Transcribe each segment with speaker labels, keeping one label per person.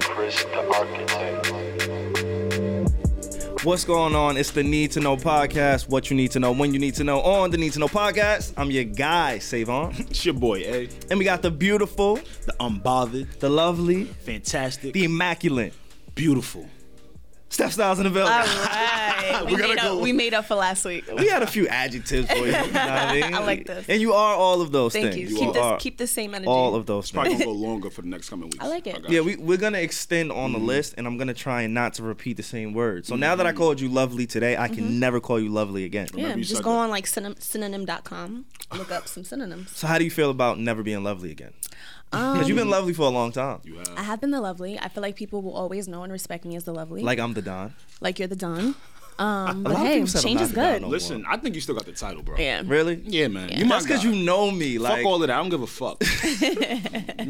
Speaker 1: Chris the Architect.
Speaker 2: What's going on? It's the Need to Know podcast. What you need to know, when you need to know, on the Need to Know podcast. I'm your guy, Savon.
Speaker 3: It's your boy, A.
Speaker 2: And we got the beautiful,
Speaker 3: the unbothered,
Speaker 2: the lovely,
Speaker 3: fantastic,
Speaker 2: the immaculate,
Speaker 3: beautiful.
Speaker 2: Steph Styles in the building.
Speaker 4: All right. we, made up, we, made up, for last week.
Speaker 2: We had a few adjectives for you. you know I, mean?
Speaker 4: I like this.
Speaker 2: And you are all of those
Speaker 4: Thank
Speaker 2: things.
Speaker 4: You. Keep, this, keep, the same energy.
Speaker 2: All of those
Speaker 3: it's
Speaker 2: things.
Speaker 3: probably going to go longer for the next coming weeks. I
Speaker 4: like it. I
Speaker 2: yeah, you. we, are going to extend on the mm-hmm. list, and I'm going to try and not to repeat the same word. So mm-hmm. now that I called you lovely today, I can mm-hmm. never call you lovely again.
Speaker 4: Yeah, just go that. on like synonym, synonym.com, look up some synonyms.
Speaker 2: So, how do you feel about never being lovely again? Because um, you've been lovely for a long time.
Speaker 3: Have.
Speaker 4: I have been the lovely. I feel like people will always know and respect me as the lovely.
Speaker 2: Like I'm the Don.
Speaker 4: Like you're the Don. Um, but hey, change is good.
Speaker 3: No Listen, I think you still got the title, bro.
Speaker 4: Yeah.
Speaker 2: Really?
Speaker 3: Yeah, man.
Speaker 2: Yeah. You That's because you know me. Like,
Speaker 3: fuck all of that. I don't give a fuck.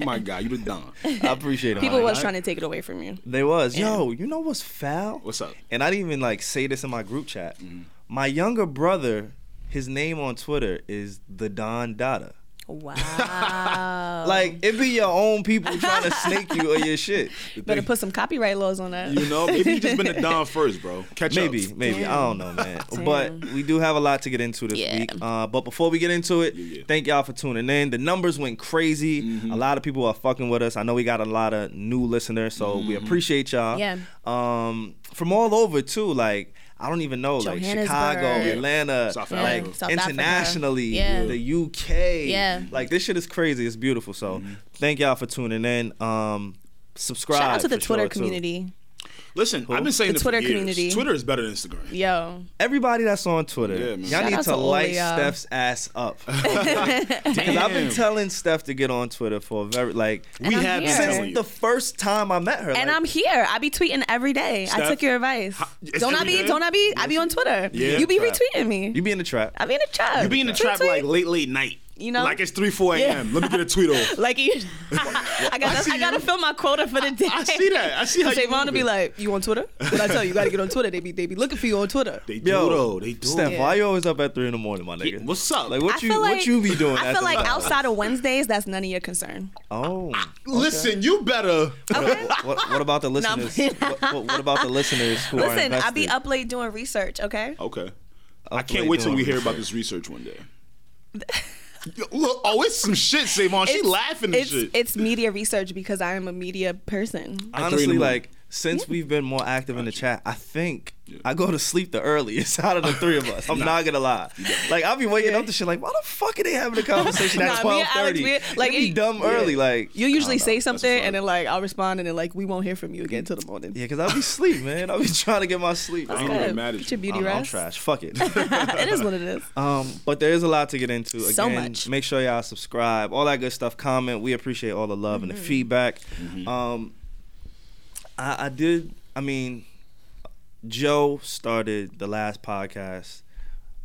Speaker 3: my God, you the Don.
Speaker 2: I appreciate it.
Speaker 4: People was right? trying to take it away from you.
Speaker 2: They was. Yeah. Yo, you know what's foul?
Speaker 3: What's up?
Speaker 2: And I didn't even like say this in my group chat. Mm-hmm. My younger brother, his name on Twitter is the Don Dada.
Speaker 4: Wow.
Speaker 3: Oh.
Speaker 2: like it be your own people trying to snake you or your shit.
Speaker 4: The Better thing. put some copyright laws on that.
Speaker 3: You know, maybe you just been a don first, bro. Catch
Speaker 2: maybe,
Speaker 3: up.
Speaker 2: Maybe, Damn. I don't know, man. Damn. But we do have a lot to get into this yeah. week. Uh, but before we get into it, yeah, yeah. thank y'all for tuning in. The numbers went crazy. Mm-hmm. A lot of people are fucking with us. I know we got a lot of new listeners, so mm-hmm. we appreciate y'all.
Speaker 4: Yeah.
Speaker 2: Um, from all over too, like. I don't even know, like Chicago, Atlanta, yeah. like South internationally, yeah. the UK.
Speaker 4: Yeah.
Speaker 2: Like this shit is crazy. It's beautiful. So mm-hmm. thank y'all for tuning in. Um, subscribe.
Speaker 4: Shout out to the Twitter
Speaker 2: sure,
Speaker 4: community.
Speaker 3: Too. Listen, Who? I've been saying
Speaker 4: the Twitter community.
Speaker 3: Twitter is better than Instagram.
Speaker 4: Yo,
Speaker 2: everybody that's on Twitter, yeah, y'all
Speaker 4: Shout
Speaker 2: need to,
Speaker 4: to
Speaker 2: light
Speaker 4: y'all.
Speaker 2: Steph's ass up. Because I've been telling Steph to get on Twitter for a very like
Speaker 3: and we
Speaker 4: I'm
Speaker 3: have
Speaker 4: here.
Speaker 2: since the first time I met her.
Speaker 4: And
Speaker 2: like,
Speaker 4: I'm here. I be tweeting every day. Steph, I took your advice. How, don't I be? Day? Don't I be? I be on Twitter.
Speaker 3: Yeah,
Speaker 4: you be retweeting me.
Speaker 2: You be in the trap.
Speaker 4: I be in the trap.
Speaker 3: You be in the trap like late, late night.
Speaker 4: You know,
Speaker 3: like it's three, four a.m. Yeah. Let me get a tweet off.
Speaker 4: like, you, I got, I, I got to fill my quota for the day. I,
Speaker 3: I see that. I see how
Speaker 4: Javon
Speaker 3: to
Speaker 4: be like, you on Twitter? But I tell you, you got to get on Twitter. They be, they be looking for you on Twitter.
Speaker 3: They do Yo, though. They do.
Speaker 2: Steph, yeah. why you always up at three in the morning, my nigga? Yeah,
Speaker 3: what's up?
Speaker 2: Like, what I you, what
Speaker 4: like,
Speaker 2: you be doing?
Speaker 4: I feel like outside of Wednesdays, that's none of your concern.
Speaker 2: Oh, okay.
Speaker 3: listen, you better.
Speaker 4: Okay.
Speaker 2: what, what, about the listeners? what, what, about the listeners who
Speaker 4: listen, are
Speaker 2: invested?
Speaker 4: I be up late doing research. Okay.
Speaker 3: Okay. Up I can't wait till we hear about this research one day. Look, oh, it's some shit, Savon. She laughing
Speaker 4: it's,
Speaker 3: shit.
Speaker 4: It's media research because I am a media person.
Speaker 2: Honestly, like since yeah. we've been more active in the chat, I think yeah. I go to sleep the earliest out of the three of us. I'm nah. not gonna lie. Like I'll be waking yeah. up to shit like, why the fuck are they having a conversation at twelve thirty? Like it, dumb early. Like
Speaker 4: you usually say something and then like I'll respond and then like we won't hear from you again till the morning.
Speaker 2: Yeah, because I'll be sleep, man. I'll be trying to get my sleep.
Speaker 3: I ain't even mad at
Speaker 4: Get your beauty
Speaker 2: I'm,
Speaker 4: rest.
Speaker 2: I'm trash. Fuck it.
Speaker 4: it is what it is.
Speaker 2: Um, but there is a lot to get into. Again,
Speaker 4: so much.
Speaker 2: Make sure y'all subscribe, all that good stuff. Comment. We appreciate all the love mm-hmm. and the feedback. Mm-hmm. Um. I, I, did. I mean, Joe started the last podcast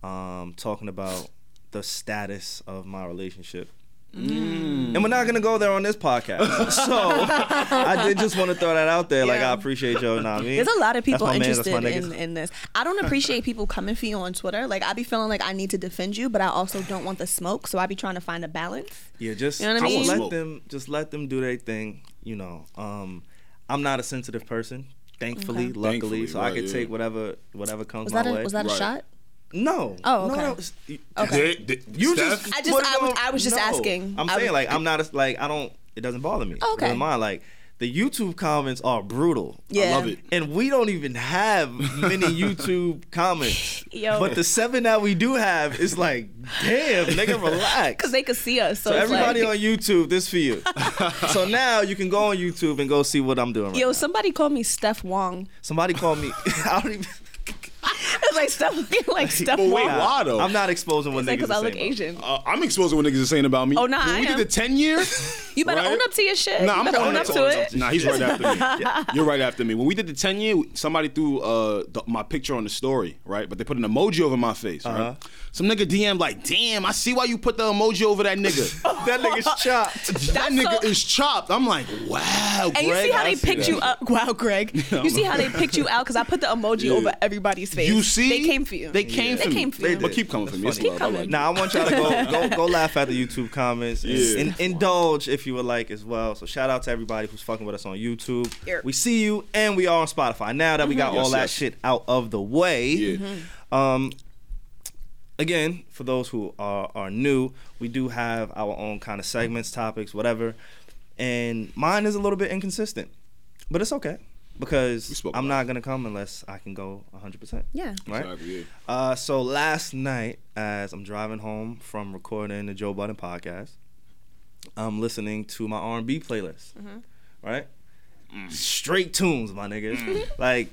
Speaker 2: um, talking about the status of my relationship. Mm. And we're not gonna go there on this podcast. so I did just want to throw that out there. Yeah. Like I appreciate y'all. Know I mean?
Speaker 4: There's a lot of people interested in, in this. I don't appreciate people coming for you on Twitter. Like I be feeling like I need to defend you, but I also don't want the smoke. So I be trying to find a balance.
Speaker 2: Yeah, just
Speaker 4: you know what I mean.
Speaker 2: Let them just let them do their thing. You know. Um, I'm not a sensitive person, thankfully,
Speaker 3: okay.
Speaker 2: luckily,
Speaker 3: thankfully,
Speaker 2: so
Speaker 3: right,
Speaker 2: I can
Speaker 3: yeah.
Speaker 2: take whatever whatever comes
Speaker 4: was that
Speaker 2: my
Speaker 4: a,
Speaker 2: way.
Speaker 4: Was that a right. shot?
Speaker 2: No.
Speaker 4: Oh, okay.
Speaker 2: No,
Speaker 4: no. okay.
Speaker 3: Did, did,
Speaker 2: you
Speaker 3: Steph?
Speaker 2: just.
Speaker 4: I just. I was, I was just
Speaker 2: no.
Speaker 4: asking.
Speaker 2: I'm
Speaker 4: I
Speaker 2: saying
Speaker 4: was, Oh,
Speaker 2: like I'm not a, like I don't. It doesn't bother me.
Speaker 4: Okay.
Speaker 2: It doesn't mind like. The YouTube comments are brutal.
Speaker 4: Yeah.
Speaker 3: I love it.
Speaker 2: And we don't even have many YouTube comments.
Speaker 4: Yo.
Speaker 2: But the seven that we do have is like, damn, nigga, relax.
Speaker 4: Because they could see us. So,
Speaker 2: so everybody
Speaker 4: like...
Speaker 2: on YouTube, this for you. so now you can go on YouTube and go see what I'm doing. Right
Speaker 4: Yo,
Speaker 2: now.
Speaker 4: somebody called me Steph Wong.
Speaker 2: Somebody called me. I don't even.
Speaker 4: It's like stuff, like stuff.
Speaker 3: But wait,
Speaker 4: wrong.
Speaker 3: why though?
Speaker 2: I'm not exposing what
Speaker 4: like
Speaker 2: niggas
Speaker 4: I
Speaker 2: are
Speaker 4: look
Speaker 2: saying.
Speaker 4: Asian.
Speaker 3: Uh, I'm exposing what niggas are saying about me.
Speaker 4: Oh, nah,
Speaker 3: when
Speaker 4: I
Speaker 3: we
Speaker 4: am.
Speaker 3: did the 10 year.
Speaker 4: you better
Speaker 3: right?
Speaker 4: own up to your shit.
Speaker 3: Nah,
Speaker 4: you
Speaker 3: I'm
Speaker 4: better
Speaker 3: own
Speaker 4: own up to it.
Speaker 3: Nah, he's right after me. Yeah. You're right after me. When we did the 10 year, somebody threw uh, the, my picture on the story, right? But they put an emoji over my face, right?
Speaker 2: Uh-huh.
Speaker 3: Some nigga DM like, damn, I see why you put the emoji over that nigga.
Speaker 2: that nigga's chopped.
Speaker 3: that
Speaker 4: That's
Speaker 3: nigga
Speaker 4: so-
Speaker 3: is chopped. I'm like, wow,
Speaker 4: And you
Speaker 3: Greg,
Speaker 4: see how
Speaker 3: I
Speaker 4: they picked
Speaker 3: that.
Speaker 4: you up? Wow, Greg. You see how they picked you out? Because I put the emoji
Speaker 3: Yeah.
Speaker 4: over everybody's face.
Speaker 3: You see
Speaker 4: They came for you.
Speaker 3: They came
Speaker 4: They
Speaker 3: for me.
Speaker 4: came for you.
Speaker 3: But keep coming for me. It's
Speaker 2: funny.
Speaker 3: love.
Speaker 4: Keep
Speaker 3: I like
Speaker 4: coming.
Speaker 3: it.
Speaker 2: Now I want y'all to go go, go laugh at the YouTube comments and,
Speaker 3: Yeah.
Speaker 2: and indulge if you would like as well. So shout out to everybody who's fucking with us on YouTube.
Speaker 4: Here.
Speaker 2: We see you and we are on Spotify. Now that we got
Speaker 3: Mm-hmm. Yes,
Speaker 2: all that
Speaker 3: yes.
Speaker 2: shit out of the way.
Speaker 3: Yeah.
Speaker 2: Um again, for those who are are new, we do have our own kind of segments, topics, whatever. And mine is a little bit inconsistent. But it's okay
Speaker 3: We
Speaker 2: because
Speaker 3: spoke
Speaker 2: I'm
Speaker 3: about
Speaker 2: not going to come unless I can go 100%.
Speaker 4: Yeah.
Speaker 2: Right?
Speaker 3: Exactly, yeah.
Speaker 2: Uh, so last night, as I'm driving home from recording the Joe Budden podcast, I'm listening to my R&B playlist. Right?
Speaker 3: Mm.
Speaker 2: Straight tunes, my nigga. Like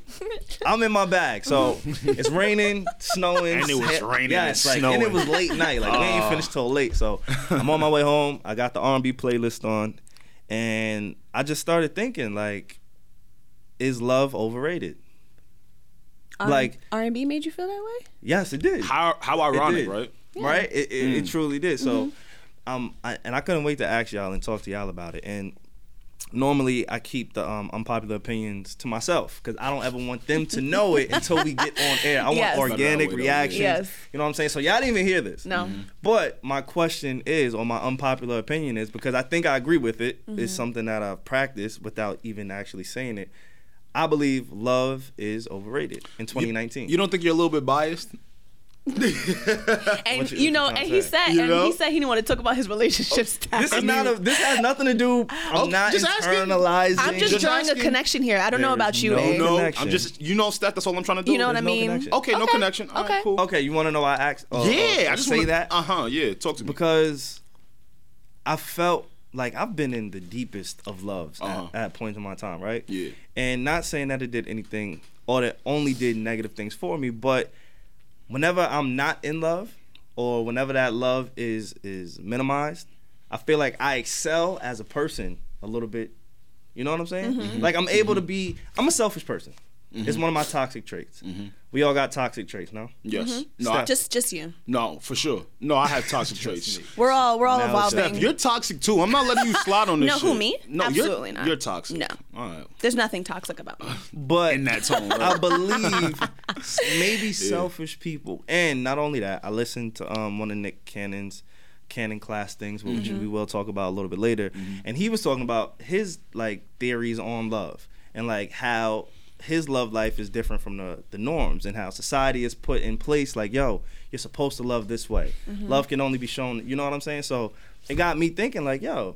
Speaker 2: I'm in my bag, so it's raining, snowing,
Speaker 3: And it was
Speaker 2: he-
Speaker 3: raining
Speaker 2: yes,
Speaker 3: and
Speaker 2: like, and it was
Speaker 3: snowing.
Speaker 2: late night. Like we ain't
Speaker 3: Oh.
Speaker 2: finished till late, so I'm on my way home. I got the R&B playlist on, and I just started thinking like, is love overrated? Like-
Speaker 4: R and B made you feel that way?
Speaker 2: Yes, it did.
Speaker 3: How how ironic,
Speaker 2: did.
Speaker 3: right?
Speaker 2: right? It, it, it truly did. So,
Speaker 4: Mm-hmm.
Speaker 2: um, I, and I couldn't wait to ask y'all and talk to y'all about it. And normally, I keep the um, unpopular opinions to myself because I don't ever want them to know it until we get on air. I
Speaker 4: Yes.
Speaker 2: want organic
Speaker 3: Not that way, though, yeah.
Speaker 2: reactions.
Speaker 4: Yes.
Speaker 2: You know what I'm saying? So y'all didn't even hear this.
Speaker 4: No.
Speaker 2: But my question is, or my unpopular opinion is, because I think I agree with it.
Speaker 4: Mm-hmm.
Speaker 2: It's something that I've practiced without even actually saying it. I believe love is overrated in 2019.
Speaker 3: You don't think you're a little bit biased?
Speaker 4: And
Speaker 2: What you-
Speaker 4: you, know,
Speaker 2: what you
Speaker 4: and
Speaker 2: tryna
Speaker 4: he
Speaker 2: say?
Speaker 4: said,
Speaker 3: You
Speaker 4: and
Speaker 3: know?
Speaker 4: he said he didn't want to talk about his relationship status.
Speaker 2: This is not a. This has nothing to do. I'm
Speaker 3: Oh,
Speaker 2: not
Speaker 3: just asking.
Speaker 2: internalizing.
Speaker 4: I'm just,
Speaker 3: Just
Speaker 4: drawing
Speaker 3: asking.
Speaker 4: a connection here. I don't know
Speaker 2: There's
Speaker 4: about you,
Speaker 2: no-
Speaker 4: Dave.
Speaker 3: No,
Speaker 2: connection.
Speaker 3: I'm just you know, Steph. That's all I'm trying to do.
Speaker 4: you know what I
Speaker 2: There's no
Speaker 4: mean?
Speaker 2: connection.
Speaker 3: Okay, no
Speaker 4: Okay,
Speaker 3: connection. All right,
Speaker 4: okay.
Speaker 3: cool.
Speaker 2: Okay, you want to know why I asked? Uh,
Speaker 3: Yeah,
Speaker 2: uh,
Speaker 3: Oh, I just
Speaker 2: say
Speaker 3: wanna,
Speaker 2: that
Speaker 3: Uh huh. Yeah, talk to me.
Speaker 2: because I felt like I've been in the deepest of loves
Speaker 3: Uh-huh.
Speaker 2: at, at points in my time, right?
Speaker 3: Yeah.
Speaker 2: And not saying that it did anything or that only did negative things for me, but whenever I'm not in love or whenever that love is is minimized, I feel like I excel as a person a little bit. You know what I'm saying? Like I'm
Speaker 3: Mm-hmm.
Speaker 2: able to be I'm a selfish person. It's one of my toxic traits.
Speaker 3: Mm-hmm.
Speaker 2: We all got toxic traits, no?
Speaker 3: yes.
Speaker 4: Mm-hmm.
Speaker 3: No, I,
Speaker 2: Steph.
Speaker 4: Just, just you.
Speaker 3: no, for sure. No, I have toxic traits.
Speaker 4: We're all, we're all
Speaker 2: Now it's
Speaker 4: evolving.
Speaker 3: Steph, you're toxic too. I'm not letting you slide on this.
Speaker 4: No,
Speaker 3: shit.
Speaker 4: who, me?
Speaker 3: No,
Speaker 4: Absolutely
Speaker 3: you're,
Speaker 4: not.
Speaker 3: You're toxic.
Speaker 4: No.
Speaker 3: All right.
Speaker 4: There's nothing toxic about me.
Speaker 2: But
Speaker 3: In that tone. Right?
Speaker 2: I believe s- maybe selfish people. And not only that, I listened to um one of Nick Cannon's Cannon class things, which we will talk about a little bit later. And he was talking about his like theories on love and like how his love life is different from the, the norms and how society is put in place like yo you're supposed to love this way love can only be shown you know what i'm saying so it got me thinking like yo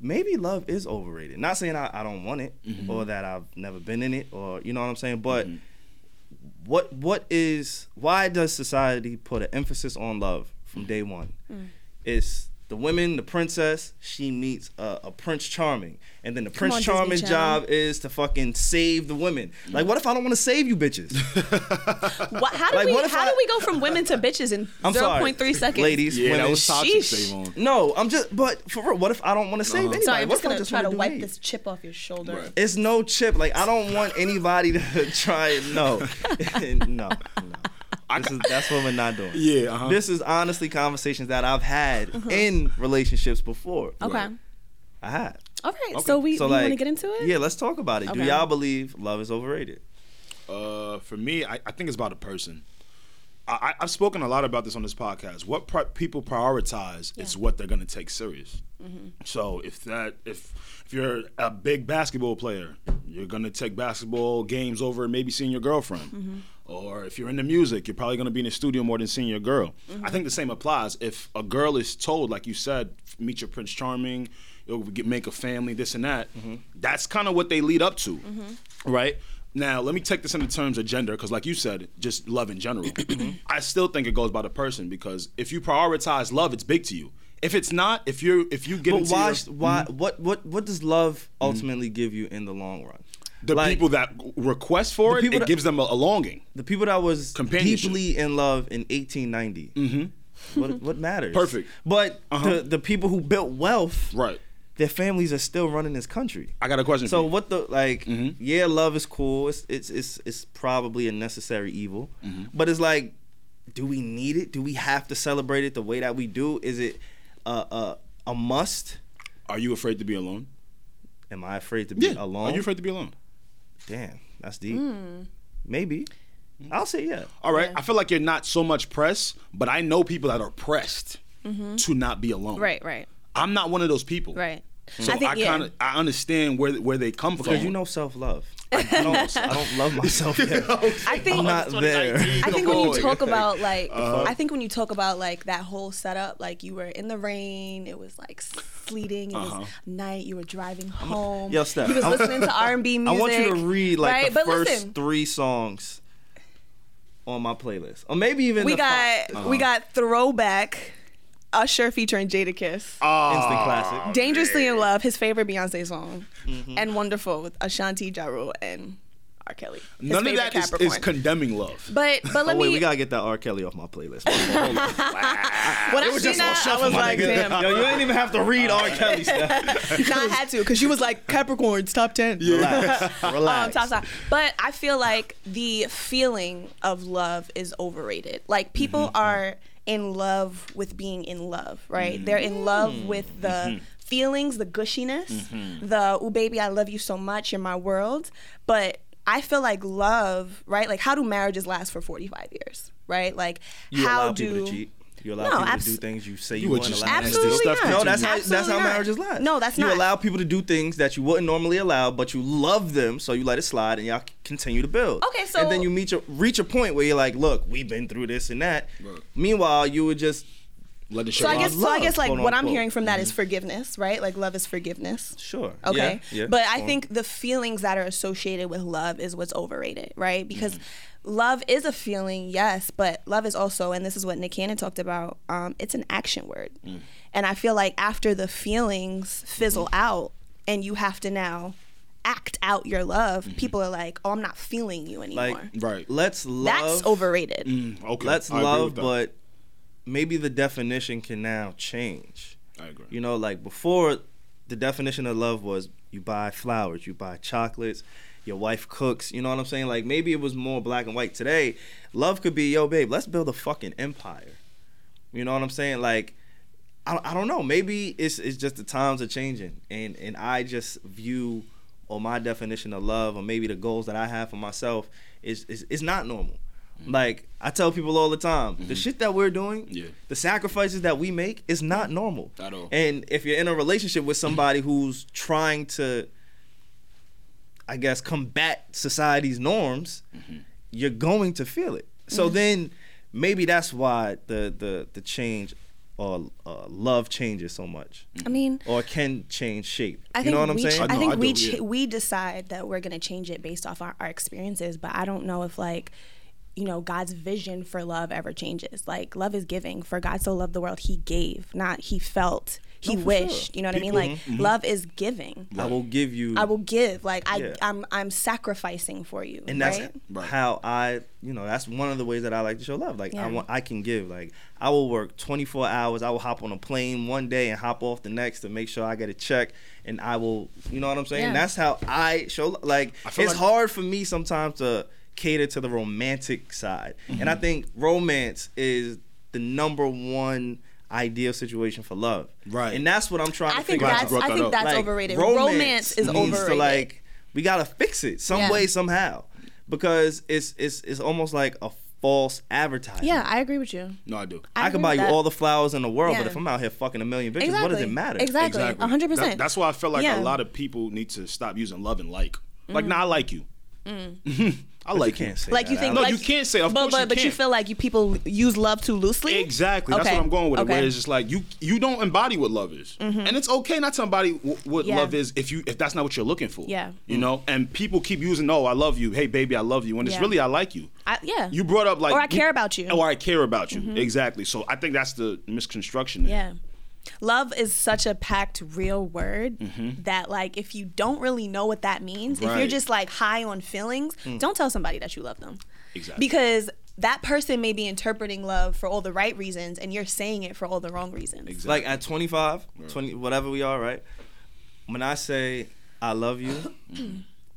Speaker 2: maybe love is overrated. Not saying I, I don't want it
Speaker 3: Mm-hmm.
Speaker 2: or that I've never been in it or you know what I'm saying, but what what is why does society put an emphasis on love from day one?
Speaker 4: Mm.
Speaker 2: It's the women, the princess, she meets a, a prince charming, and then the prince
Speaker 4: on, Disney
Speaker 2: charming's
Speaker 4: Channel.
Speaker 2: job is to fucking save the women. Like, what if I don't want to save you, bitches?
Speaker 4: What, how do
Speaker 2: Like,
Speaker 4: we,
Speaker 2: what if
Speaker 4: how
Speaker 2: I-
Speaker 4: do we go from women to bitches in
Speaker 2: I'm sorry,
Speaker 4: 0.3 seconds?
Speaker 2: ladies,
Speaker 3: yeah, that
Speaker 2: women.
Speaker 3: was toxic.
Speaker 4: Sheesh.
Speaker 3: Savon.
Speaker 2: no, I'm just. But for real, what if I don't want to
Speaker 3: Uh-huh.
Speaker 2: save anybody?
Speaker 4: Sorry, I'm
Speaker 2: What
Speaker 4: just
Speaker 2: if I
Speaker 4: gonna try
Speaker 2: wanna
Speaker 4: to
Speaker 2: do
Speaker 4: wipe
Speaker 2: me?
Speaker 4: this chip off your shoulder.
Speaker 3: Right.
Speaker 2: It's no chip. Like I don't want anybody to try it. No, no, no. This is, that's what we're not doing.
Speaker 3: Yeah, uh-huh.
Speaker 2: This is honestly conversations that I've had in relationships before.
Speaker 4: Okay.
Speaker 3: Right.
Speaker 2: I had.
Speaker 4: All right. So we,
Speaker 2: So
Speaker 4: we
Speaker 2: like,
Speaker 4: want to get into it.
Speaker 2: Yeah, let's talk about it. Do
Speaker 4: Okay.
Speaker 2: y'all believe love is overrated?
Speaker 3: Uh, for me, I, I think it's about a person. I, I- I've spoken a lot about this on this podcast. What pri- people prioritize is what they're going to take serious. So if that if if you're a big basketball player, you're going to take basketball games over maybe seeing your girlfriend. Or if you're into music, you're probably going to be in the studio more than seeing your girl. I think the same applies. If a girl is told, like you said, meet your Prince Charming, you'll get, make a family, this and that. That's kind of what they lead up to, right? Now, let me take this into terms of gender, because, like you said, just love in general. I still think it goes by the person, because if you prioritize love, it's big to you. If it's not, if you're if you get
Speaker 2: But
Speaker 3: into
Speaker 2: why?
Speaker 3: your- Mm-hmm.
Speaker 2: Why? What? What? What does love ultimately give you in the long run?
Speaker 3: the
Speaker 2: Like,
Speaker 3: people that request for it,
Speaker 2: people
Speaker 3: it
Speaker 2: that-
Speaker 3: gives them a, a longing.
Speaker 2: the people that was
Speaker 3: Companionship. Mm-hmm.
Speaker 2: deeply in love in 1890. What, what matters?
Speaker 3: Perfect.
Speaker 2: But
Speaker 3: Uh-huh.
Speaker 2: the, the people who built wealth,
Speaker 3: Right.
Speaker 2: Their families are still running this country.
Speaker 3: I got a question.
Speaker 2: So
Speaker 3: for you.
Speaker 2: what the like? Yeah, love is cool. It's it's it's it's probably a necessary evil, but it's like, do we need it? Do we have to celebrate it the way that we do? Is it a a, a must?
Speaker 3: are you afraid to be alone?
Speaker 2: Am I afraid to be
Speaker 3: Alone.
Speaker 2: alone?
Speaker 3: Are you afraid to be alone?
Speaker 2: Damn, that's deep. Maybe. I'll say yeah.
Speaker 3: All right. I feel like you're not so much pressed, but I know people that are pressed
Speaker 2: Mm-hmm.
Speaker 3: to not be alone.
Speaker 4: Right, right,
Speaker 3: I'm not one of those people.
Speaker 4: right.
Speaker 3: So I, kind of I understand where where they come from.
Speaker 2: Because you know self love. I don't, I don't love myself yet.
Speaker 4: I think
Speaker 2: I'm not there.
Speaker 4: I think when you talk
Speaker 2: Like,
Speaker 4: about like I think when you talk about like that whole setup, like you were in the rain, it was like sleeting, it was night, you were driving home,
Speaker 2: Uh-huh. Yo, Steph,
Speaker 4: you was
Speaker 2: I'm-
Speaker 4: listening to R and B
Speaker 2: I
Speaker 4: music.
Speaker 2: want you to read like
Speaker 4: right?
Speaker 2: the
Speaker 4: but
Speaker 2: first
Speaker 4: listen,
Speaker 2: three songs on my playlist, or maybe even
Speaker 4: we
Speaker 2: the Uh-huh. five.
Speaker 4: got we got throwback, Usher featuring Jada Kiss,
Speaker 2: instant classic.
Speaker 4: Dangerously in Love, his favorite Beyonce song,
Speaker 3: Mm-hmm.
Speaker 4: and Wonderful with Ashanti Ja Rule and R Kelly. His
Speaker 3: None of
Speaker 4: favorite
Speaker 3: that is,
Speaker 4: Capricorn.
Speaker 3: is condemning love.
Speaker 4: but but let
Speaker 2: oh wait,
Speaker 4: me.
Speaker 2: we gotta get that R. Kelly off my playlist.
Speaker 4: when I
Speaker 3: was
Speaker 4: seen
Speaker 3: just on
Speaker 4: that, I
Speaker 3: shuffle,
Speaker 4: was
Speaker 3: my
Speaker 4: like,
Speaker 3: nigga.
Speaker 4: damn.
Speaker 2: Yo, you ain't even have to read R. Kelly stuff.
Speaker 4: Nah, I had to because she was like Capricorns top ten.
Speaker 2: Relax,
Speaker 4: Um,
Speaker 2: relax.
Speaker 4: top side. But I feel like the feeling of love is overrated. Like people
Speaker 2: Mm-hmm.
Speaker 4: are in love with being in love, right? They're in love
Speaker 2: Mm-hmm.
Speaker 4: with the feelings, the gushiness, the "oh baby, I love you so much, you're my world." But I feel like love, right? Like how do marriages last for 45 years, right? Like
Speaker 2: you
Speaker 4: how
Speaker 2: allow
Speaker 4: do
Speaker 2: people to cheat. You allow
Speaker 4: No,
Speaker 2: people
Speaker 4: abs-
Speaker 2: to do things you say
Speaker 3: You
Speaker 2: you,
Speaker 3: were
Speaker 2: wouldn't
Speaker 3: just
Speaker 2: allow. them to
Speaker 4: Absolutely
Speaker 2: do.
Speaker 4: not.
Speaker 2: No, that's how that's
Speaker 4: Absolutely
Speaker 2: how
Speaker 4: not.
Speaker 2: marriages last.
Speaker 4: No, that's
Speaker 2: you
Speaker 4: not.
Speaker 2: You allow people to do things that you wouldn't normally allow, but you love them, so you let it slide, and y'all c- continue to build.
Speaker 4: Okay, so-
Speaker 2: and then you meet your, reach a point where you're like, look, we've been through this and that.
Speaker 3: Right.
Speaker 2: Meanwhile, you would just
Speaker 3: Let it show
Speaker 4: So I
Speaker 3: love.
Speaker 4: guess so I
Speaker 2: love, Mm-hmm.
Speaker 4: guess like
Speaker 2: quote,
Speaker 4: what I'm
Speaker 2: unquote.
Speaker 4: hearing from that is forgiveness, right? Like love is forgiveness.
Speaker 2: sure.
Speaker 4: Okay.
Speaker 2: Yeah. yeah.
Speaker 4: But I
Speaker 2: Go on.
Speaker 4: think the feelings that are associated with love is what's overrated, right? Because
Speaker 2: Mm-hmm.
Speaker 4: love is a feeling, yes, but love is also, and this is what Nick Cannon talked about, um, it's an action word.
Speaker 2: Mm.
Speaker 4: And I feel like after the feelings fizzle
Speaker 2: Mm-hmm.
Speaker 4: out and you have to now act out your love, people are like, oh, I'm not feeling you anymore.
Speaker 2: Mm-hmm. like
Speaker 3: Right. Mm,
Speaker 2: Let's love. Mm.
Speaker 4: That's overrated.
Speaker 3: okay.
Speaker 2: Let's
Speaker 3: I agree
Speaker 2: love,
Speaker 3: with that.
Speaker 2: but maybe the definition can now change.
Speaker 3: I agree.
Speaker 2: You know, like before, the definition of love was you buy flowers, you buy chocolates, your wife cooks. You know what I'm saying? Like maybe it was more black and white. Today, love could be yo, babe, let's build a fucking empire. You know what I'm saying? Like, I, I don't know. Maybe it's it's just the times are changing, and and I just view or my definition of love, or maybe the goals that I have for myself is is, is not normal. Like I tell people all the time, the shit that we're doing,
Speaker 3: Yeah.
Speaker 2: the sacrifices that we make is not normal.
Speaker 3: At all.
Speaker 2: And if you're in a relationship with somebody who's trying to, I guess, combat society's norms, you're going to feel it. So then maybe that's why the the the change or uh, love changes so much,
Speaker 4: I mean,
Speaker 2: or can change shape.
Speaker 4: I
Speaker 2: you
Speaker 4: think
Speaker 2: know what I'm
Speaker 4: we,
Speaker 2: saying?
Speaker 4: I
Speaker 3: know,
Speaker 4: think
Speaker 3: I
Speaker 4: we
Speaker 3: do,
Speaker 4: ch-
Speaker 3: yeah.
Speaker 4: we decide that we're gonna change it based off our, our experiences, but I don't know if like you know God's vision for love ever changes. Like love is giving. For God so loved the world, He gave, not He felt, He
Speaker 2: No, for sure.
Speaker 4: wished. You know what I mean? Like love is giving.
Speaker 2: I will give you.
Speaker 4: I will give. Like I,
Speaker 2: Yeah.
Speaker 4: I'm, I'm sacrificing for you.
Speaker 2: and that's
Speaker 4: right?
Speaker 3: Right.
Speaker 2: how I, you know, that's one of the ways that I like to show love. Like
Speaker 4: Yeah.
Speaker 2: I want, I can give. Like I will work 24 hours. I will hop on a plane one day and hop off the next to make sure I get a check. And I will, you know what I'm saying?
Speaker 4: Yeah.
Speaker 2: That's how I show. lo- Like
Speaker 3: I
Speaker 2: it's
Speaker 3: feel like-
Speaker 2: hard for me sometimes to cater to the romantic side, and I
Speaker 3: Mm-hmm.
Speaker 2: think romance is the number one ideal situation for love.
Speaker 3: Right.
Speaker 2: And that's what I'm trying
Speaker 4: I
Speaker 2: to
Speaker 4: think
Speaker 2: figure out
Speaker 4: that's,
Speaker 3: brought
Speaker 4: I
Speaker 3: that
Speaker 4: think
Speaker 3: up.
Speaker 4: that's
Speaker 2: like,
Speaker 4: overrated. Romance, is
Speaker 2: needs
Speaker 4: overrated.
Speaker 2: To, like we gotta fix it some
Speaker 4: Yeah.
Speaker 2: way somehow because it's it's it's almost like a false advertising.
Speaker 4: yeah, I agree with you.
Speaker 3: No, I do.
Speaker 2: I,
Speaker 4: agree
Speaker 2: can buy
Speaker 4: with
Speaker 2: you
Speaker 4: that.
Speaker 2: all the flowers in the world, but
Speaker 4: Yeah.
Speaker 2: if I'm out here fucking a million bitches, what does
Speaker 4: Exactly.
Speaker 2: it matter?
Speaker 4: Exactly.
Speaker 3: Exactly.
Speaker 4: 100%.
Speaker 3: That- that's why I feel like a
Speaker 4: Yeah.
Speaker 3: lot of people need to stop using love and like. Like, nah, I like you. I
Speaker 2: But you
Speaker 3: like you.
Speaker 2: can't say
Speaker 4: like
Speaker 2: that
Speaker 4: Mm. you think
Speaker 2: out.
Speaker 3: No,
Speaker 4: like,
Speaker 3: you can't say, of
Speaker 4: but,
Speaker 3: course
Speaker 4: but,
Speaker 3: you
Speaker 4: but you
Speaker 3: can't.
Speaker 4: feel like you people use love too loosely
Speaker 3: Exactly. That's
Speaker 4: Okay.
Speaker 3: what I'm going with. it,
Speaker 4: Okay. Mm-hmm.
Speaker 3: Where it's just like you you don't embody what love is, and it's okay not to embody w- what
Speaker 4: Yeah.
Speaker 3: love is if you if that's not what you're looking for.
Speaker 4: Yeah.
Speaker 3: You know, and people keep using, "Oh, I love you." Hey, baby, I love you. When
Speaker 4: Yeah.
Speaker 3: it's really, I like you.
Speaker 4: I, yeah
Speaker 3: You brought up like,
Speaker 4: Or I care about you. Mm-hmm.
Speaker 3: Or I care about you. Exactly. So I think that's the misconstruction. there.
Speaker 4: yeah love is such a packed real word that like if you don't really know what that means if you're
Speaker 3: Mm-hmm. Right. Mm.
Speaker 4: just like high on feelings don't tell somebody that you love them
Speaker 3: Exactly.
Speaker 4: because that person may be interpreting love for all the right reasons and you're saying it for all the wrong reasons
Speaker 3: Exactly.
Speaker 2: Like at 25, 20, whatever we are, right? When I say I love you,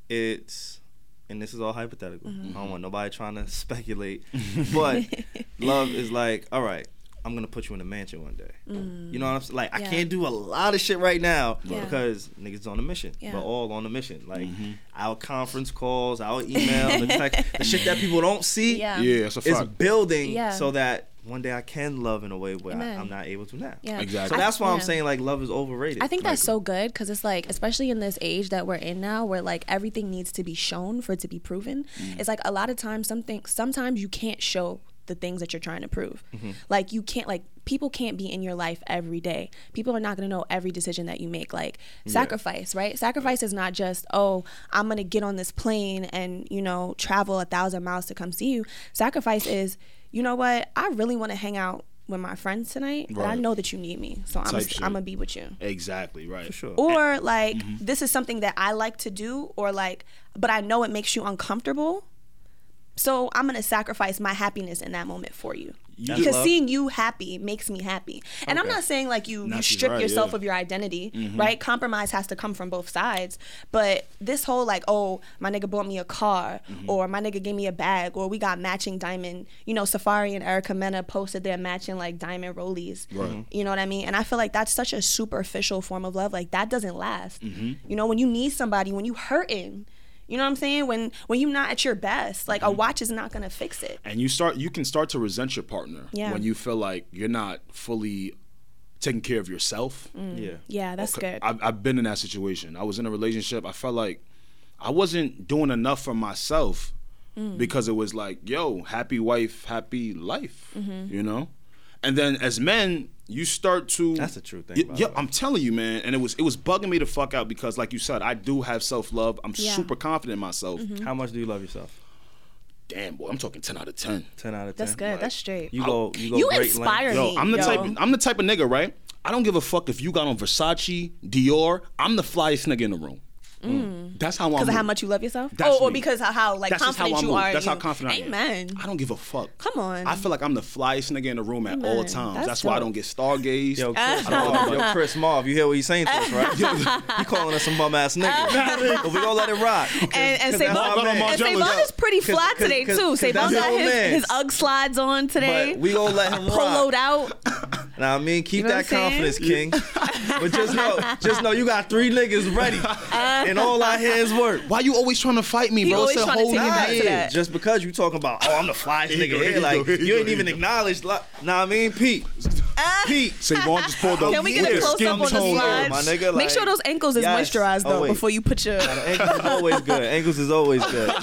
Speaker 2: it's and this is all
Speaker 1: Mm-hmm.
Speaker 2: hypothetical. I don't want nobody trying to speculate, but love is like, all right, I'm gonna put you in a mansion one day. You know what I'm saying? Like I can't do a lot of shit right now
Speaker 1: Mm. Yeah.
Speaker 2: because niggas on a mission.
Speaker 1: Yeah. Mm-hmm.
Speaker 2: We're all on a mission. Like our conference calls, our email, the, text, the shit that people don't see
Speaker 1: Yeah.
Speaker 3: Yeah, that's a
Speaker 2: is
Speaker 3: fact.
Speaker 2: building
Speaker 1: Yeah.
Speaker 2: so that one day I can love in a way where I,
Speaker 1: Amen.
Speaker 2: I'm not able to now.
Speaker 1: Yeah.
Speaker 3: Exactly.
Speaker 2: So that's why I'm
Speaker 1: yeah.
Speaker 2: saying like love is overrated.
Speaker 1: I think that's so good because it's like, especially in this age that we're in now, where like everything needs to be shown for it to be proven.
Speaker 3: Mm-hmm.
Speaker 1: It's like a lot of times, something sometimes you can't show the things that you're trying to prove.
Speaker 3: Mm-hmm.
Speaker 1: Like you can't like people can't be in your life every day. People are not going to know every decision that you make. Like sacrifice, right? Sacrifice is not just oh, I'm going to get on this plane and you know travel a thousand miles to come see you. Sacrifice is you know what? I really want to hang out with my friends tonight, but I
Speaker 3: Right.
Speaker 1: know that you need me, so I'm
Speaker 3: Type
Speaker 1: i
Speaker 3: shit.
Speaker 1: I'm gonna be with you
Speaker 3: Exactly right.
Speaker 2: for sure. Mm-hmm.
Speaker 1: or like
Speaker 4: this is something that I like to do, or like, but I know it makes you uncomfortable. So I'm gonna sacrifice my happiness in that moment for you.
Speaker 2: That's
Speaker 4: because
Speaker 2: love.
Speaker 4: seeing you happy makes me happy. And I'm
Speaker 2: Okay.
Speaker 4: not saying like you, you
Speaker 3: she's
Speaker 4: strip
Speaker 3: right, yeah.
Speaker 4: yourself
Speaker 3: Mm-hmm.
Speaker 4: of your identity, right? Compromise has to come from both sides. But this whole like, oh, my nigga bought me a car,
Speaker 3: Mm-hmm.
Speaker 4: or my nigga gave me a bag, or we got matching diamond. You know, Safari and Erica Mena posted their matching like diamond rollies.
Speaker 3: Right. Mm-hmm.
Speaker 4: You know what I mean? And I feel like that's such a superficial form of love. Like that doesn't last.
Speaker 3: Mm-hmm.
Speaker 4: You know, when you need somebody, when you hurting. You know what I'm saying? When when you're not at your best, like
Speaker 3: Mm-hmm.
Speaker 4: a watch is not gonna fix it.
Speaker 3: and you start you can start to resent your partner
Speaker 1: Yeah.
Speaker 3: when you feel like you're not fully taking care of yourself.
Speaker 4: Mm.
Speaker 2: yeah.
Speaker 1: Yeah, that's good.
Speaker 3: I've, I've been in that situation. I was in a relationship. I felt like I wasn't doing enough for myself
Speaker 1: Mm.
Speaker 3: because it was like, yo, happy wife, happy life,
Speaker 1: Mm-hmm.
Speaker 3: you know. And then as men, you start to
Speaker 2: That's the true thing,
Speaker 3: Y-
Speaker 2: by the
Speaker 3: Yeah,
Speaker 2: way.
Speaker 3: I'm telling you, man. And it was it was bugging me the fuck out because, like you said, I do have self love. I'm
Speaker 1: Yeah. Mm-hmm.
Speaker 3: super confident in myself.
Speaker 2: How much do you love yourself?
Speaker 3: Damn, boy, I'm talking ten out of ten.
Speaker 2: Ten out of ten.
Speaker 1: That's good. That's straight.
Speaker 2: You go. You go.
Speaker 1: You
Speaker 2: great
Speaker 1: inspire
Speaker 2: lengths.
Speaker 1: me.
Speaker 3: Yo, I'm the
Speaker 1: yo.
Speaker 3: type. I'm the type of nigga, right? I don't give a fuck if you got on Versace, Dior. I'm the flyest nigga in the room. That's how I'm.
Speaker 1: Mm. because of how
Speaker 3: moved.
Speaker 1: much you love yourself.
Speaker 3: That's
Speaker 4: oh, or
Speaker 3: me.
Speaker 4: because of how like
Speaker 3: That's just how
Speaker 4: confident
Speaker 3: I
Speaker 4: you
Speaker 3: move.
Speaker 4: are. in
Speaker 3: That's
Speaker 4: you.
Speaker 3: how confident I am.
Speaker 1: Amen.
Speaker 3: I don't give a fuck.
Speaker 1: Come on.
Speaker 3: I feel like I'm the flyest nigga in the room at all
Speaker 1: Amen.
Speaker 3: times. That's,
Speaker 1: That's
Speaker 3: why I
Speaker 1: dope.
Speaker 3: don't get stargazed.
Speaker 2: Yo, Chris Marv, yo, Chris Marv, you hear what he's saying to us, right? he calling us some bum ass niggas. but we gonna let it rock.
Speaker 1: and and
Speaker 2: 'Cause that's
Speaker 1: Savon,
Speaker 2: our man.
Speaker 1: and
Speaker 3: Margello's
Speaker 1: Savon is
Speaker 3: out.
Speaker 1: pretty
Speaker 2: 'Cause-
Speaker 1: fly
Speaker 2: 'cause-
Speaker 1: today
Speaker 2: 'cause-
Speaker 1: too.
Speaker 2: 'cause
Speaker 1: Savon
Speaker 2: that's
Speaker 1: got
Speaker 2: our
Speaker 1: his,
Speaker 2: man.
Speaker 1: his UGG slides on today.
Speaker 2: But we gonna let him
Speaker 1: poloed
Speaker 2: rock.
Speaker 1: out.
Speaker 2: Now, I mean, keep
Speaker 1: You know
Speaker 2: that
Speaker 1: what I'm
Speaker 2: confidence, King. but just know, just know, you got three niggas ready,
Speaker 1: Uh-huh.
Speaker 2: and all I hear is work.
Speaker 3: Why you always trying to fight me, bro?
Speaker 1: always
Speaker 3: It's a
Speaker 1: trying to
Speaker 3: whole
Speaker 1: take me back to
Speaker 3: nine.
Speaker 1: that.
Speaker 2: Just because you talking about, oh, I'm the flyest
Speaker 3: Here you
Speaker 2: nigga
Speaker 3: go, here
Speaker 2: here,
Speaker 3: you
Speaker 2: like
Speaker 3: go, here you
Speaker 2: you
Speaker 3: go,
Speaker 2: ain't
Speaker 3: here
Speaker 2: even
Speaker 3: you go.
Speaker 2: acknowledged. Like, nah, I mean, Pete, Pete,
Speaker 3: Savon just pulled those
Speaker 1: Ah, Can we get a
Speaker 3: weird
Speaker 1: close
Speaker 3: skin
Speaker 1: up on the
Speaker 3: tone
Speaker 1: slides?
Speaker 3: on.
Speaker 2: my nigga,
Speaker 1: Make
Speaker 2: like-
Speaker 1: sure those ankles is
Speaker 2: Yes.
Speaker 1: moisturized
Speaker 2: Oh,
Speaker 1: though
Speaker 2: wait.
Speaker 1: before you put your.
Speaker 2: Ankles is always good. Ankles is always good.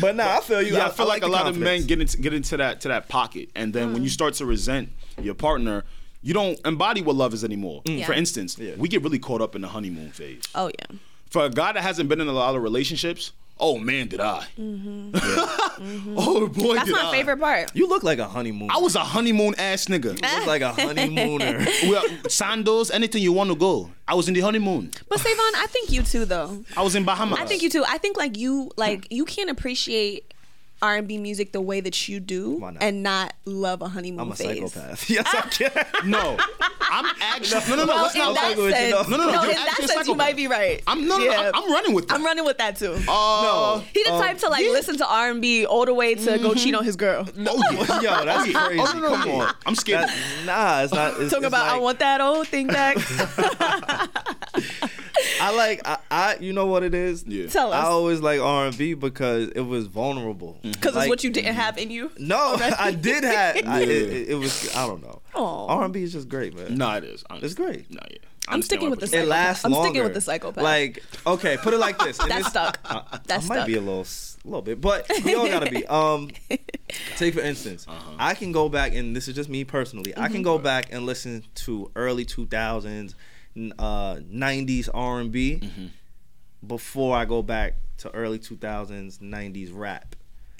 Speaker 2: But nah, I feel you.
Speaker 3: Yeah, I feel like,
Speaker 2: the
Speaker 3: a lot of men
Speaker 2: confidence.
Speaker 3: get into get into that to that pocket, and then when you start to resent your partner, you don't embody what love is anymore.
Speaker 1: Yeah.
Speaker 3: For instance, we get really caught up in the honeymoon phase.
Speaker 1: Oh yeah.
Speaker 3: For a guy that hasn't been in a lot of relationships, oh man, did I? oh boy,
Speaker 1: That's
Speaker 3: did
Speaker 1: my
Speaker 3: I.
Speaker 1: favorite part.
Speaker 2: You look like a honeymoon.
Speaker 3: I was a honeymoon ass nigga.
Speaker 2: You look like a honeymooner.
Speaker 3: well, sandals, anything you want to go. I was in the honeymoon.
Speaker 1: But Savon, I think you too though.
Speaker 3: I was in Bahamas.
Speaker 1: I think you too. I think like you like you can't appreciate R and B music the way that you do
Speaker 2: Why not?
Speaker 1: and not love a honeymoon
Speaker 2: I'm a
Speaker 1: phase.
Speaker 2: psychopath. Yes, I can.
Speaker 3: No, I'm actually no, no, no.
Speaker 1: Well,
Speaker 3: let's
Speaker 1: Oh, in
Speaker 3: not.
Speaker 1: that
Speaker 2: fucking with
Speaker 1: sense,
Speaker 2: you, though.
Speaker 1: no,
Speaker 3: No, no, no,
Speaker 1: in
Speaker 3: you're
Speaker 1: that
Speaker 3: actually a
Speaker 1: sense, you
Speaker 3: psychopath.
Speaker 1: might be right.
Speaker 3: I'm no, no, no. I'm, I'm running with. That.
Speaker 1: I'm running with that too.
Speaker 3: Oh,
Speaker 1: He the type to like listen to R and B all the way to
Speaker 2: Mm-hmm.
Speaker 1: go cheat on his girl.
Speaker 3: oh yeah.
Speaker 2: Yo, that's
Speaker 3: yeah.
Speaker 2: crazy.
Speaker 3: Oh, no, no,
Speaker 2: Come
Speaker 3: yeah.
Speaker 2: on.
Speaker 3: I'm scared.
Speaker 2: That- nah, it's not. It's,
Speaker 1: Talking
Speaker 2: it's
Speaker 1: about I
Speaker 2: like-
Speaker 1: want that old thing back.
Speaker 2: I like I, I you know what it is?
Speaker 3: Yeah.
Speaker 1: Tell us.
Speaker 2: I always like R and B because it was vulnerable.
Speaker 1: Because
Speaker 2: Like,
Speaker 1: it's what you didn't have in you.
Speaker 2: No, I did have I, it,
Speaker 3: Yeah.
Speaker 2: it, it was I don't know.
Speaker 1: Aw.
Speaker 2: R and B is just great, man.
Speaker 3: Nah, it is. Honestly.
Speaker 2: It's great.
Speaker 3: Nah, yeah. I
Speaker 1: I'm
Speaker 3: understand
Speaker 1: sticking
Speaker 3: why
Speaker 1: with the
Speaker 3: people-
Speaker 2: It lasts
Speaker 1: I'm
Speaker 2: longer.
Speaker 1: sticking with the psychopath.
Speaker 2: Like, okay, put it like this. And
Speaker 1: That's
Speaker 2: this-
Speaker 1: stuck.
Speaker 2: I-
Speaker 1: That's
Speaker 2: I might
Speaker 1: stuck.
Speaker 2: be a little, s- little bit, but we all gotta be. Um, take for instance, I can go back, and this is just me personally. I can go back and listen to early two thousands, uh, nineties R and B, before I go back to early two thousands, nineties rap.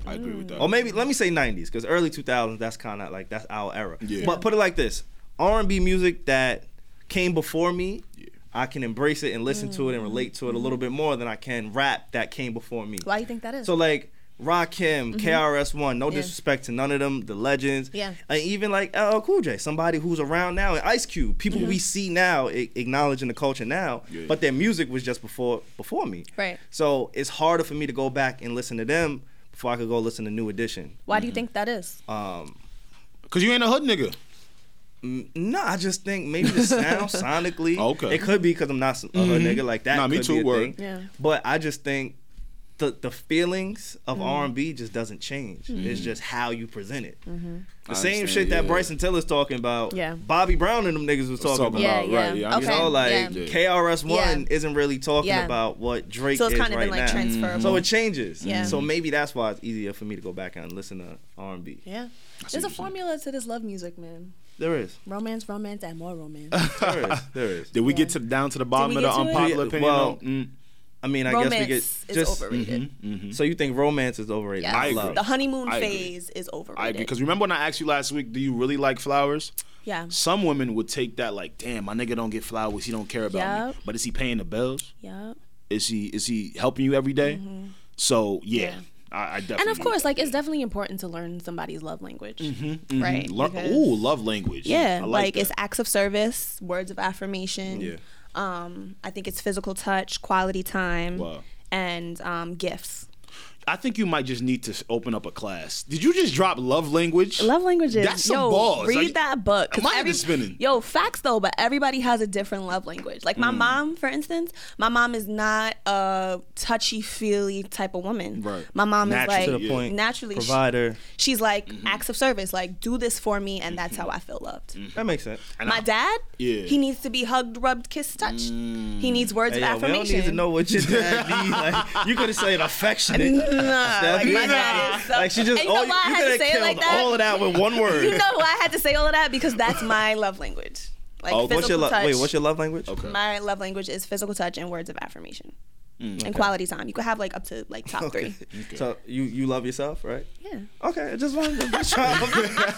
Speaker 3: I agree with that.
Speaker 2: Or maybe let me say '90s, because early 2000s that's kind of like that's our era.
Speaker 3: Yeah.
Speaker 2: But put it like this: R&B music that came before me, I can embrace it and listen to it and relate to it a little bit more than I can rap that came before me.
Speaker 1: Why you think that is?
Speaker 2: So like Rakim, KRS One, no disrespect to none of them, the legends.
Speaker 1: Mm-hmm. Yeah.
Speaker 2: And even like LL Cool J, somebody who's around now, and Ice Cube, people
Speaker 1: Mm-hmm.
Speaker 2: we see now a- acknowledging the culture now,
Speaker 3: Yeah.
Speaker 2: but their music was just before before me.
Speaker 1: Right.
Speaker 2: So it's harder for me to go back and listen to them before mm. I could go listen to New Edition.
Speaker 1: Why do you think that is?
Speaker 2: Um,
Speaker 3: Cause you ain't a hood nigga.
Speaker 2: Mm, No, I just think maybe the sound sonically.
Speaker 3: Okay. Mm-hmm.
Speaker 2: It could be because I'm not some- a hood nigga like that.
Speaker 3: Nah, me
Speaker 2: could
Speaker 3: too,
Speaker 2: Be a
Speaker 3: word.
Speaker 2: thing.
Speaker 1: Yeah.
Speaker 2: But I just think the the feelings of
Speaker 1: Mm-hmm.
Speaker 2: R&B just doesn't change. It's just how you present it. The
Speaker 3: I
Speaker 2: same
Speaker 3: understand,
Speaker 2: shit that
Speaker 3: yeah.
Speaker 2: Bryson Tiller's talking about.
Speaker 1: Mm-hmm. Yeah.
Speaker 2: Bobby Brown and them niggas was talking about.
Speaker 3: talking
Speaker 1: Yeah,
Speaker 3: about,
Speaker 1: yeah.
Speaker 3: right? Yeah, I
Speaker 2: You
Speaker 1: Okay,
Speaker 2: know, like
Speaker 3: yeah.
Speaker 2: KRS One
Speaker 1: Yeah.
Speaker 2: isn't really talking
Speaker 1: Yeah.
Speaker 2: about what Drake
Speaker 1: So it's
Speaker 2: is
Speaker 1: kind of
Speaker 2: right
Speaker 1: been like
Speaker 2: now.
Speaker 1: transferable.
Speaker 2: So it changes.
Speaker 1: Yeah.
Speaker 3: Mm-hmm.
Speaker 2: So maybe that's why it's easier for me to go back and listen to R&B.
Speaker 1: Yeah.
Speaker 3: see
Speaker 1: There's a
Speaker 3: what you're
Speaker 1: formula to this love music, man.
Speaker 2: There is.
Speaker 1: Romance, romance, and more romance.
Speaker 2: There is. There is.
Speaker 3: Did we
Speaker 1: Yeah.
Speaker 3: get to down to the bottom
Speaker 1: we
Speaker 3: of the
Speaker 1: get to it?
Speaker 3: unpopular
Speaker 2: Yeah,
Speaker 3: opinion?
Speaker 2: well,
Speaker 3: though? Mm,
Speaker 2: I mean, I guess we
Speaker 4: romance
Speaker 2: get
Speaker 4: is
Speaker 2: just mm-hmm.
Speaker 4: overrated.
Speaker 2: so you think romance is overrated?
Speaker 4: Yes.
Speaker 2: not
Speaker 3: I agree.
Speaker 2: love.
Speaker 4: The honeymoon
Speaker 3: I agree.
Speaker 4: phase is
Speaker 3: I
Speaker 4: overrated.
Speaker 3: because remember when I asked you last week, do you really like flowers?
Speaker 1: yeah.
Speaker 3: Some women would take that like, damn, my nigga don't get flowers. He don't care about me.
Speaker 1: Yup.
Speaker 3: But is he paying the bills?
Speaker 1: Yeah.
Speaker 3: Is he is he helping you every day?
Speaker 4: Mm-hmm.
Speaker 3: So yeah, I, I definitely
Speaker 1: And of course, like it's definitely important to learn somebody's love language, right?
Speaker 3: Mm-hmm, Lear-
Speaker 1: Because-
Speaker 3: ooh, love language.
Speaker 4: yeah,
Speaker 3: I
Speaker 4: like,
Speaker 3: like,
Speaker 4: it's
Speaker 3: that.
Speaker 4: acts of service, words of affirmation.
Speaker 3: Yeah.
Speaker 4: Um, I think it's physical touch, quality time,
Speaker 3: Wow.
Speaker 4: and um, gifts.
Speaker 3: I think you might just need to s- open up a class. Did you just drop love language?
Speaker 4: Love languages.
Speaker 3: That's some
Speaker 4: yo,
Speaker 3: balls.
Speaker 4: Read
Speaker 3: Like,
Speaker 4: that book. 'cause
Speaker 3: my head is spinning.
Speaker 4: Yo, facts though, but everybody has a different love language. Like my
Speaker 3: Mm.
Speaker 4: mom, for instance, my mom is not a touchy feely type of woman.
Speaker 3: Right.
Speaker 4: My mom
Speaker 3: Natural
Speaker 4: is
Speaker 2: to
Speaker 4: like
Speaker 2: the point.
Speaker 4: naturally. she-
Speaker 2: Provider.
Speaker 4: she's like acts of service. Like do this for me, and that's how I feel loved.
Speaker 2: That makes sense.
Speaker 3: And
Speaker 4: My
Speaker 3: I-
Speaker 4: dad,
Speaker 3: Yeah.
Speaker 4: he needs to be hugged, rubbed, kissed, touched. He needs words
Speaker 2: Hey,
Speaker 4: of
Speaker 2: yo, we don't
Speaker 4: affirmation.
Speaker 2: need to know what your dad need. Like, you could have said affectionate. That'd be
Speaker 4: like, my
Speaker 2: it.
Speaker 4: dad is so-
Speaker 2: Like, she just oh,
Speaker 4: And you know
Speaker 2: all,
Speaker 4: why I had to
Speaker 2: could have
Speaker 4: say it
Speaker 2: killed
Speaker 4: like that?
Speaker 2: all of that with one word.
Speaker 4: you know why I had to say all of that because that's my love language. Like
Speaker 3: Oh, what's
Speaker 2: what's
Speaker 3: your
Speaker 2: your
Speaker 4: physical
Speaker 2: lo-
Speaker 4: touch.
Speaker 2: wait? What's your love language?
Speaker 3: Okay.
Speaker 4: My love language is physical touch and words of affirmation. And quality time. You could have like up to like top
Speaker 2: Okay.
Speaker 4: three.
Speaker 2: So you you love yourself, right?
Speaker 4: Yeah.
Speaker 2: Okay, I just wanted to be saying,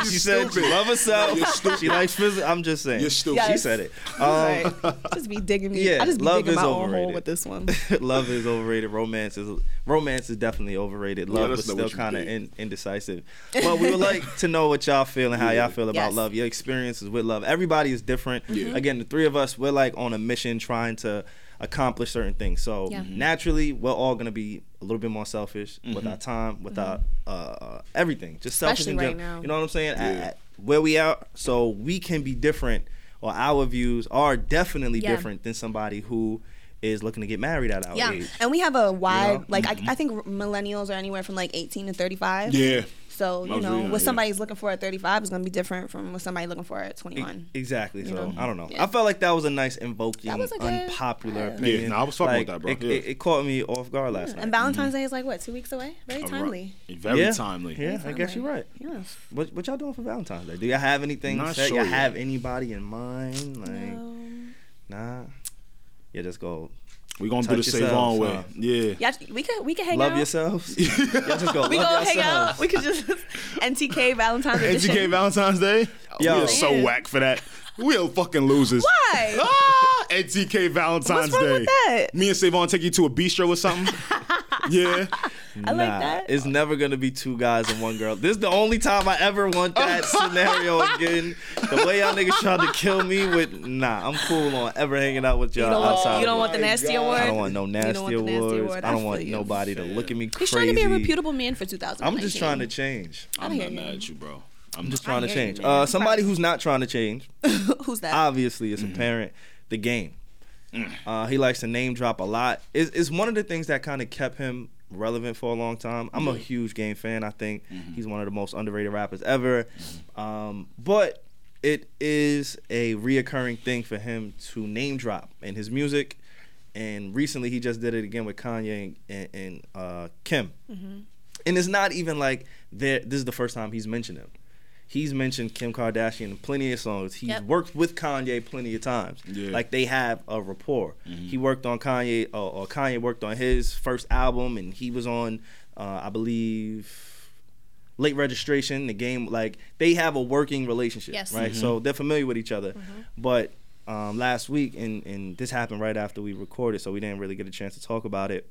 Speaker 3: you
Speaker 2: she said she
Speaker 3: stupid.
Speaker 2: love herself. she likes physical. I'm just saying.
Speaker 3: You're stupid.
Speaker 2: She
Speaker 4: Yes.
Speaker 2: said it.
Speaker 4: All
Speaker 2: Um,
Speaker 4: right. Just be digging me.
Speaker 2: yeah,
Speaker 4: I just be
Speaker 2: love
Speaker 4: digging my
Speaker 2: is
Speaker 4: own hole
Speaker 2: overrated.
Speaker 4: with this one.
Speaker 2: love is overrated. Romance is romance is definitely overrated. Love
Speaker 3: us
Speaker 2: is
Speaker 3: know
Speaker 2: still
Speaker 3: what you
Speaker 2: kind of
Speaker 3: think.
Speaker 2: in, indecisive. But we would like to know what y'all feel and how y'all feel about
Speaker 4: Yes.
Speaker 2: love. Your experiences with love. Everybody is different.
Speaker 1: Mm-hmm.
Speaker 2: Again, the three of us we're like on a mission trying to accomplish certain things. So
Speaker 1: Yeah.
Speaker 3: Mm-hmm.
Speaker 2: naturally, we're all gonna be a little bit more selfish with our time, with our uh, everything. Just selfish
Speaker 1: Mm-hmm. Especially
Speaker 2: in
Speaker 1: right
Speaker 2: general.
Speaker 1: now.
Speaker 2: You know what I'm saying? At-
Speaker 3: Yeah.
Speaker 2: at where we are, so we can be different. Or our views are definitely
Speaker 1: Yeah.
Speaker 2: different than somebody who is looking to get married at our
Speaker 1: Yeah.
Speaker 2: age.
Speaker 4: And we have a wide,
Speaker 2: You know?
Speaker 4: like, I, I think millennials are anywhere from like 18 to 35.
Speaker 3: yeah.
Speaker 4: So,
Speaker 3: I
Speaker 4: you
Speaker 3: was
Speaker 4: know,
Speaker 3: reading that,
Speaker 4: what
Speaker 3: yeah.
Speaker 4: somebody's looking for at 35 is going to be different from what somebody looking for at
Speaker 2: E-
Speaker 4: 21.
Speaker 2: Exactly. So
Speaker 4: know?
Speaker 2: I don't know.
Speaker 4: Yeah.
Speaker 2: I felt like that was a nice invoking,
Speaker 1: That was a good-
Speaker 2: unpopular
Speaker 1: Yeah.
Speaker 2: opinion.
Speaker 3: Yeah, nah, I was fucking with
Speaker 2: Like,
Speaker 3: that, bro.
Speaker 2: It,
Speaker 3: Yeah.
Speaker 2: it, it caught me off guard last
Speaker 4: and
Speaker 2: night.
Speaker 4: Valentine's Day is like, what, two weeks away? Very timely.
Speaker 3: Very
Speaker 2: yeah.
Speaker 3: timely.
Speaker 2: Yeah, I guess you're right.
Speaker 4: Yes.
Speaker 2: What, what y'all doing for Valentine's Day? Do y'all have anything
Speaker 3: Not
Speaker 2: set?
Speaker 3: sure
Speaker 2: y'all
Speaker 3: yet.
Speaker 2: have anybody in mind? Like,
Speaker 4: Um,
Speaker 2: nah. Yeah, just go.
Speaker 3: We're gonna do
Speaker 2: Touch
Speaker 3: the save
Speaker 2: yourself,
Speaker 3: on way.
Speaker 2: huh?
Speaker 3: Yeah.
Speaker 4: yeah, we could we could hang
Speaker 2: love
Speaker 4: out.
Speaker 2: yourselves. y'all just go.
Speaker 4: We go
Speaker 2: love
Speaker 4: hang out.
Speaker 2: yourselves.
Speaker 4: We could just NTK Valentine's edition.
Speaker 3: NTK Valentine's Day.
Speaker 2: Yo.
Speaker 3: we are so
Speaker 4: Man.
Speaker 3: whack for that. We are fucking losers.
Speaker 4: Why?
Speaker 3: Ah, NTK Valentine's
Speaker 4: What's wrong
Speaker 3: Day.
Speaker 4: with that?
Speaker 3: Me and Savon take you to a bistro or something. yeah.
Speaker 4: I like
Speaker 2: Nah,
Speaker 4: that.
Speaker 2: It's never gonna be two guys and one girl. This is the only time I ever want that scenario again. The way y'all niggas tried to kill me with nah, I'm cool on ever hanging out with y'all
Speaker 4: You don't,
Speaker 2: uh, outside.
Speaker 4: want, you don't
Speaker 2: of
Speaker 4: want the
Speaker 2: work.
Speaker 4: nasty award.
Speaker 2: I don't want no
Speaker 4: don't
Speaker 2: nasty
Speaker 4: want the nasty
Speaker 2: awards.
Speaker 4: award.
Speaker 2: I
Speaker 4: I
Speaker 2: don't
Speaker 4: feel
Speaker 2: want
Speaker 4: you.
Speaker 2: nobody to look at me crazy.
Speaker 4: He's trying to be a reputable man for 2000.
Speaker 2: I'm just trying to change.
Speaker 4: I
Speaker 3: I'm
Speaker 4: hear
Speaker 3: not
Speaker 4: you.
Speaker 3: mad at you, bro. I'm
Speaker 2: Just trying to
Speaker 4: hear you,
Speaker 2: change.
Speaker 4: man.
Speaker 2: Uh, somebody who's not trying to change,
Speaker 4: Who's that?
Speaker 2: obviously, is a parent. The game. Uh, he likes to name drop a lot. It's, it's one of the things that kind of kept him relevant for a long time. I'm a huge game fan. I think he's one of the most underrated rappers ever. Um, but it is a reoccurring thing for him to name drop in his music. And recently, he just did it again with Kanye and, and uh, Kim. And it's not even like they're- this is the first time he's mentioned him. He's mentioned Kim Kardashian in plenty of songs. He's
Speaker 1: Yep.
Speaker 2: worked with Kanye plenty of times.
Speaker 3: Yeah.
Speaker 2: Like they have a rapport. He worked on Kanye, or, or Kanye worked on his first album, and he was on, uh, I believe, late registration. The game, like they have a working relationship,
Speaker 1: Yes. Mm-hmm.
Speaker 2: right?
Speaker 3: Mm-hmm.
Speaker 2: So they're familiar with each other. But um, last week, and and this happened right after we recorded, so we didn't really get a chance to talk about it.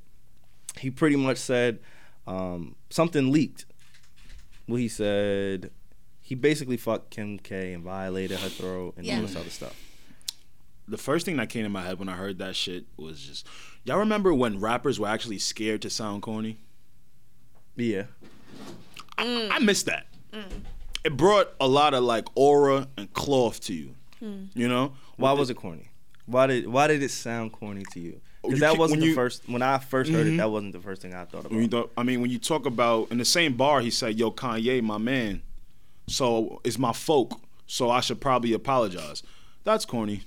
Speaker 2: He pretty much said um, something leaked. Well, he said he basically fucked Kim K and violated her throat and
Speaker 1: Yeah.
Speaker 2: all this other stuff.
Speaker 3: the first thing that came to my head when I heard that shit was just y'all remember when rappers were actually scared to sound corny?
Speaker 2: Yeah.
Speaker 4: Mm.
Speaker 3: I miss that. it brought a lot of like aura and cloth to you.
Speaker 4: Mm.
Speaker 3: You know
Speaker 2: Why was it corny? Why did why did it sound corny to you?
Speaker 3: Oh, You
Speaker 2: Because
Speaker 3: can't-
Speaker 2: that wasn't
Speaker 3: when
Speaker 2: the
Speaker 3: you-
Speaker 2: first when I 1st heard it. That wasn't the first thing I thought
Speaker 3: When you
Speaker 2: about.
Speaker 3: thought, I mean, when you talk about in the same bar, he said, "Yo, Kanye, my man, so it's my folk, so I should probably apologize." That's corny.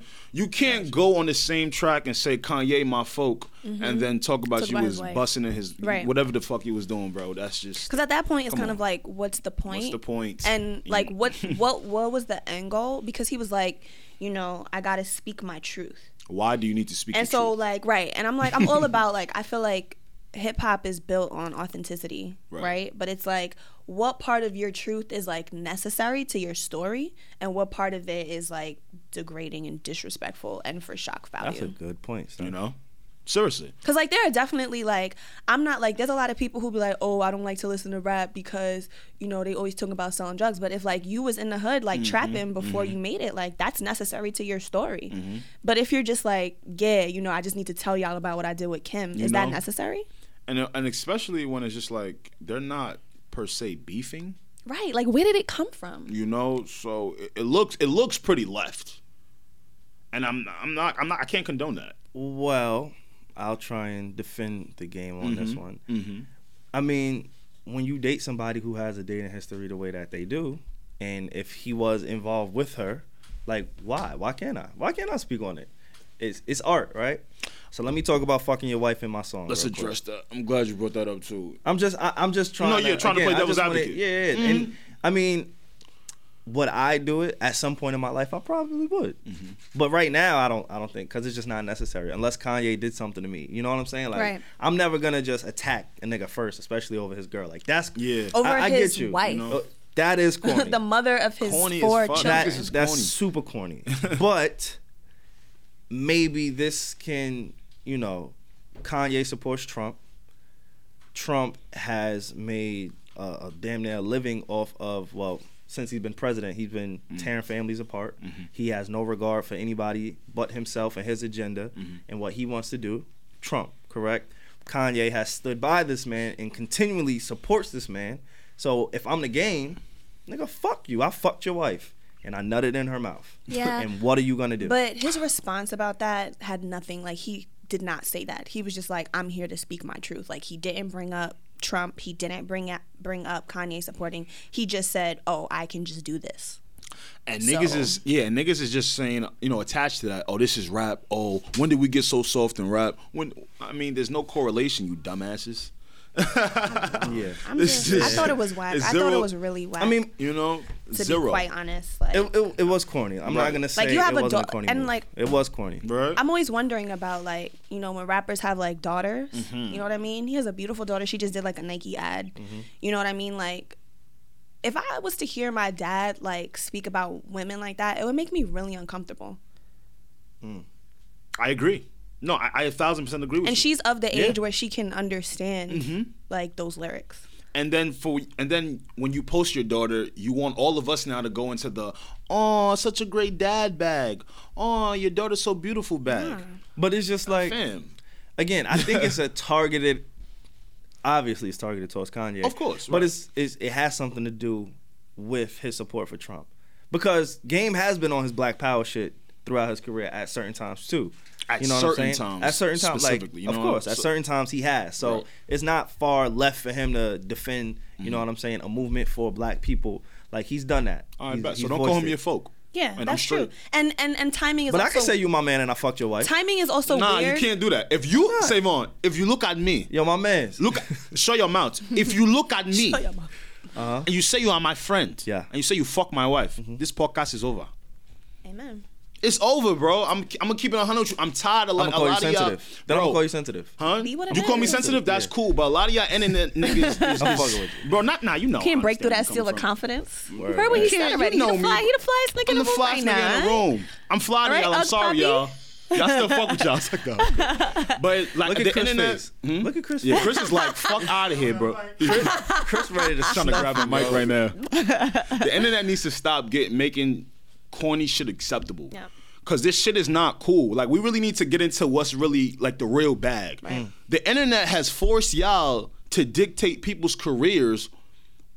Speaker 3: you can't go on the same track and say Kanye, my folk, and then talk about you
Speaker 4: Mm-hmm. Talk about
Speaker 3: was
Speaker 4: his wife.
Speaker 3: busting in his
Speaker 4: Right.
Speaker 3: whatever the fuck he was doing, bro. That's just
Speaker 4: Because at that point, it's kind
Speaker 3: on.
Speaker 4: of like, what's the point?
Speaker 3: the point?
Speaker 4: And
Speaker 3: You-
Speaker 4: like, what, what, what was the end goal? Because he was like, you know, I gotta speak my truth.
Speaker 3: why do you need to speak?
Speaker 4: And
Speaker 3: the
Speaker 4: so,
Speaker 3: truth?
Speaker 4: like, right. And I'm like, I'm all about like, I feel like hip hop is built on authenticity,
Speaker 3: Right.
Speaker 4: right. But it's like, what part of your truth is like necessary to your story, and what part of it is like degrading and disrespectful and for shock
Speaker 2: That's a
Speaker 4: value?
Speaker 2: good point. son.
Speaker 3: you know, seriously,
Speaker 4: Because like, there are definitely like, I'm not like, there's a lot of people who be like, oh, I don't like to listen to rap because you know they always talk about selling drugs. But if like you was in the hood like
Speaker 2: Mm-hmm,
Speaker 4: trapping before you made it, like that's necessary to your story.
Speaker 2: Mm-hmm.
Speaker 4: But if you're just like, yeah, you know, I just need to tell y'all about what I did with Kim, is that
Speaker 3: know?
Speaker 4: necessary?
Speaker 3: and and especially when it's just like they're not per se beefing.
Speaker 4: Right. Like, where did it come from?
Speaker 3: you know so it, it looks it looks pretty left and i'm i'm not i'm not i can't condone that
Speaker 2: Well, I'll try and defend the game on
Speaker 3: Mm-hmm.
Speaker 2: this one. I mean, when you date somebody who has a dating history the way that they do, and if he was involved with her, like why? Why can't I? Why can't I speak on it? It's it's art, right? So let me talk about fucking your wife in my song.
Speaker 3: let's
Speaker 2: real quick.
Speaker 3: address that i'm glad you brought that up too
Speaker 2: I'm just I, I'm just trying.
Speaker 3: No, you're trying to play
Speaker 2: I
Speaker 3: devil's
Speaker 2: just wanna-
Speaker 3: advocate.
Speaker 2: yeah, yeah.
Speaker 4: Mm-hmm.
Speaker 2: and I mean, would I do it at some point in my life? I probably would,
Speaker 3: Mm-hmm.
Speaker 2: but right now I don't. I don't think because it's just not necessary unless Kanye did something to me. You know what I'm saying? Like
Speaker 4: Right.
Speaker 2: I'm never gonna just attack a nigga first, especially over his girl. Like that's
Speaker 3: Yeah.
Speaker 4: Over
Speaker 2: I, I
Speaker 4: his
Speaker 2: get you.
Speaker 4: wife.
Speaker 2: Uh, That is corny.
Speaker 4: the mother of his
Speaker 3: Corny as
Speaker 4: four
Speaker 3: fuck.
Speaker 4: children.
Speaker 2: that,
Speaker 3: This is
Speaker 2: that's
Speaker 3: corny.
Speaker 2: super corny. but maybe this can, you know, Kanye supports Trump. Trump has made a, a damn near living off of well, since he's been president, he's been tearing families apart. He has no regard for anybody but himself and his agenda and what he wants to do. Trump, correct? Kanye has stood by this man and continually supports this man. So if I'm the game, nigga, fuck you. I fucked your wife and I nutted in her mouth.
Speaker 4: Yeah.
Speaker 2: and what are you gonna do?
Speaker 4: But his response about that had nothing. Like he did not say that. He was just like, "I'm here to speak my truth." Like he didn't bring up Trump. He didn't bring up bring up Kanye supporting. He just said, "Oh, I can just do this."
Speaker 3: and niggas
Speaker 4: So-
Speaker 3: is yeah niggas is just saying you know attached to that oh this is rap oh when did we get so soft and rap when i mean there's no correlation you dumbasses
Speaker 2: yeah.
Speaker 4: I'm
Speaker 3: This
Speaker 4: just, I
Speaker 3: is-
Speaker 4: thought it was whack.
Speaker 3: it's
Speaker 4: I
Speaker 3: zero-
Speaker 4: thought it was really whack.
Speaker 2: I mean,
Speaker 3: you know
Speaker 4: to
Speaker 3: zero
Speaker 4: be quite honest, like.
Speaker 2: it, it, it was corny. I'm
Speaker 3: Right.
Speaker 2: not gonna say
Speaker 4: you have
Speaker 2: it
Speaker 4: a
Speaker 2: wasn't
Speaker 4: dog-
Speaker 2: a corny.
Speaker 4: and,
Speaker 2: move.
Speaker 4: like-
Speaker 2: it was corny.
Speaker 3: right
Speaker 4: I'm always wondering about like you know when rappers have like daughters,
Speaker 3: Mm-hmm.
Speaker 4: you know what I mean? He has a beautiful daughter. She just did like a Nike ad, you know what I mean? Like if I was to hear my dad like speak about women like that, it would make me really uncomfortable.
Speaker 3: i agree no I, I a thousand percent agree with
Speaker 4: And
Speaker 3: you.
Speaker 4: she's of the
Speaker 3: Mm-hmm. Yeah. Mm-hmm.
Speaker 4: age where she can understand like those lyrics.
Speaker 3: and then for and then when you post your daughter, you want all of us now to go into the oh such a great dad bag, oh your daughter's so beautiful bag,
Speaker 2: But it's just like
Speaker 3: fam.
Speaker 2: again, I think it's a targeted. Obviously, it's targeted towards Kanye.
Speaker 3: Of course,
Speaker 2: but
Speaker 3: right.
Speaker 2: it's, it's it has something to do with his support for Trump, because Game has been on his Black Power shit throughout his career at certain times too.
Speaker 3: At
Speaker 2: you know what
Speaker 3: certain
Speaker 2: I'm saying?
Speaker 3: times,
Speaker 2: at certain times, like
Speaker 3: specifically, you
Speaker 2: of
Speaker 3: know,
Speaker 2: course, at
Speaker 3: so-
Speaker 2: certain times he has. So
Speaker 3: Right. Mm-hmm.
Speaker 2: it's not far left for him to defend. You know what I'm saying? A movement for Black people, like he's done that.
Speaker 3: All right,
Speaker 2: He's-
Speaker 3: bet. so
Speaker 2: he's
Speaker 3: don't call
Speaker 2: voiced
Speaker 3: him
Speaker 2: it.
Speaker 3: your folk.
Speaker 4: Yeah,
Speaker 3: And I'm
Speaker 4: that's true.
Speaker 3: straight.
Speaker 4: And and and timing is
Speaker 2: But I
Speaker 4: also
Speaker 2: can say you my man and I fucked your wife.
Speaker 4: timing is also
Speaker 3: Nah,
Speaker 4: weird.
Speaker 3: you can't do that. If you say on, if you look at me,
Speaker 2: Yo, my man's.
Speaker 3: look, show your mouth. If you look at me,
Speaker 4: Shut your mouth.
Speaker 3: and you say you are my friend,
Speaker 2: Yeah. Mm-hmm.
Speaker 3: and you say you fuck my wife, this podcast is over.
Speaker 4: Amen.
Speaker 3: It's over, bro. I'm I'm gonna keep it 100 with you. I'm tired of
Speaker 2: I'm
Speaker 3: like
Speaker 2: gonna
Speaker 3: a
Speaker 2: call you
Speaker 3: lot of y'all.
Speaker 2: sensitive. Then I'm
Speaker 3: Bro,
Speaker 2: gonna call you sensitive.
Speaker 3: Huh?
Speaker 4: Be what it
Speaker 3: you call me
Speaker 4: is.
Speaker 3: sensitive? That's
Speaker 2: Yeah.
Speaker 3: cool, but a lot of y'all internet niggas. Is,
Speaker 2: I'm fucking with
Speaker 3: Bro, not now. You know.
Speaker 4: Can't
Speaker 3: I
Speaker 4: break through that
Speaker 3: understand
Speaker 4: seal
Speaker 3: where
Speaker 4: of
Speaker 3: you're coming
Speaker 4: confidence. You
Speaker 2: Word,
Speaker 4: heard what
Speaker 2: word.
Speaker 4: he
Speaker 3: Yeah,
Speaker 4: said
Speaker 3: you
Speaker 4: already.
Speaker 3: know
Speaker 4: he the fly,
Speaker 3: me.
Speaker 4: he the fly slick in
Speaker 3: from.
Speaker 4: the
Speaker 3: I'm the flyest
Speaker 4: room right
Speaker 3: nigga in the
Speaker 4: now.
Speaker 3: room. I'm fly to
Speaker 4: Right,
Speaker 3: y'all. I'm
Speaker 4: Ugg
Speaker 3: sorry,
Speaker 4: Puppy?
Speaker 3: y'all. Y'all still fuck with y'all. It's like, no, I'm good. But like
Speaker 2: Look
Speaker 3: the
Speaker 2: at Chris
Speaker 3: internet. Hmm?
Speaker 2: face. Look at Chris.
Speaker 3: Yeah,
Speaker 2: face.
Speaker 3: Chris is like, fuck out of here, bro. Chris
Speaker 2: Chris ready to
Speaker 3: trying to grab a mic right now. the internet needs to stop getting making corny shit acceptable.
Speaker 4: Yeah.
Speaker 3: Cause this shit is not cool. Like we really need to get into what's really like the real
Speaker 1: Mm.
Speaker 3: bag. The internet has forced y'all to dictate people's careers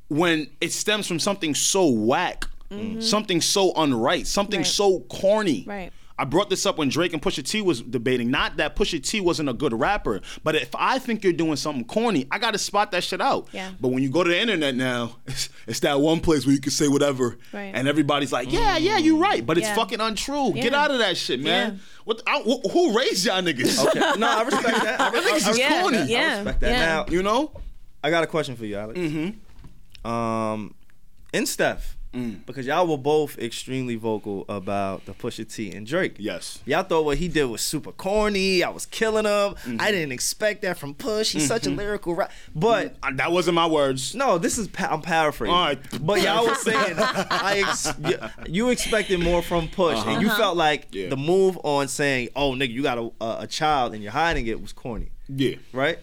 Speaker 3: when it stems from something so whack, something so unright, something
Speaker 1: Mm-hmm. Right.
Speaker 3: so corny.
Speaker 1: Right.
Speaker 3: I brought this up when Drake and Pusha T was debating. Not that Pusha T wasn't a good rapper, but if I think you're doing something corny, I gotta spot that shit out.
Speaker 1: Yeah.
Speaker 3: But when you go to the internet now, it's, it's that one place where you can say whatever,
Speaker 1: Right.
Speaker 3: and everybody's like, "Yeah, yeah, you're right," but it's
Speaker 1: Yeah.
Speaker 3: fucking untrue. Get
Speaker 1: Yeah.
Speaker 3: out of that shit, man.
Speaker 1: Yeah.
Speaker 3: What? I, wh- who raised y'all niggas?
Speaker 2: no, I respect that. I, re-
Speaker 3: Niggas
Speaker 2: I,
Speaker 3: is
Speaker 2: I,
Speaker 3: corny.
Speaker 2: I
Speaker 1: Yeah,
Speaker 2: respect that.
Speaker 1: yeah.
Speaker 2: Now,
Speaker 3: You know?
Speaker 2: I got a question for you, Alex.
Speaker 3: Mm-hmm.
Speaker 2: Um, and Steph,
Speaker 3: Mm.
Speaker 2: because y'all were both extremely vocal about the Pusha T and Drake.
Speaker 3: Yes.
Speaker 2: Y'all thought what he did was super corny. I was killing him.
Speaker 3: Mm-hmm.
Speaker 2: I didn't expect that from Push. He's such a lyrical rap. But
Speaker 3: Uh, That wasn't my words.
Speaker 2: no, this is pa- I'm paraphrasing.
Speaker 3: All right.
Speaker 2: But y'all was saying I ex- y- you expected more from Push, and you felt like
Speaker 3: Uh-huh. Yeah.
Speaker 2: the move on saying, "Oh, nigga, you got a, a, a child and you're hiding it," was corny
Speaker 3: Yeah.
Speaker 2: right?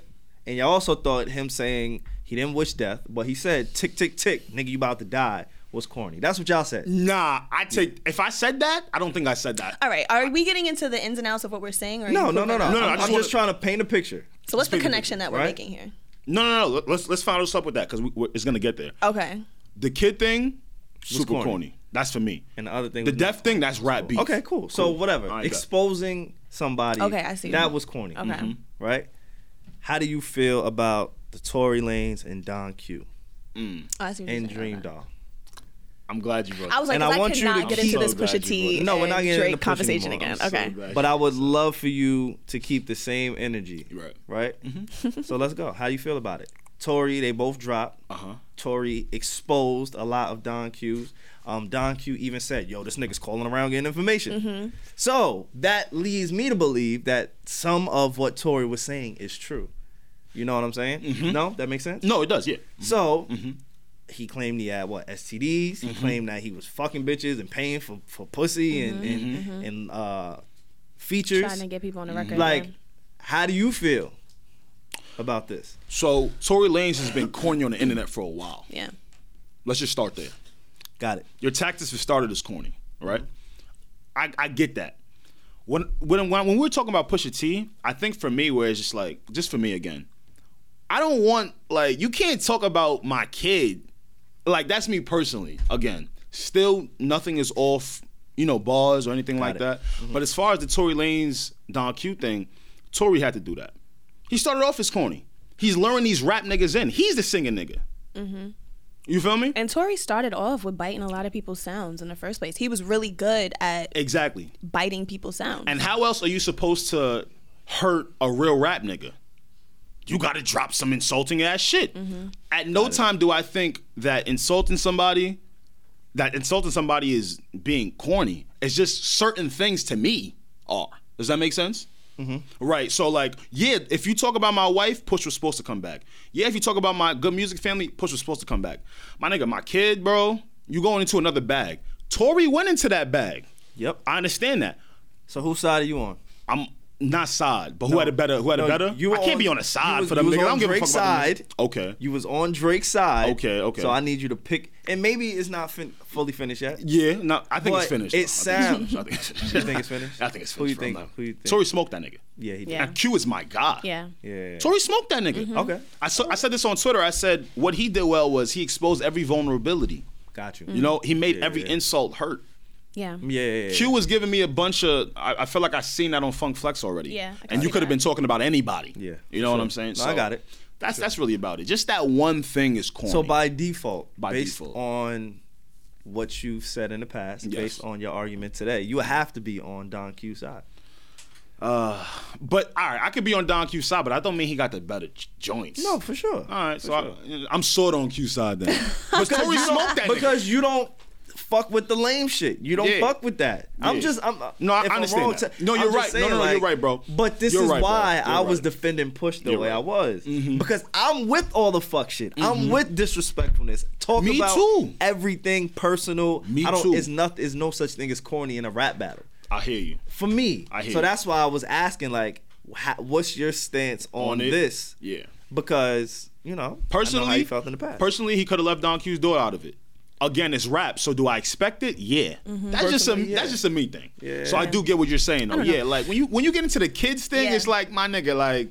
Speaker 2: And y'all also thought him saying he didn't wish death, but he said tick tick tick, nigga, you about to die was corny. That's what y'all said.
Speaker 3: Nah, I take. If I said that, I don't think I said that.
Speaker 4: All right, are we getting into the ins and outs of what we're saying? Or are
Speaker 2: No,
Speaker 4: you
Speaker 2: no, no,
Speaker 4: moving
Speaker 2: no.
Speaker 4: on?
Speaker 3: No, no, I
Speaker 2: I'm,
Speaker 3: just
Speaker 2: I'm just trying to paint a picture.
Speaker 4: So what's the
Speaker 3: Speaking of-
Speaker 4: connection that we're
Speaker 2: right?
Speaker 4: making here?
Speaker 3: No, no, no. let- Let's let's follow this up with that because we, we're- it's gonna get there.
Speaker 4: Okay.
Speaker 3: The kid thing, super
Speaker 2: corny.
Speaker 3: corny. That's for me.
Speaker 2: And the other thing
Speaker 3: The
Speaker 2: was
Speaker 3: deaf thing, that's rap beef.
Speaker 2: Okay, cool. So whatever,
Speaker 3: I got-
Speaker 2: exposing somebody.
Speaker 4: Okay, I see.
Speaker 2: That was corny. Mm-hmm.
Speaker 4: Okay.
Speaker 2: Right? How do you feel about the Tory Lanes and Don Q
Speaker 4: Oh, I see what you're
Speaker 2: and
Speaker 4: saying.
Speaker 2: Dream Doll?
Speaker 3: I'm glad you brought.
Speaker 4: I was like,
Speaker 2: And
Speaker 4: 'cause
Speaker 2: I
Speaker 4: I,
Speaker 2: want
Speaker 4: could
Speaker 2: you to
Speaker 4: not get
Speaker 2: keep-
Speaker 4: into this
Speaker 3: I'm so glad
Speaker 4: Pusha
Speaker 3: you
Speaker 4: T
Speaker 3: brought-
Speaker 2: No, we're not
Speaker 4: and
Speaker 2: getting
Speaker 4: Drake
Speaker 2: into Pusha
Speaker 4: conversation
Speaker 2: anymore.
Speaker 4: again.
Speaker 3: I'm so
Speaker 4: okay.
Speaker 3: glad.
Speaker 2: But I would love for you to keep the same energy.
Speaker 3: Right.
Speaker 2: Right? so let's go. How do you feel about it? Tory, they both dropped.
Speaker 3: Uh huh.
Speaker 2: Tory exposed a lot of Don Q's. Um, Don Q even said, "Yo, this nigga's calling around getting information." So that leads me to believe that some of what Tory was saying is true. You know what I'm saying? No, that makes sense.
Speaker 3: No, it does. Yeah.
Speaker 2: So
Speaker 3: Mm-hmm.
Speaker 2: he claimed he had what STDs. He claimed that he was fucking bitches and paying for for pussy and and
Speaker 3: Mm-hmm.
Speaker 2: and uh, features.
Speaker 1: Trying Mm-hmm. to get people on the record.
Speaker 2: Mm-hmm. like,
Speaker 1: yeah.
Speaker 2: how do you feel about this?
Speaker 3: So Tory Lanez has been corny on the internet for a while.
Speaker 4: Yeah.
Speaker 3: Let's just start there.
Speaker 2: Got it.
Speaker 3: Your tactics for started is corny, right? I, I get that. When when when when we're talking about Pusha T, I think for me where it's just like just for me again, I don't want like you can't talk about my kid. Like that's me personally. Again, still nothing is off, you know, bars or anything like
Speaker 2: it.
Speaker 3: that. But as far as the Tory Lanez Don Q thing, Tory had to do that. He started off as corny. He's luring these rap niggas in. He's the singing nigga. You feel me?
Speaker 1: And Tori started off with biting a lot of people's sounds in the first place.
Speaker 4: He was really good at
Speaker 3: exactly.
Speaker 4: biting people's sounds.
Speaker 3: And how else are you supposed to hurt a real rap nigga? You gotta drop some insulting ass shit. At no time do I think that insulting somebody, that insulting somebody is being corny. It's just certain things to me are. Does that make sense? Right. So like, yeah, if you talk about my wife, Push was supposed to come back. Yeah, if you talk about my good music family, Push was supposed to come back. My nigga, my kid, bro, you going into another bag. Tory went into that bag.
Speaker 2: Yep.
Speaker 3: I understand that.
Speaker 2: So whose side are you on?
Speaker 3: I'm not side, but who had a better? Who had
Speaker 2: No,
Speaker 3: a better?
Speaker 2: you
Speaker 3: I can't
Speaker 2: on-
Speaker 3: be on a side
Speaker 2: you was-
Speaker 3: for them
Speaker 2: you was
Speaker 3: niggas. I
Speaker 2: on
Speaker 3: don't give a fuck
Speaker 2: Drake's
Speaker 3: about
Speaker 2: side.
Speaker 3: them niggas. Okay.
Speaker 2: You was on Drake's side.
Speaker 3: Okay, okay.
Speaker 2: So I need you to pick, and maybe it's not fin- fully finished yet.
Speaker 3: yeah, no, I think it's
Speaker 2: But
Speaker 3: finished.
Speaker 2: it
Speaker 3: though. I think
Speaker 2: sound-
Speaker 3: it's finished. I
Speaker 2: You think it's finished?
Speaker 3: I think it's finished.
Speaker 2: Who you
Speaker 3: bro.
Speaker 2: think-
Speaker 3: I'm not-
Speaker 2: who you think?
Speaker 3: Tory smoked that nigga.
Speaker 2: Yeah, he did.
Speaker 1: Yeah.
Speaker 3: Now Q is my god.
Speaker 1: Yeah. Mm-hmm.
Speaker 2: Yeah.
Speaker 3: Tory smoked that nigga.
Speaker 2: Okay.
Speaker 3: I saw, I said this on Twitter. I said what he did well was he exposed every vulnerability.
Speaker 2: Got you.
Speaker 3: You know, he made
Speaker 2: Mm-hmm. Yeah,
Speaker 3: every
Speaker 2: yeah.
Speaker 3: insult hurt.
Speaker 1: Yeah.
Speaker 2: Yeah. yeah, yeah.
Speaker 3: Q was giving me a bunch of. I, I feel like I seen that on Funk Flex already.
Speaker 1: Yeah, I can
Speaker 3: and you
Speaker 1: see
Speaker 3: could have
Speaker 1: that.
Speaker 3: been talking about anybody.
Speaker 2: Yeah,
Speaker 3: you know
Speaker 2: sure.
Speaker 3: what I'm saying.
Speaker 2: No, I got it.
Speaker 3: That's that's really about it. Just that one thing is corny.
Speaker 2: So by default,
Speaker 3: By
Speaker 2: based
Speaker 3: default.
Speaker 2: on what you've said in the past,
Speaker 3: Yes.
Speaker 2: based on your argument today, you have to be on Don Q's side.
Speaker 3: But all right, I could be on Don Q side, but I don't mean he got the better j- joints.
Speaker 2: No, for sure.
Speaker 3: All right, so I, I'm sort of on Q side then. Because Tory smoked that. nigga.
Speaker 2: because you don't fuck with the lame shit. You don't
Speaker 3: Yeah.
Speaker 2: fuck with that. I'm
Speaker 3: Yeah.
Speaker 2: just I'm uh,
Speaker 3: No, I
Speaker 2: if I'm
Speaker 3: understand
Speaker 2: wrong,
Speaker 3: that.
Speaker 2: t-
Speaker 3: No,
Speaker 2: I'm
Speaker 3: you're
Speaker 2: just
Speaker 3: right. No, no, no, you're right, bro.
Speaker 2: But this
Speaker 3: You're
Speaker 2: is
Speaker 3: right, bro.
Speaker 2: why
Speaker 3: You're
Speaker 2: I was
Speaker 3: right.
Speaker 2: defending Push the
Speaker 3: You're
Speaker 2: way I
Speaker 3: right. Mm-hmm.
Speaker 2: was because I'm with all the fuck shit. I'm with disrespectfulness. Talk
Speaker 3: Me
Speaker 2: about
Speaker 3: too.
Speaker 2: everything personal.
Speaker 3: Me
Speaker 2: I don't
Speaker 3: too.
Speaker 2: it's nothing is no such thing as corny in a rap battle.
Speaker 3: I hear you.
Speaker 2: For me.
Speaker 3: I hear
Speaker 2: so
Speaker 3: you.
Speaker 2: that's why I was asking like wha- what's your stance on,
Speaker 3: On it.
Speaker 2: this?
Speaker 3: Yeah.
Speaker 2: Because, you know, I know
Speaker 3: Personally,
Speaker 2: how you felt in the past.
Speaker 3: Personally, he could have left Don Q's door out of it. Again, it's rap, so do I expect it? Yeah, that's just a
Speaker 2: Personally, yeah.
Speaker 3: that's just a me thing.
Speaker 2: Yeah.
Speaker 3: So I do get what you're saying, though. Yeah, like when you when you get into the kids thing,
Speaker 4: Yeah.
Speaker 3: it's like my nigga, like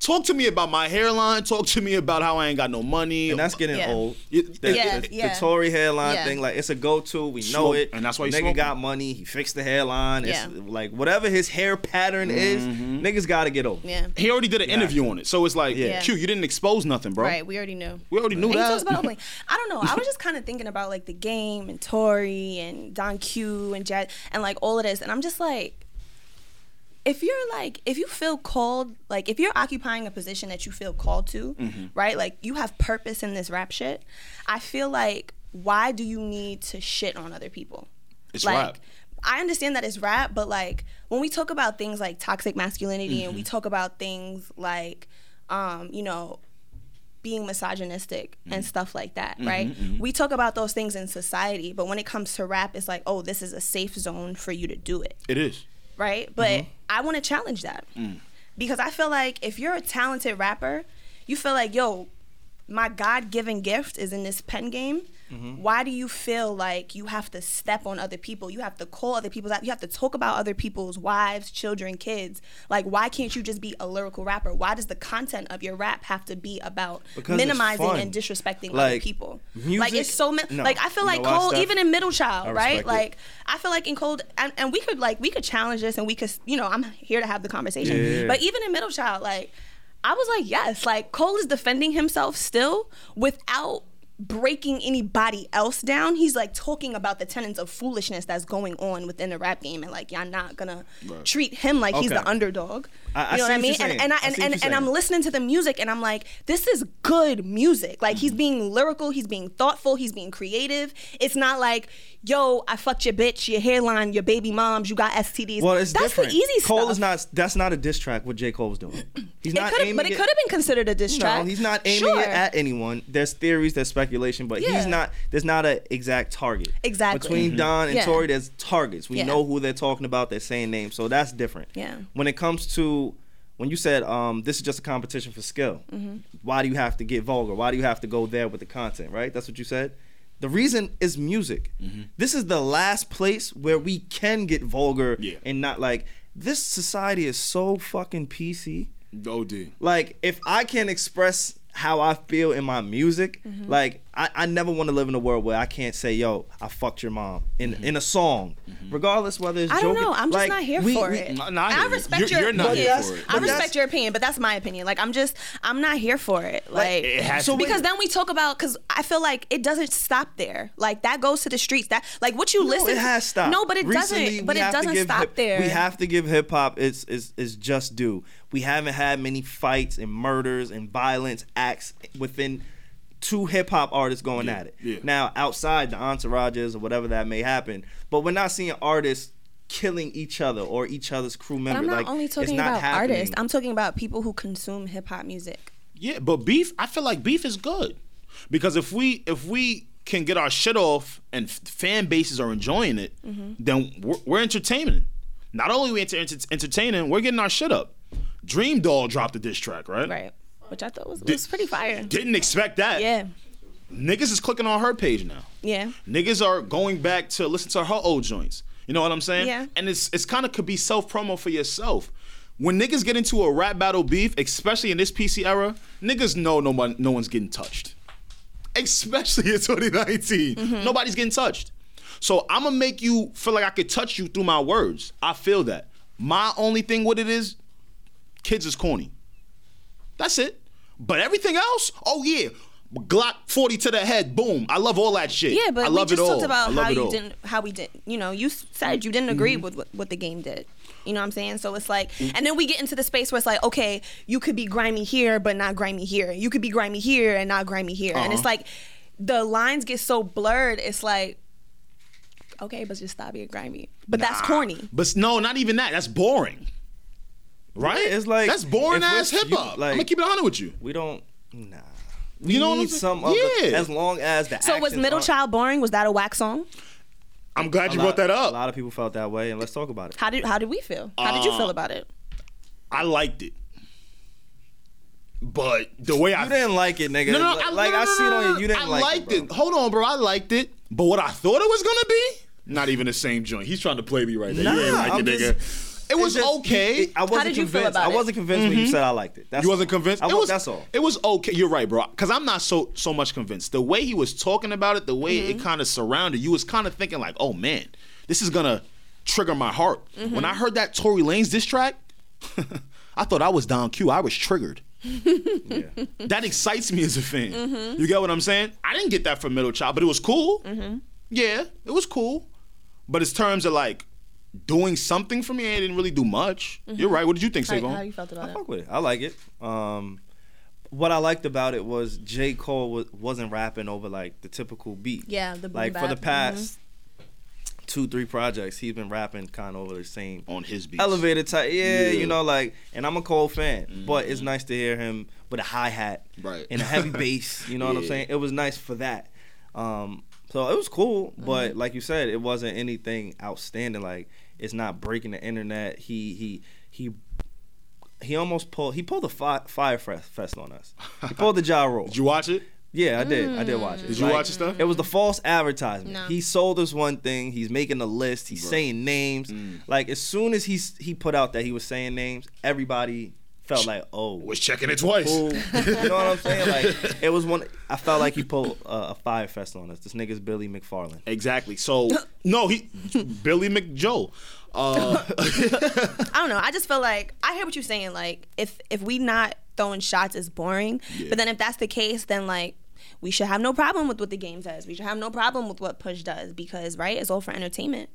Speaker 3: Talk to me about my hairline. Talk to me about how I ain't got no money.
Speaker 2: and that's getting
Speaker 4: Yeah.
Speaker 2: old.
Speaker 3: It-
Speaker 2: The,
Speaker 4: Yeah,
Speaker 2: the,
Speaker 4: yeah.
Speaker 2: the Tory hairline
Speaker 4: Yeah.
Speaker 2: thing, like it's a go-to. We know
Speaker 3: Smoke,
Speaker 2: it,
Speaker 3: and that's why you
Speaker 2: nigga
Speaker 3: smoking.
Speaker 2: got money. He fixed the hairline. It's
Speaker 4: Yeah.
Speaker 2: like whatever his hair pattern is,
Speaker 3: Mm-hmm.
Speaker 2: niggas got to get over.
Speaker 4: Yeah.
Speaker 3: he already did an interview on it, so it's like,
Speaker 2: Yeah.
Speaker 3: Q, you didn't expose nothing, bro.
Speaker 4: Right. We already knew.
Speaker 3: We already knew
Speaker 4: And he talks
Speaker 3: that.
Speaker 4: about Oakland. I don't know. I was just kind of thinking about like the game and Tory and Don Q and Jet and like all of this, and I'm just like, if you're like, if you feel called, like if you're occupying a position that you feel called to,
Speaker 3: Mm-hmm.
Speaker 4: right? Like you have purpose in this rap shit. I feel like why do you need to shit on other people?
Speaker 3: It's
Speaker 4: like,
Speaker 3: rap.
Speaker 4: I understand that it's rap, but like when we talk about things like toxic masculinity and we
Speaker 3: Mm-hmm.
Speaker 4: talk about things like, um, you know, being misogynistic
Speaker 3: Mm-hmm.
Speaker 4: and stuff like that, right? We talk about those things in society, but when it comes to rap, it's like, oh, this is a safe zone for you to do it,
Speaker 3: It is.
Speaker 4: right? But
Speaker 2: Mm-hmm.
Speaker 4: I want to challenge that
Speaker 2: Mm.
Speaker 4: because I feel like if you're a talented rapper, you feel like, yo, my God given gift is in this pen game.
Speaker 2: Mm-hmm.
Speaker 4: Why do you feel like you have to step on other people? You have to call other people out. You have to talk about other people's wives, children, kids. Like, why can't you just be a lyrical rapper? Why does the content of your rap have to be about
Speaker 2: Because it's
Speaker 4: minimizing
Speaker 2: fun.
Speaker 4: and disrespecting other
Speaker 2: Like,
Speaker 4: people? like,
Speaker 2: music-
Speaker 4: it's so mi-
Speaker 2: no.
Speaker 4: like I feel
Speaker 2: You
Speaker 4: like
Speaker 2: know why,
Speaker 4: Cole,
Speaker 2: Steph?
Speaker 4: even in Middle Child,
Speaker 2: I
Speaker 4: right?
Speaker 2: respect it.
Speaker 4: Like, I feel like in cold, and, and we could like we could challenge this, and we could you know I'm here to have the conversation.
Speaker 2: Yeah.
Speaker 4: But even in middle child, like I was like yes, like Cole is defending himself still without breaking anybody else down. He's like talking about the tenets of foolishness that's going on within the rap game, and like y'all not gonna treat him like he's
Speaker 2: Okay.
Speaker 4: the underdog.
Speaker 2: I- I
Speaker 4: you know
Speaker 2: see
Speaker 4: what I
Speaker 2: what
Speaker 4: mean?
Speaker 2: you're
Speaker 4: and
Speaker 2: saying.
Speaker 4: and I,
Speaker 2: I
Speaker 4: and,
Speaker 2: see what
Speaker 4: and,
Speaker 2: you're
Speaker 4: and I'm
Speaker 2: saying.
Speaker 4: listening to the music and I'm like, this is good music. Like
Speaker 2: Mm-hmm.
Speaker 4: he's being lyrical, he's being thoughtful, he's being creative. It's not like, yo, I fucked your bitch, your hairline, your baby moms, you got STDs.
Speaker 2: Well, it's
Speaker 4: that's
Speaker 2: different.
Speaker 4: the easy
Speaker 2: Cole
Speaker 4: stuff.
Speaker 2: is not. That's not a diss track. What J Cole was doing. He's
Speaker 4: It
Speaker 2: not
Speaker 4: could've-
Speaker 2: aiming.
Speaker 4: but it
Speaker 2: it-
Speaker 4: could have been considered a diss track.
Speaker 2: No, he's not aiming
Speaker 4: Sure.
Speaker 2: it at anyone. There's theories, there's speculation, but
Speaker 4: Yeah.
Speaker 2: he's not. There's not an exact target.
Speaker 4: Exactly.
Speaker 2: Between Don and
Speaker 4: Yeah.
Speaker 2: Tory, there's targets. We
Speaker 4: Yeah.
Speaker 2: know who they're talking about. They're saying names, so that's different.
Speaker 4: Yeah.
Speaker 2: When it comes to when you said um, this is just a competition for skill,
Speaker 4: Mm-hmm.
Speaker 2: why do you have to get vulgar? Why do you have to go there with the content? Right. That's what you said. The reason is music. This is the last place where we can get vulgar
Speaker 3: Yeah.
Speaker 2: and not like this society is so fucking PC
Speaker 3: OD.
Speaker 2: like if I can express how I feel in my music,
Speaker 4: Mm-hmm.
Speaker 2: like I, I never want to live in a world where I can't say, "Yo, I fucked your mom" in in a song, regardless whether it's
Speaker 4: Mm-hmm. I don't
Speaker 2: joking.
Speaker 4: know. I'm just
Speaker 2: Like,
Speaker 4: not here
Speaker 2: we-
Speaker 4: for
Speaker 2: we-
Speaker 4: it.
Speaker 3: no, no, I
Speaker 4: I,
Speaker 3: hear you.
Speaker 4: respect
Speaker 3: You're-
Speaker 4: your
Speaker 3: you're not
Speaker 4: opinion.
Speaker 2: here for it.
Speaker 4: I
Speaker 2: But
Speaker 4: respect
Speaker 2: that's-
Speaker 4: your opinion, but that's my opinion. Like I'm just I'm not here for it. Like
Speaker 3: it has
Speaker 2: so
Speaker 3: to be.
Speaker 4: because then we talk about because I feel like it doesn't stop there. Like that goes to the streets. That like what you
Speaker 2: No,
Speaker 4: listen.
Speaker 2: it has stopped.
Speaker 4: No, but it
Speaker 2: Recently, we
Speaker 4: doesn't. But it
Speaker 2: have to
Speaker 4: doesn't
Speaker 2: give
Speaker 4: stop
Speaker 2: hip-
Speaker 4: there.
Speaker 2: We have to give hip hop its, its its just due. We haven't had many fights and murders and violence acts within two hip hop artists going at it.
Speaker 3: yeah.
Speaker 2: Now outside the entourages or whatever that may happen, but we're not seeing artists killing each other or each other's crew members.
Speaker 4: But I'm not
Speaker 2: like
Speaker 4: only
Speaker 2: it's
Speaker 4: talking
Speaker 2: not
Speaker 4: about
Speaker 2: happening.
Speaker 4: artists. I'm talking about people who consume hip hop music.
Speaker 3: Yeah, but beef, I feel like beef is good. Because if we if we can get our shit off and f- fan bases are enjoying it,
Speaker 4: Mm-hmm.
Speaker 3: then we're, we're entertaining. Not only we enter- enter- entertaining, we're getting our shit up. Dream Doll dropped a diss track, right?
Speaker 4: Right. Which I thought was, was pretty fire.
Speaker 3: Didn't expect that.
Speaker 4: Yeah.
Speaker 3: Niggas is clicking on her page now.
Speaker 4: Yeah.
Speaker 3: Niggas are going back to listen to her old joints. You know what I'm saying?
Speaker 4: Yeah.
Speaker 3: And it's it's kind of could be self promo for yourself. When niggas get into a rap battle beef, especially in this PC era, niggas know no one, no one's getting touched. Especially in 2019, nobody's getting touched. So I'm gonna make you feel like I could touch you through my words. I feel that. My only thing with it is, kids is corny. That's it. But everything else, oh yeah, Glock 40 to the head, boom. I love all that shit.
Speaker 4: Yeah, but
Speaker 3: I love
Speaker 4: we just
Speaker 3: it
Speaker 4: talked
Speaker 3: all. I
Speaker 4: about
Speaker 3: love
Speaker 4: how
Speaker 3: it
Speaker 4: you
Speaker 3: all. Mm-hmm.
Speaker 4: didn't, how we didn't, you know, you s- said you didn't agree with what, what the game did. You know what I'm saying? So it's like,
Speaker 3: Mm.
Speaker 4: and then we get into the space where it's like, okay, you could be grimy here, but not grimy here. You could be grimy here and not grimy here. And
Speaker 3: Uh-huh.
Speaker 4: it's like, the lines get so blurred. It's like, okay, but just stop being grimy. But that's
Speaker 3: Nah.
Speaker 4: corny.
Speaker 3: But s- no, not even that. That's boring. Right?
Speaker 2: Yeah, it's like-
Speaker 3: that's boring
Speaker 2: if
Speaker 3: ass
Speaker 2: it's
Speaker 3: hip
Speaker 2: you-
Speaker 3: hop.
Speaker 2: like-
Speaker 3: I'm gonna keep it honest with you.
Speaker 2: We don't. Nah. We
Speaker 3: You know what I'm
Speaker 2: need
Speaker 3: saying?
Speaker 2: some other.
Speaker 3: Yeah.
Speaker 2: As long as the.
Speaker 4: So was
Speaker 2: actions
Speaker 4: Middle
Speaker 2: aren't-
Speaker 4: Child boring? Was that a whack song?
Speaker 3: I'm glad
Speaker 2: A
Speaker 3: you
Speaker 2: lot-
Speaker 3: brought that
Speaker 2: A
Speaker 3: up.
Speaker 2: lot of people felt that way, and let's talk about it.
Speaker 4: How did how did we feel? How did you
Speaker 3: Uh,
Speaker 4: feel about it?
Speaker 3: I liked it. But the way I
Speaker 2: You didn't like it, nigga.
Speaker 3: No, no,
Speaker 2: like,
Speaker 3: I,
Speaker 2: like
Speaker 3: no,
Speaker 2: I
Speaker 3: no,
Speaker 2: see it
Speaker 3: no,
Speaker 2: on
Speaker 3: no,
Speaker 2: you. You didn't
Speaker 3: I
Speaker 2: like
Speaker 3: liked
Speaker 2: it. bro.
Speaker 3: Hold on, bro. I liked it, but what I thought it was gonna be, not even the same joint. He's trying to play me right there. you
Speaker 2: Nah,
Speaker 3: ain't like
Speaker 2: I'm
Speaker 3: it, nigga. It was
Speaker 2: It's just-
Speaker 3: okay.
Speaker 2: it- I wasn't
Speaker 1: did you feel
Speaker 2: convinced.
Speaker 1: about
Speaker 2: I
Speaker 1: it?
Speaker 2: wasn't convinced when you said I liked it. That's
Speaker 3: You
Speaker 2: all.
Speaker 3: wasn't convinced.
Speaker 2: I
Speaker 3: Mm-hmm. it
Speaker 2: wa-
Speaker 3: was.
Speaker 2: that's all.
Speaker 3: It was okay. You're right, bro. Because I'm not so so much convinced. The way he was talking about it, the way it kind of surrounded you, was kind of thinking like, "Oh man, this is gonna trigger my heart." When I heard that Tory Lanez diss track, I thought I was down Q. I was triggered.
Speaker 2: Yeah.
Speaker 3: That excites me as a fan. You get what I'm saying? I didn't get that from Middle Child, but it was cool. Yeah, it was cool. But it's terms of like doing something for me, I didn't really do much. You're right. What did you think,
Speaker 1: How,
Speaker 3: Savon?
Speaker 1: how you felt about
Speaker 2: I
Speaker 1: it?
Speaker 2: fuck with it. I like it. Um, what I liked about it was J. Cole was, wasn't rapping over like the typical beat.
Speaker 1: Yeah, the boom
Speaker 2: like for the
Speaker 1: bap. Mhm.
Speaker 3: Mm-hmm.
Speaker 2: past two, three projects, he's been rapping kind of over the same
Speaker 3: on his beats.
Speaker 2: elevator type. Yeah,
Speaker 3: Yeah. Mm-hmm.
Speaker 2: you know, like, and I'm a Cole fan, but it's nice to hear him with a hi hat
Speaker 3: Right.
Speaker 2: and a heavy bass. You know what I'm
Speaker 3: Yeah.
Speaker 2: saying? It was nice for that. Um, so it was cool, but
Speaker 3: Mm-hmm.
Speaker 2: like you said, it wasn't anything outstanding. Like it's not breaking the internet. He he he. He almost pulled. He pulled a fi- fire fe- fest on us. He pulled the gyro. roll.
Speaker 3: Did you watch it?
Speaker 2: Yeah, I did. I did watch it.
Speaker 3: Did you watch the stuff?
Speaker 2: It was the false advertisement.
Speaker 1: No.
Speaker 2: He sold us one thing. He's making a list. He's
Speaker 3: Right.
Speaker 2: saying names.
Speaker 3: Mm.
Speaker 2: Like as soon as he s- he put out that he was saying names, everybody felt like, oh,
Speaker 3: was checking it twice.
Speaker 2: cool. you know what I'm saying? Like it was one. I felt like he pulled uh, a fire fest on us. This nigga's Billy McFarland.
Speaker 3: Exactly. So no, he Billy McJoe. Uh,
Speaker 4: I don't know. I just feel like I hear what you're saying. Like if if we not throwing shots is boring.
Speaker 3: Yeah.
Speaker 4: But then if that's the case, then like we should have no problem with what the game does. We should have no problem with what push does because right, it's all for entertainment.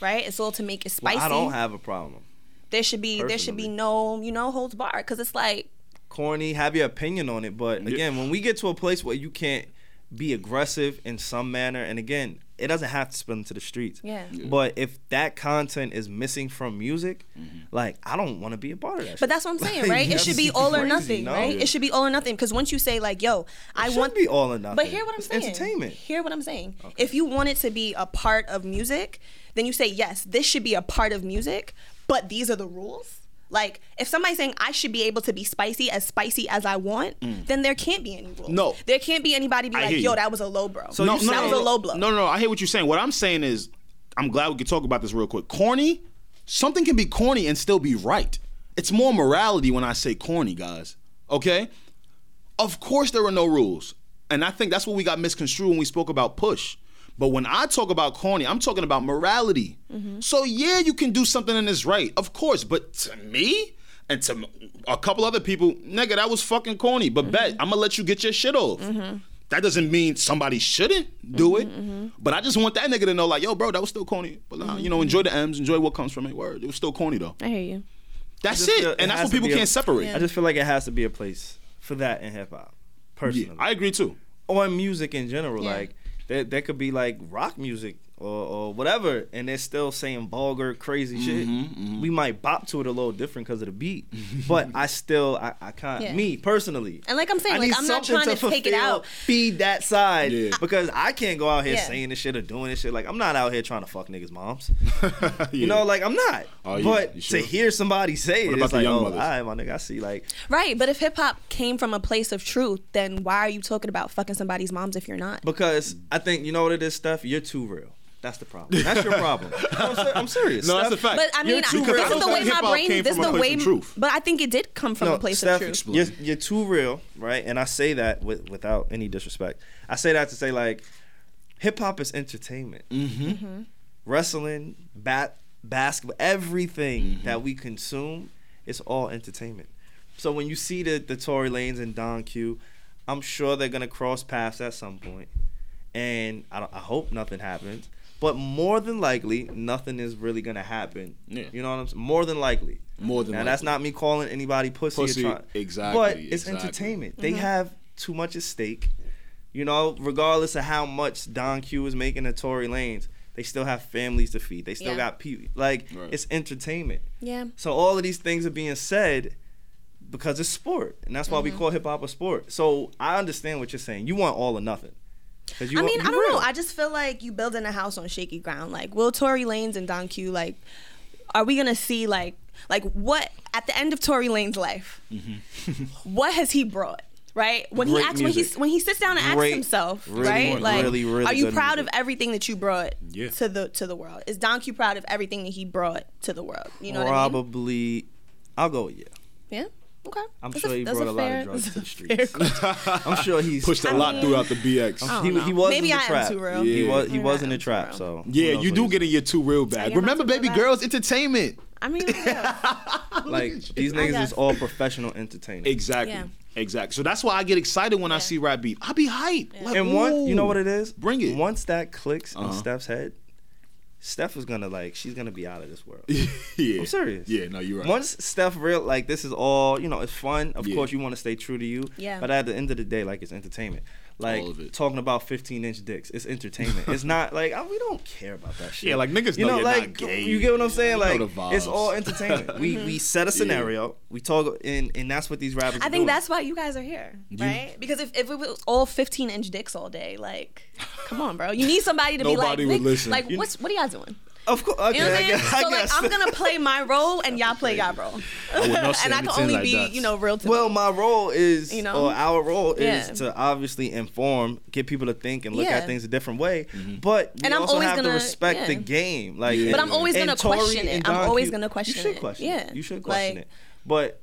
Speaker 4: Right, it's all to make it
Speaker 2: Well,
Speaker 4: spicy.
Speaker 2: I don't have a problem.
Speaker 4: there should be there should be no you know holds bar because it's like
Speaker 2: Corny, have your opinion on it, but again, when we get to a place where you can't be aggressive in some manner, and again, it doesn't have to spill into the streets.
Speaker 4: Yeah. Yeah.
Speaker 2: But if that content is missing from music,
Speaker 3: Mm-hmm.
Speaker 2: like I don't want to be a part of that.
Speaker 4: But that's what I'm saying,
Speaker 2: Like,
Speaker 4: right? It
Speaker 2: that's
Speaker 4: should be
Speaker 2: just
Speaker 4: all or
Speaker 2: crazy,
Speaker 4: nothing,
Speaker 2: no?
Speaker 4: right? It should be all or nothing because once you say like, "Yo, I
Speaker 2: should
Speaker 4: want,"
Speaker 2: be all or nothing.
Speaker 4: But hear what I'm
Speaker 2: It's
Speaker 4: saying.
Speaker 2: entertainment.
Speaker 4: Hear what I'm saying. If you want it to be a part of music, then you say yes, this should be a part of music. But these are the rules. Like, if somebody's saying I should be able to be spicy as spicy as I want, then there can't be any rules.
Speaker 3: No.
Speaker 4: there can't be anybody be
Speaker 3: I
Speaker 4: like,
Speaker 3: hear
Speaker 4: "Yo,
Speaker 3: you.
Speaker 4: that was a low bro."
Speaker 2: So
Speaker 4: that
Speaker 2: you saying-
Speaker 4: was a low blow.
Speaker 3: No, no, no. I hear what you're saying. What I'm saying is, I'm glad we could talk about this real quick. Corny, something can be corny and still be right. It's more morality when I say corny, guys. Okay? Of course, there are no rules. And I think that's what we got misconstrued when we spoke about push. But when I talk about corny, I'm talking about morality. So, yeah, you can do something and it's right, of course. But to me, and to m- a couple other people, nigga, that was fucking corny. But bet, I'm gonna let you get your shit off. That doesn't mean somebody shouldn't do it. But I just want that nigga to know, like, yo, bro, that was still corny. But nah, you know, enjoy the M's, enjoy what comes from it. Word, it was still corny though.
Speaker 4: I hear you.
Speaker 2: I
Speaker 3: That's
Speaker 2: just
Speaker 3: it,
Speaker 2: feel
Speaker 3: and that's
Speaker 2: has
Speaker 3: what
Speaker 2: to
Speaker 3: people
Speaker 2: be a-
Speaker 3: can't separate.
Speaker 2: I just feel like it has to be a place for that in hip hop, personally.
Speaker 3: Yeah, I agree too.
Speaker 2: or in music in general.
Speaker 1: Yeah.
Speaker 2: Like there, there could be like rock music or, or whatever, and they're still saying vulgar, crazy shit.
Speaker 4: Mm-hmm,
Speaker 2: We might bop to it a little different because of the beat, but I still, I, I can't.
Speaker 1: Yeah.
Speaker 2: Me personally,
Speaker 4: And like I'm saying,
Speaker 2: I
Speaker 4: like,
Speaker 2: need
Speaker 4: I'm not
Speaker 2: something
Speaker 4: trying to take it
Speaker 2: fulfill-
Speaker 4: out.
Speaker 2: feed that side
Speaker 3: Yeah.
Speaker 2: because I can't go out here
Speaker 4: Yeah.
Speaker 2: saying this shit or doing this shit. Like I'm not out here trying to fuck niggas' moms.
Speaker 3: Yeah.
Speaker 2: You know, like I'm not.
Speaker 3: Oh, yeah.
Speaker 2: But
Speaker 3: You
Speaker 2: to
Speaker 3: sure?
Speaker 2: hear somebody say
Speaker 3: What
Speaker 2: it,
Speaker 3: about
Speaker 2: it's
Speaker 3: the
Speaker 2: like,
Speaker 3: young
Speaker 2: oh,
Speaker 3: mothers?
Speaker 2: all right, my nigga, I see. Like
Speaker 4: Right, but if hip hop came from a place of truth, then why are you talking about fucking somebody's moms if you're not?
Speaker 2: Because I think you know what it is, Steph. You're too real. That's the problem. That's your problem. No, I'm, ser- I'm serious.
Speaker 3: No, that's a
Speaker 2: Steph.
Speaker 3: fact.
Speaker 4: But I
Speaker 2: You're
Speaker 4: mean, I,
Speaker 2: too
Speaker 4: this
Speaker 2: correct.
Speaker 4: is the way my
Speaker 3: Hip-hop came
Speaker 4: brain. This
Speaker 3: from
Speaker 4: is
Speaker 3: a
Speaker 4: the
Speaker 3: place
Speaker 4: way.
Speaker 3: of truth.
Speaker 4: But I think it did come from
Speaker 2: No,
Speaker 4: a place
Speaker 2: Steph,
Speaker 4: of truth.
Speaker 2: You're, you're too real, right? And I say that with, without any disrespect. I say that to say like, hip hop is entertainment.
Speaker 4: Mm-hmm.
Speaker 2: Wrestling, bat, basketball, everything that we consume, it's all entertainment. So when you see the the Tory Lanes and Don Q, I'm sure they're gonna cross paths at some point, and I, don't, I hope nothing happens. But more than likely, nothing is really gonna happen.
Speaker 3: Yeah.
Speaker 2: You know what I'm saying? More than likely.
Speaker 3: More than
Speaker 2: now, that's
Speaker 3: likely.
Speaker 2: not me calling anybody pussy. or
Speaker 3: Pussy,
Speaker 2: try-
Speaker 3: exactly,
Speaker 2: But it's
Speaker 3: exactly.
Speaker 2: entertainment.
Speaker 4: Mm-hmm.
Speaker 2: They have too much at stake. You know, regardless of how much Don Q is making at Tory Lanes, they still have families to feed. They still
Speaker 1: Yeah.
Speaker 2: got people. Like
Speaker 3: Right.
Speaker 2: it's entertainment.
Speaker 1: Yeah.
Speaker 2: So all of these things are being said because it's sport, and that's why
Speaker 4: Mm-hmm.
Speaker 2: we call hip hop a sport. So I understand what you're saying. You want all or nothing. 'Cause you
Speaker 4: I
Speaker 2: want-
Speaker 4: mean, I
Speaker 2: you
Speaker 4: don't
Speaker 2: real.
Speaker 4: know. I just feel like you building a house on shaky ground. Like, will Tory Lanez and Don Q like? Are we gonna see like like what at the end of Tory Lane's life? what has he brought? right? When
Speaker 2: Mm-hmm.
Speaker 4: he
Speaker 2: Great
Speaker 4: acts, when he
Speaker 2: music.
Speaker 4: when he sits down and asks
Speaker 2: Great,
Speaker 4: himself,
Speaker 2: really
Speaker 4: right?
Speaker 2: good-
Speaker 4: Like,
Speaker 2: really, really
Speaker 4: are you
Speaker 2: good
Speaker 4: proud
Speaker 2: music.
Speaker 4: of everything that you brought
Speaker 3: Yeah.
Speaker 4: to the to the world? Is Don Q proud of everything that he brought to the world? You know what I mean?
Speaker 2: Probably, I'll go with yeah.
Speaker 4: Yeah. Okay.
Speaker 2: I'm
Speaker 4: That's
Speaker 2: sure he
Speaker 4: that's
Speaker 2: brought a, lot
Speaker 4: fair-
Speaker 2: of drugs
Speaker 4: that's
Speaker 2: to
Speaker 4: a
Speaker 2: the streets.
Speaker 4: fair-
Speaker 2: I'm sure he's
Speaker 3: Pushed a
Speaker 4: I
Speaker 3: lot
Speaker 4: mean-
Speaker 3: throughout the BX.
Speaker 4: I
Speaker 2: He,
Speaker 4: don't
Speaker 2: he
Speaker 4: know.
Speaker 2: was
Speaker 4: Maybe
Speaker 2: in
Speaker 4: I
Speaker 2: the
Speaker 4: am
Speaker 2: trap.
Speaker 4: too real.
Speaker 2: He
Speaker 3: Yeah.
Speaker 2: was he was in
Speaker 4: I
Speaker 2: the
Speaker 4: am too
Speaker 2: trap.
Speaker 4: real.
Speaker 2: So who
Speaker 3: yeah,
Speaker 2: knows
Speaker 3: you
Speaker 2: what
Speaker 3: do
Speaker 2: he's
Speaker 3: get in your two real bag.
Speaker 4: you're not
Speaker 3: Remember,
Speaker 4: too real
Speaker 3: baby
Speaker 4: bag.
Speaker 3: girls, entertainment.
Speaker 4: I mean, yeah.
Speaker 2: like these
Speaker 4: I
Speaker 2: niggas
Speaker 4: guess.
Speaker 2: is all professional entertainers.
Speaker 3: Exactly.
Speaker 4: Yeah.
Speaker 3: Exactly. So that's why I get excited when I see rap beef. I be hype. Like,
Speaker 2: And one, you know what it is?
Speaker 3: Bring it.
Speaker 2: Once that clicks in
Speaker 3: Uh-huh.
Speaker 2: Steph's head, Steph is gonna like she's gonna be out of this world.
Speaker 3: is? yeah.
Speaker 2: I'm serious.
Speaker 3: Yeah, no, you're right.
Speaker 2: Once Steph real like this is all you know, it's fun. Of
Speaker 3: Yeah.
Speaker 2: course, you want to stay true to you.
Speaker 4: Yeah.
Speaker 2: But at the end of the day, like it's entertainment. Like
Speaker 3: All of it.
Speaker 2: talking about 15 inch dicks, it's entertainment. it's not like I, we don't care about that shit.
Speaker 3: Yeah, like, niggas
Speaker 2: you
Speaker 3: know
Speaker 2: know,
Speaker 3: you're not
Speaker 2: like
Speaker 3: gay.
Speaker 2: you get what I'm saying?
Speaker 3: You
Speaker 2: Like
Speaker 3: know the
Speaker 2: it's
Speaker 3: vibes.
Speaker 2: all entertainment. we we set a scenario. We talk and and that's what these rappers.
Speaker 4: I
Speaker 2: are
Speaker 4: think
Speaker 2: doing.
Speaker 4: that's why you guys are here, right? Because if, if it was all 15 inch dicks all day, like, come on, bro. You need somebody to be like,
Speaker 3: Nobody would
Speaker 4: "Vic,
Speaker 3: listen."
Speaker 4: like, what's what are y'all doing?
Speaker 2: of course. Okay,
Speaker 4: You know what
Speaker 2: I
Speaker 4: I'm saying?
Speaker 2: guess. I
Speaker 4: So like,
Speaker 2: guess.
Speaker 4: I'm gonna play my role and y'all play y'all role,
Speaker 3: would not say
Speaker 4: and I can
Speaker 3: anything
Speaker 4: only
Speaker 3: like
Speaker 4: be,
Speaker 3: that.
Speaker 4: you know, real to
Speaker 2: Well, my role is,
Speaker 4: You know?
Speaker 2: or our role is
Speaker 4: Yeah.
Speaker 2: to obviously inform, get people to think and look
Speaker 4: Yeah.
Speaker 2: at things a different way. But we
Speaker 4: And I'm
Speaker 2: also
Speaker 4: always
Speaker 2: have to
Speaker 4: gonna-
Speaker 2: respect the
Speaker 4: yeah.
Speaker 2: game. Like,
Speaker 3: But
Speaker 2: and-
Speaker 3: I'm always
Speaker 2: and
Speaker 4: gonna
Speaker 2: Tory and
Speaker 4: question it. I'm
Speaker 2: Don
Speaker 4: always
Speaker 2: Q-
Speaker 4: gonna question
Speaker 2: You should
Speaker 4: it.
Speaker 2: question
Speaker 4: Yeah.
Speaker 2: it. You should question
Speaker 4: Like-
Speaker 2: it. But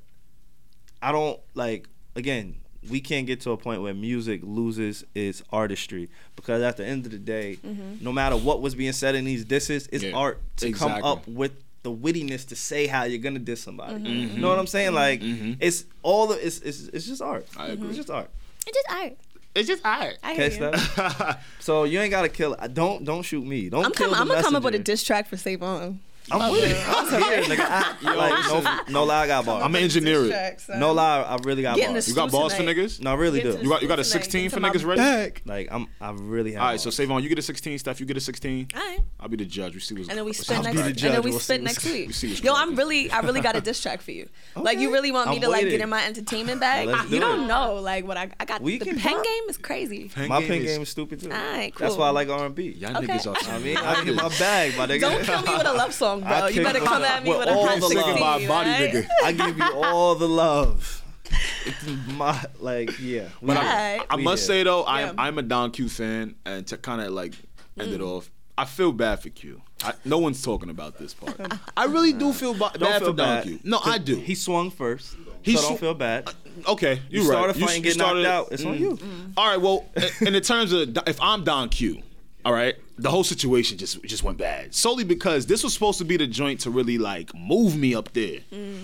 Speaker 2: I don't like. Again, we can't get to a point where music loses its artistry because at the end of the day,
Speaker 4: Mm-hmm.
Speaker 2: no matter what was being said in these disses, it's
Speaker 3: Yeah.
Speaker 2: art to come
Speaker 3: Exactly.
Speaker 2: up with the wittiness to say how you're gonna diss somebody.
Speaker 4: Mm-hmm.
Speaker 3: Mm-hmm.
Speaker 2: You know what I'm saying? Like it's all the it's it's, it's just art.
Speaker 3: I agree.
Speaker 2: It's just art.
Speaker 4: It just art.
Speaker 3: It's just hype.
Speaker 4: I hear
Speaker 2: Catch
Speaker 4: you.
Speaker 2: that? So you ain't gotta kill. uh, Don't don't shoot me. Don't
Speaker 4: I'm
Speaker 2: kill
Speaker 4: coming.
Speaker 2: the
Speaker 4: I'm gonna come up with a
Speaker 2: messenger.
Speaker 4: diss Oh, track for Save On.
Speaker 2: I'm with it. I'm here, nigga. I,
Speaker 4: Oh,
Speaker 2: like, no, no lie, I got bars.
Speaker 3: I'm an engineer. it.
Speaker 2: no lie, I really got
Speaker 4: Getting
Speaker 2: bars.
Speaker 3: You got balls for
Speaker 4: Tonight.
Speaker 3: niggas?
Speaker 2: no, I really
Speaker 4: Getting
Speaker 2: do.
Speaker 4: to
Speaker 3: You got you got a
Speaker 4: Tonight,
Speaker 3: 16 for
Speaker 4: get to
Speaker 3: niggas
Speaker 4: my
Speaker 3: ready?
Speaker 2: Like I'm, I really have.
Speaker 3: All right, so
Speaker 2: bars.
Speaker 3: Savon, you get a 16. Steph, you get a 16.
Speaker 4: All right.
Speaker 3: I'll be the judge. We see what's
Speaker 4: And then we
Speaker 3: what's
Speaker 4: spit
Speaker 2: I'll
Speaker 4: next.
Speaker 2: be the
Speaker 4: And
Speaker 2: judge.
Speaker 4: then we
Speaker 2: We'll see
Speaker 4: spit
Speaker 2: what's-
Speaker 4: next
Speaker 3: we'll see what's
Speaker 4: week. Yo,
Speaker 3: cracking.
Speaker 4: I'm really, I really got a diss track for you. Like
Speaker 2: Okay.
Speaker 4: you really want me
Speaker 2: I'm
Speaker 4: to like
Speaker 2: with
Speaker 4: get
Speaker 2: it.
Speaker 4: in my entertainment bag?
Speaker 2: Let's do
Speaker 4: you
Speaker 2: it.
Speaker 4: don't know, like what I, I got.
Speaker 2: We
Speaker 4: the
Speaker 2: can
Speaker 4: pen
Speaker 2: drop-
Speaker 4: game is crazy.
Speaker 2: my pin game is stupid too.
Speaker 4: Alright,
Speaker 2: That's why I
Speaker 4: cool.
Speaker 2: like R&B.
Speaker 3: Y'all
Speaker 4: Okay.
Speaker 3: niggas are
Speaker 4: I
Speaker 2: I mean, I get my bag, my nigga.
Speaker 4: Don't kill me with a love song, bro.
Speaker 2: I
Speaker 4: You better
Speaker 2: kick
Speaker 4: come
Speaker 2: with-
Speaker 4: at me
Speaker 2: with
Speaker 4: with a
Speaker 2: all
Speaker 4: hot
Speaker 2: the love.
Speaker 4: 16,
Speaker 3: my body,
Speaker 4: right?
Speaker 3: nigga.
Speaker 2: I give you all the love. It's my like yeah. we
Speaker 3: But
Speaker 2: here.
Speaker 3: I, I
Speaker 2: We
Speaker 3: must
Speaker 2: here.
Speaker 3: say though, I am
Speaker 4: Yeah.
Speaker 3: I'm a Don Q fan, and to kind of like end it off, I feel bad for Q. I, no one's talking about this part. I really do feel ba-
Speaker 2: don't
Speaker 3: bad
Speaker 2: feel
Speaker 3: for Don
Speaker 2: bad.
Speaker 3: Q. No, I do.
Speaker 2: He swung first.
Speaker 3: He
Speaker 2: so
Speaker 3: sw-
Speaker 2: don't feel bad.
Speaker 3: okay.
Speaker 2: You
Speaker 3: You're right.
Speaker 2: started fighting, get knocked out. It's
Speaker 3: Mm.
Speaker 2: on you.
Speaker 3: All right. Well, i- in the terms of Don- if I'm Don Q, all right, the whole situation just just went bad solely because this was supposed to be the joint to really like move me up there.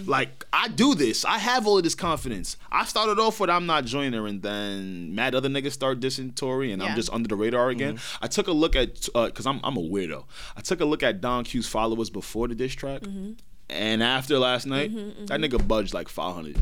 Speaker 3: Like I do this, I have all of this confidence. I started off with I'm not joiner, and then mad other niggas start dissing Tory, and I'm
Speaker 4: Yeah.
Speaker 3: just under the radar again. I took a look at because I'm I'm a weirdo. I took a look at Don Q's followers before the diss track. And after last night, that nigga budged like 500.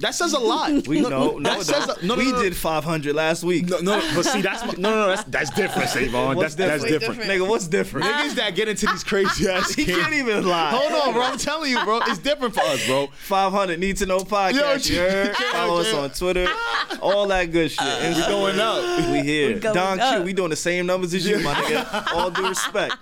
Speaker 3: That says a lot.
Speaker 2: We know. No,
Speaker 3: that says a, Mm. no, no,
Speaker 2: we
Speaker 3: no, no.
Speaker 2: did 500 last week.
Speaker 3: No, no, but see, that's my, no, no, no, that's that's different, Savon.
Speaker 2: What's
Speaker 3: That's that's different.
Speaker 2: nigga. What's different?
Speaker 3: Niggas that get into these crazy ass
Speaker 2: he can't
Speaker 3: games.
Speaker 2: even lie.
Speaker 3: Hold on, bro. I'm telling you, bro. It's different for us, bro.
Speaker 2: 500 need to know podcast.
Speaker 3: Yo,
Speaker 2: you heard?
Speaker 3: yeah,
Speaker 2: Follow us
Speaker 3: yeah.
Speaker 2: on Twitter, all that good shit. And
Speaker 3: We going up.
Speaker 2: we here.
Speaker 4: going
Speaker 2: Don Q,
Speaker 4: up.
Speaker 2: we doing the same numbers as you, my nigga. All due respect.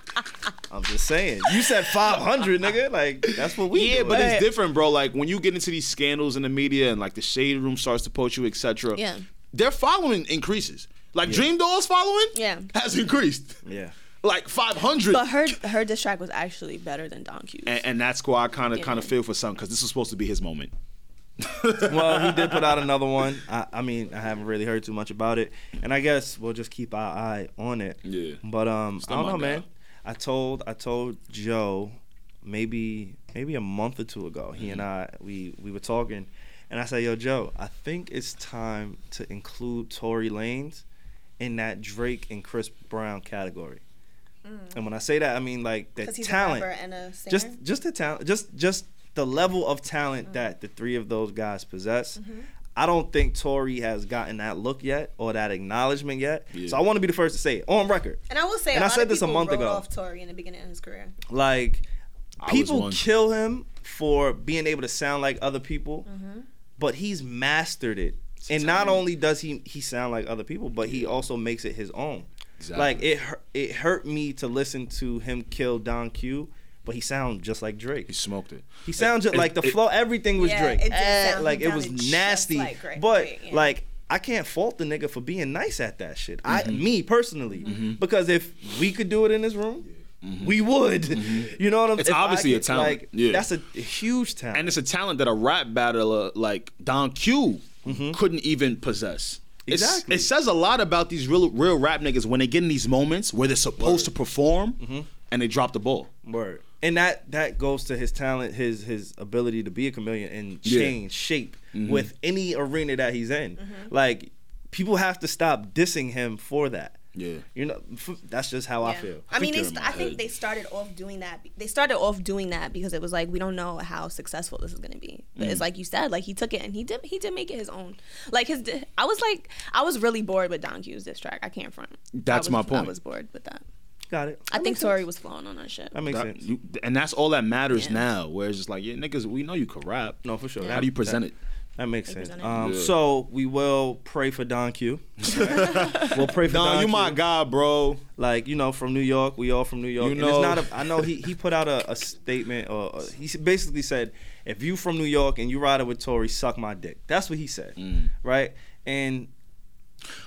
Speaker 2: I'm just saying. You said 500, nigga. Like that's what we.
Speaker 3: Yeah,
Speaker 2: doing.
Speaker 3: but it's different, bro. Like when you get into these scandals in the media and like the shade room starts to poach you, etc.
Speaker 4: Yeah.
Speaker 3: their following increases. Like Dream Doll's following,
Speaker 4: Yeah.
Speaker 3: has increased.
Speaker 2: yeah.
Speaker 3: Like 500.
Speaker 4: But her her diss track was actually better than Don Q's.
Speaker 3: and, and that's why I kind of kind of feel for some because this was supposed to be his moment.
Speaker 2: well, he did put out another one. I, I mean, I haven't really heard too much about it, and I guess we'll just keep our eye on it.
Speaker 3: Yeah.
Speaker 2: But um, I
Speaker 3: Still
Speaker 2: don't
Speaker 3: my
Speaker 2: know,
Speaker 3: guy.
Speaker 2: man. I told I told Joe maybe maybe a month or two ago. He and I
Speaker 3: Mm-hmm.
Speaker 2: we we were talking, and I said, "Yo, Joe, I think it's time to include Tory Lanez in that Drake and Chris Brown category." And when I say that, I mean like the
Speaker 4: Mm. Because he's
Speaker 2: talent
Speaker 4: a rapper and a singer.
Speaker 2: just just the talent just just the level of talent that the three of those guys possess i don't think tori has gotten that look yet or that acknowledgement yet
Speaker 3: Yeah.
Speaker 2: so i want to be the first to say it on record
Speaker 4: and I will say,
Speaker 2: and
Speaker 4: a
Speaker 2: I
Speaker 4: lot
Speaker 2: said
Speaker 4: of
Speaker 2: this a
Speaker 4: people
Speaker 2: month
Speaker 4: wrote
Speaker 2: ago.
Speaker 4: off Tory in the beginning of his career.
Speaker 2: like
Speaker 3: I was
Speaker 2: people
Speaker 3: one.
Speaker 2: kill him for being able to sound like other people but he's mastered it and not
Speaker 3: talent.
Speaker 2: only does he he sound like other people but he also makes it his own
Speaker 3: Exactly.
Speaker 2: like it hurt, it hurt me to listen to him kill don q but he sounds just like Drake.
Speaker 3: He smoked it.
Speaker 2: He sounds just
Speaker 3: It-
Speaker 2: like the
Speaker 3: it-
Speaker 2: flow. Everything was
Speaker 4: Yeah,
Speaker 2: Drake.
Speaker 4: it did
Speaker 2: Eh,
Speaker 4: sound-
Speaker 2: like
Speaker 4: it
Speaker 2: it was
Speaker 4: sounded just
Speaker 2: nasty.
Speaker 4: like Drake,
Speaker 2: but
Speaker 4: right, yeah.
Speaker 2: like I can't fault the nigga for being nice at that shit. I,
Speaker 3: Mm-hmm.
Speaker 2: me personally, because if we could do it in this room, we would. You know what I'm?
Speaker 3: Mm-hmm. It's
Speaker 2: if I
Speaker 3: obviously a
Speaker 2: could,
Speaker 3: talent.
Speaker 2: Like,
Speaker 3: Yeah.
Speaker 2: that's a huge talent.
Speaker 3: And it's a talent that a rap battler like Don Q couldn't even possess. It's-
Speaker 2: Mm-hmm. Exactly.
Speaker 3: It says a lot about these real real rap niggas when they get in these moments where they're supposed to perform
Speaker 2: Mm-hmm.
Speaker 3: and they drop the ball.
Speaker 2: Word. And that that goes to his talent, his his ability to be a chameleon and
Speaker 3: Yeah. Mm-hmm.
Speaker 2: change shape with any arena that he's in.
Speaker 4: Mm-hmm.
Speaker 2: Like people have to stop dissing him for that.
Speaker 3: Yeah.
Speaker 2: You know, f- that's just how I
Speaker 4: Yeah.
Speaker 2: feel.
Speaker 4: I
Speaker 3: think
Speaker 4: mean, they
Speaker 3: you're in
Speaker 4: st-
Speaker 3: my
Speaker 4: I think
Speaker 3: head.
Speaker 4: they started off doing that. They started off doing that because it was like we don't know how successful this is going to be. But
Speaker 3: Mm.
Speaker 4: it's like you said, like he took it and he did. He did make it his own. Like his, di- I was like, I was really bored with Don Q's diss track. I can't front.
Speaker 3: That's
Speaker 4: I was-
Speaker 3: my point.
Speaker 4: I was bored with that.
Speaker 2: Got it.
Speaker 4: I
Speaker 2: That
Speaker 4: think
Speaker 2: makes sense.
Speaker 4: Tori was flowing on that shit.
Speaker 2: That makes
Speaker 3: That-
Speaker 2: sense.
Speaker 3: you- and that's all that matters now. Where it's just like, yeah, niggas, we know you can rap.
Speaker 2: No, for sure.
Speaker 3: How do you present it?
Speaker 2: That makes sense.
Speaker 4: presented
Speaker 2: Um,
Speaker 3: Yeah.
Speaker 2: So we will pray for Don Q. we'll pray for Don.
Speaker 3: Don, you
Speaker 2: Q.
Speaker 3: my guy, bro.
Speaker 2: like you know from New York. We all from New York.
Speaker 3: You
Speaker 2: and
Speaker 3: know.
Speaker 2: it's not a, I know he, he put out a, a statement or uh, he basically said, if you from New York and you riding with Tory, suck my dick. That's what he said, right? And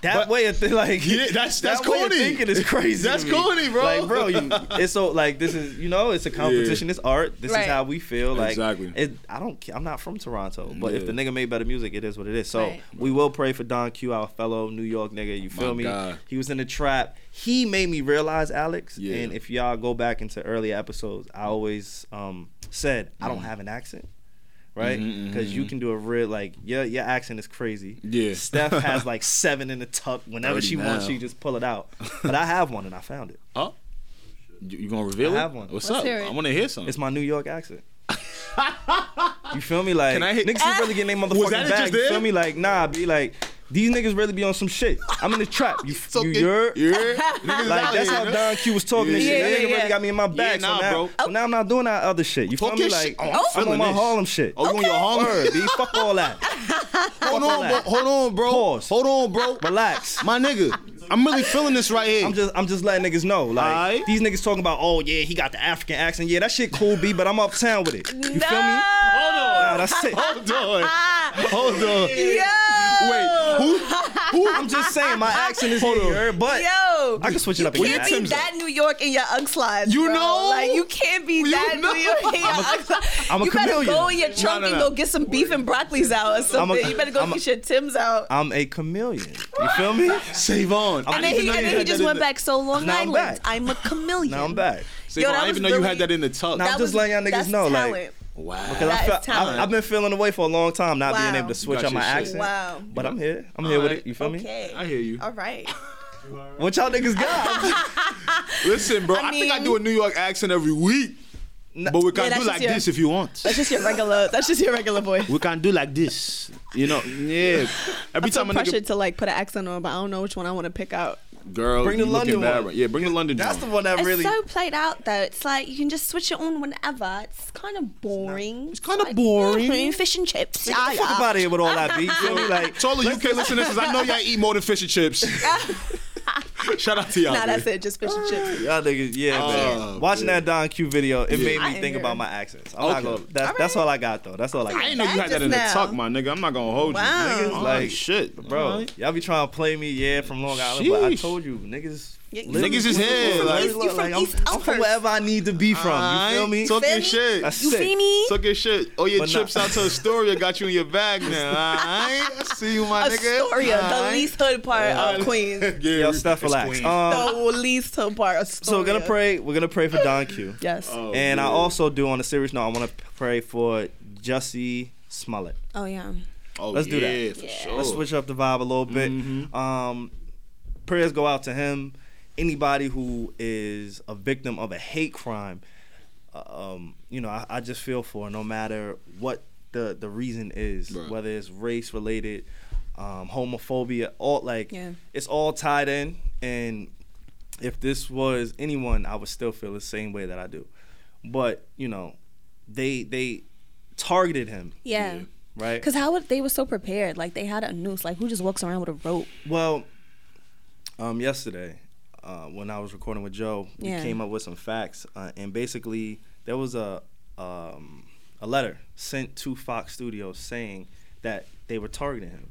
Speaker 2: that
Speaker 3: Mm. But-
Speaker 2: way of thi- like
Speaker 3: Yeah, that's- that's
Speaker 2: that way of
Speaker 3: corny.
Speaker 2: thinking is crazy. to
Speaker 3: That's
Speaker 2: me.
Speaker 3: corny, bro.
Speaker 2: Like bro, you, it's so like this is you know it's a competition. It's art. This is
Speaker 4: Right.
Speaker 2: how we feel. Like
Speaker 3: Exactly.
Speaker 2: It, I don't. ca- I'm not from Toronto, but if
Speaker 3: Yeah.
Speaker 2: the nigga made better music, it is what it is. So
Speaker 4: Right.
Speaker 2: we will pray for Don Q, our fellow New York nigga. You feel me?
Speaker 3: God.
Speaker 2: He was in the trap. He made me realize, Alex.
Speaker 3: Yeah.
Speaker 2: And if y'all go back into earlier episodes, I always um, said I
Speaker 3: Mm-hmm.
Speaker 2: don't have an accent, right? Because you can do a real like your your accent is crazy.
Speaker 3: Yeah.
Speaker 2: Steph has like seven in the tuck. Whenever
Speaker 3: Thirty
Speaker 2: she wants,
Speaker 3: now.
Speaker 2: she just pull it out. But I have one, and I found it.
Speaker 3: Huh? You, you gonna reveal
Speaker 2: I
Speaker 3: it?
Speaker 2: have one.
Speaker 3: What's
Speaker 4: Let's
Speaker 3: up?
Speaker 4: hear it.
Speaker 3: I want to hear something.
Speaker 2: It's my New York accent. you feel me? Like
Speaker 3: Can I hit-
Speaker 2: niggas is really getting their
Speaker 3: Was
Speaker 2: motherfucking
Speaker 3: that it
Speaker 2: bag.
Speaker 3: just
Speaker 2: You
Speaker 3: there?
Speaker 2: feel me? Like nah, be like these niggas really be on some shit. I'm in the trap. You,
Speaker 3: So
Speaker 2: you,
Speaker 3: good.
Speaker 2: you're,
Speaker 3: Yeah.
Speaker 2: Like that's how Don Q was talking and
Speaker 3: Yeah.
Speaker 2: shit.
Speaker 4: Yeah,
Speaker 2: that nigga
Speaker 4: yeah,
Speaker 2: really
Speaker 4: yeah.
Speaker 2: got me in my back.
Speaker 3: nah,
Speaker 2: so now,
Speaker 3: bro.
Speaker 2: so now I'm not doing that other shit. You feel
Speaker 3: Fuck
Speaker 2: me?
Speaker 3: your
Speaker 2: Like
Speaker 3: shit. Oh, I'm
Speaker 2: I'm on
Speaker 3: feeling
Speaker 2: my
Speaker 3: this.
Speaker 2: Harlem shit.
Speaker 3: Oh, you on your
Speaker 2: Word,
Speaker 3: Harlem?
Speaker 2: B, fuck all that.
Speaker 3: hold on, bro. Hold on, bro.
Speaker 2: Pause.
Speaker 3: Hold on, bro.
Speaker 2: Relax.
Speaker 3: My nigga, I'm really feeling this right here.
Speaker 2: I'm just I'm just letting niggas know. Like
Speaker 3: Aight.
Speaker 2: these niggas talking about, oh yeah, he got the African accent. Yeah, that shit cool, B, but I'm uptown with it. You feel me? Nah,
Speaker 3: hold
Speaker 2: that's it.
Speaker 3: Hold on. Hold on.
Speaker 4: Yo,
Speaker 3: Wait, who? Who?
Speaker 2: I'm just saying my accent is
Speaker 3: Hold on.
Speaker 2: here, but
Speaker 4: yo.
Speaker 2: I can switch it
Speaker 4: You
Speaker 2: up again.
Speaker 4: can't be that New York in your Ugg slides.
Speaker 3: You
Speaker 4: bro.
Speaker 3: know?
Speaker 4: like you can't be
Speaker 3: You
Speaker 4: that
Speaker 3: know?
Speaker 4: New York in your Ugg slides.
Speaker 2: I'm a
Speaker 4: you better
Speaker 2: chameleon.
Speaker 4: go in your trunk
Speaker 3: no,
Speaker 4: and
Speaker 3: no.
Speaker 4: go get some beef and broccoli's out or something. you better go
Speaker 2: I'm a-
Speaker 4: get your Tim's out.
Speaker 2: I'm a chameleon. You feel me?
Speaker 3: Save on.
Speaker 2: And
Speaker 4: and then he, and then he just went back so Long
Speaker 2: Now I'm
Speaker 4: Island.
Speaker 2: back.
Speaker 4: I'm, a chameleon.
Speaker 2: Now I'm back.
Speaker 3: Save
Speaker 4: Yo,
Speaker 3: on.
Speaker 4: that
Speaker 3: I didn't
Speaker 4: was
Speaker 3: even know you
Speaker 4: really-
Speaker 3: had that in the tuck.
Speaker 2: Nah, I'm
Speaker 4: That
Speaker 2: just letting y'all niggas
Speaker 4: that's
Speaker 2: know, like-
Speaker 4: talent.
Speaker 3: wow.
Speaker 2: Cause I
Speaker 4: That
Speaker 2: feel,
Speaker 4: is talent.
Speaker 2: I, have been feeling away for a long time, not being
Speaker 4: Wow.
Speaker 2: able to switch
Speaker 3: Got
Speaker 2: out my
Speaker 3: your shit.
Speaker 2: accent.
Speaker 4: Wow.
Speaker 2: But I'm here. I'm here with
Speaker 3: Alright.
Speaker 2: it. You feel me?
Speaker 4: okay.
Speaker 3: I hear you.
Speaker 4: All right.
Speaker 2: What y'all niggas got?
Speaker 3: Listen, bro. I,
Speaker 4: I
Speaker 3: think I
Speaker 4: mean-
Speaker 3: do a New York accent every week. But we can
Speaker 4: Yeah,
Speaker 3: do
Speaker 4: that's just
Speaker 3: like
Speaker 4: your-
Speaker 3: this if you want.
Speaker 4: That's just your regular. That's just your regular voice.
Speaker 3: We can do like this. You know, yeah. Every
Speaker 4: So
Speaker 3: time a nigga,
Speaker 4: pressured to like put an accent on, but I don't know which one I want to pick out.
Speaker 3: girl,
Speaker 2: Bring the
Speaker 3: you looking
Speaker 2: London
Speaker 3: bad
Speaker 2: one.
Speaker 3: right- Yeah, bring the London.
Speaker 2: That's the
Speaker 3: one.
Speaker 2: one that
Speaker 4: It's
Speaker 2: really.
Speaker 4: so played out though. It's like you can just switch it on whenever. It's kind of boring. It's
Speaker 3: kinda boring.
Speaker 4: mm, Fish and chips. Yeah,
Speaker 2: fuck
Speaker 4: yeah.
Speaker 2: about here with all that beat. You feel me? Like,
Speaker 3: To all the UK listeners, I know y'all eat more than fish and chips. Shout out to y'all.
Speaker 4: Nah,
Speaker 3: man.
Speaker 4: that's it. Just fish and chips.
Speaker 2: y'all niggas, yeah,
Speaker 3: Oh,
Speaker 2: man. Watching
Speaker 3: yeah.
Speaker 2: that Don Q video, it made
Speaker 4: I
Speaker 2: me think
Speaker 4: hear.
Speaker 2: about my accents. I'm not
Speaker 3: Okay.
Speaker 2: gonna, that's, that's all I got though. That's all I got.
Speaker 3: I didn't know you had
Speaker 4: That
Speaker 3: that in the
Speaker 4: just
Speaker 3: tuck, my
Speaker 4: now.
Speaker 3: nigga. I'm not gonna hold
Speaker 4: Wow.
Speaker 3: you.
Speaker 4: Niggas
Speaker 3: Oh,
Speaker 2: like-
Speaker 3: shit, bro.
Speaker 2: Bro, y'all be trying to play me, yeah, from Long Island, but I
Speaker 3: Sheesh.
Speaker 2: told you, niggas.
Speaker 4: Yeah, you
Speaker 2: live-
Speaker 3: Niggas is here,
Speaker 2: Like,
Speaker 3: like-
Speaker 2: look,
Speaker 4: You from
Speaker 2: like, I'm-
Speaker 4: East
Speaker 2: I'm from
Speaker 4: Elmhurst.
Speaker 2: wherever I need to be from. You feel
Speaker 3: Alright,
Speaker 2: me?
Speaker 3: Talk
Speaker 4: Feel
Speaker 3: your
Speaker 4: me?
Speaker 3: shit.
Speaker 2: That's
Speaker 4: You
Speaker 2: sick.
Speaker 4: feel me?
Speaker 3: Talk your shit. Oh, your
Speaker 2: But nah.
Speaker 3: trips out to Astoria got you in your bag now. All right. I see you, my nigga. All
Speaker 4: Astoria, the
Speaker 3: right.
Speaker 4: least hood part
Speaker 3: All
Speaker 4: of
Speaker 3: right.
Speaker 4: Queens.
Speaker 3: yeah,
Speaker 2: Yo, Steph, relax. Um,
Speaker 4: The least hood part. Astoria.
Speaker 2: so we're gonna pray. We're gonna pray for Don Q.
Speaker 4: Yes.
Speaker 3: Oh,
Speaker 2: And I
Speaker 3: yeah.
Speaker 2: also do on a serious note, I want to pray for Jussie Smollett.
Speaker 4: oh yeah.
Speaker 3: Oh,
Speaker 2: Let's do that.
Speaker 3: yeah, For
Speaker 4: Yeah.
Speaker 3: Sure.
Speaker 2: Let's switch up the vibe a little bit. Um, prayers go out to him. Anybody who is a victim of a hate crime, uh, um, you know, I, I just feel for no matter what the the reason is,
Speaker 3: Right.
Speaker 2: whether it's race related, um, homophobia, all like
Speaker 4: Yeah.
Speaker 2: it's all tied in. And if this was anyone, I would still feel the same way that I do. But you know, they they targeted him,
Speaker 4: Yeah.
Speaker 2: right?
Speaker 4: Cause how would they were so prepared? Like they had a noose. Like who just walks around with a rope?
Speaker 2: Well, um, yesterday, uh, when I was recording with Joe, we
Speaker 4: Yeah.
Speaker 2: came up with some facts, uh, and basically there was a um, a letter sent to Fox Studios saying that they were targeting him.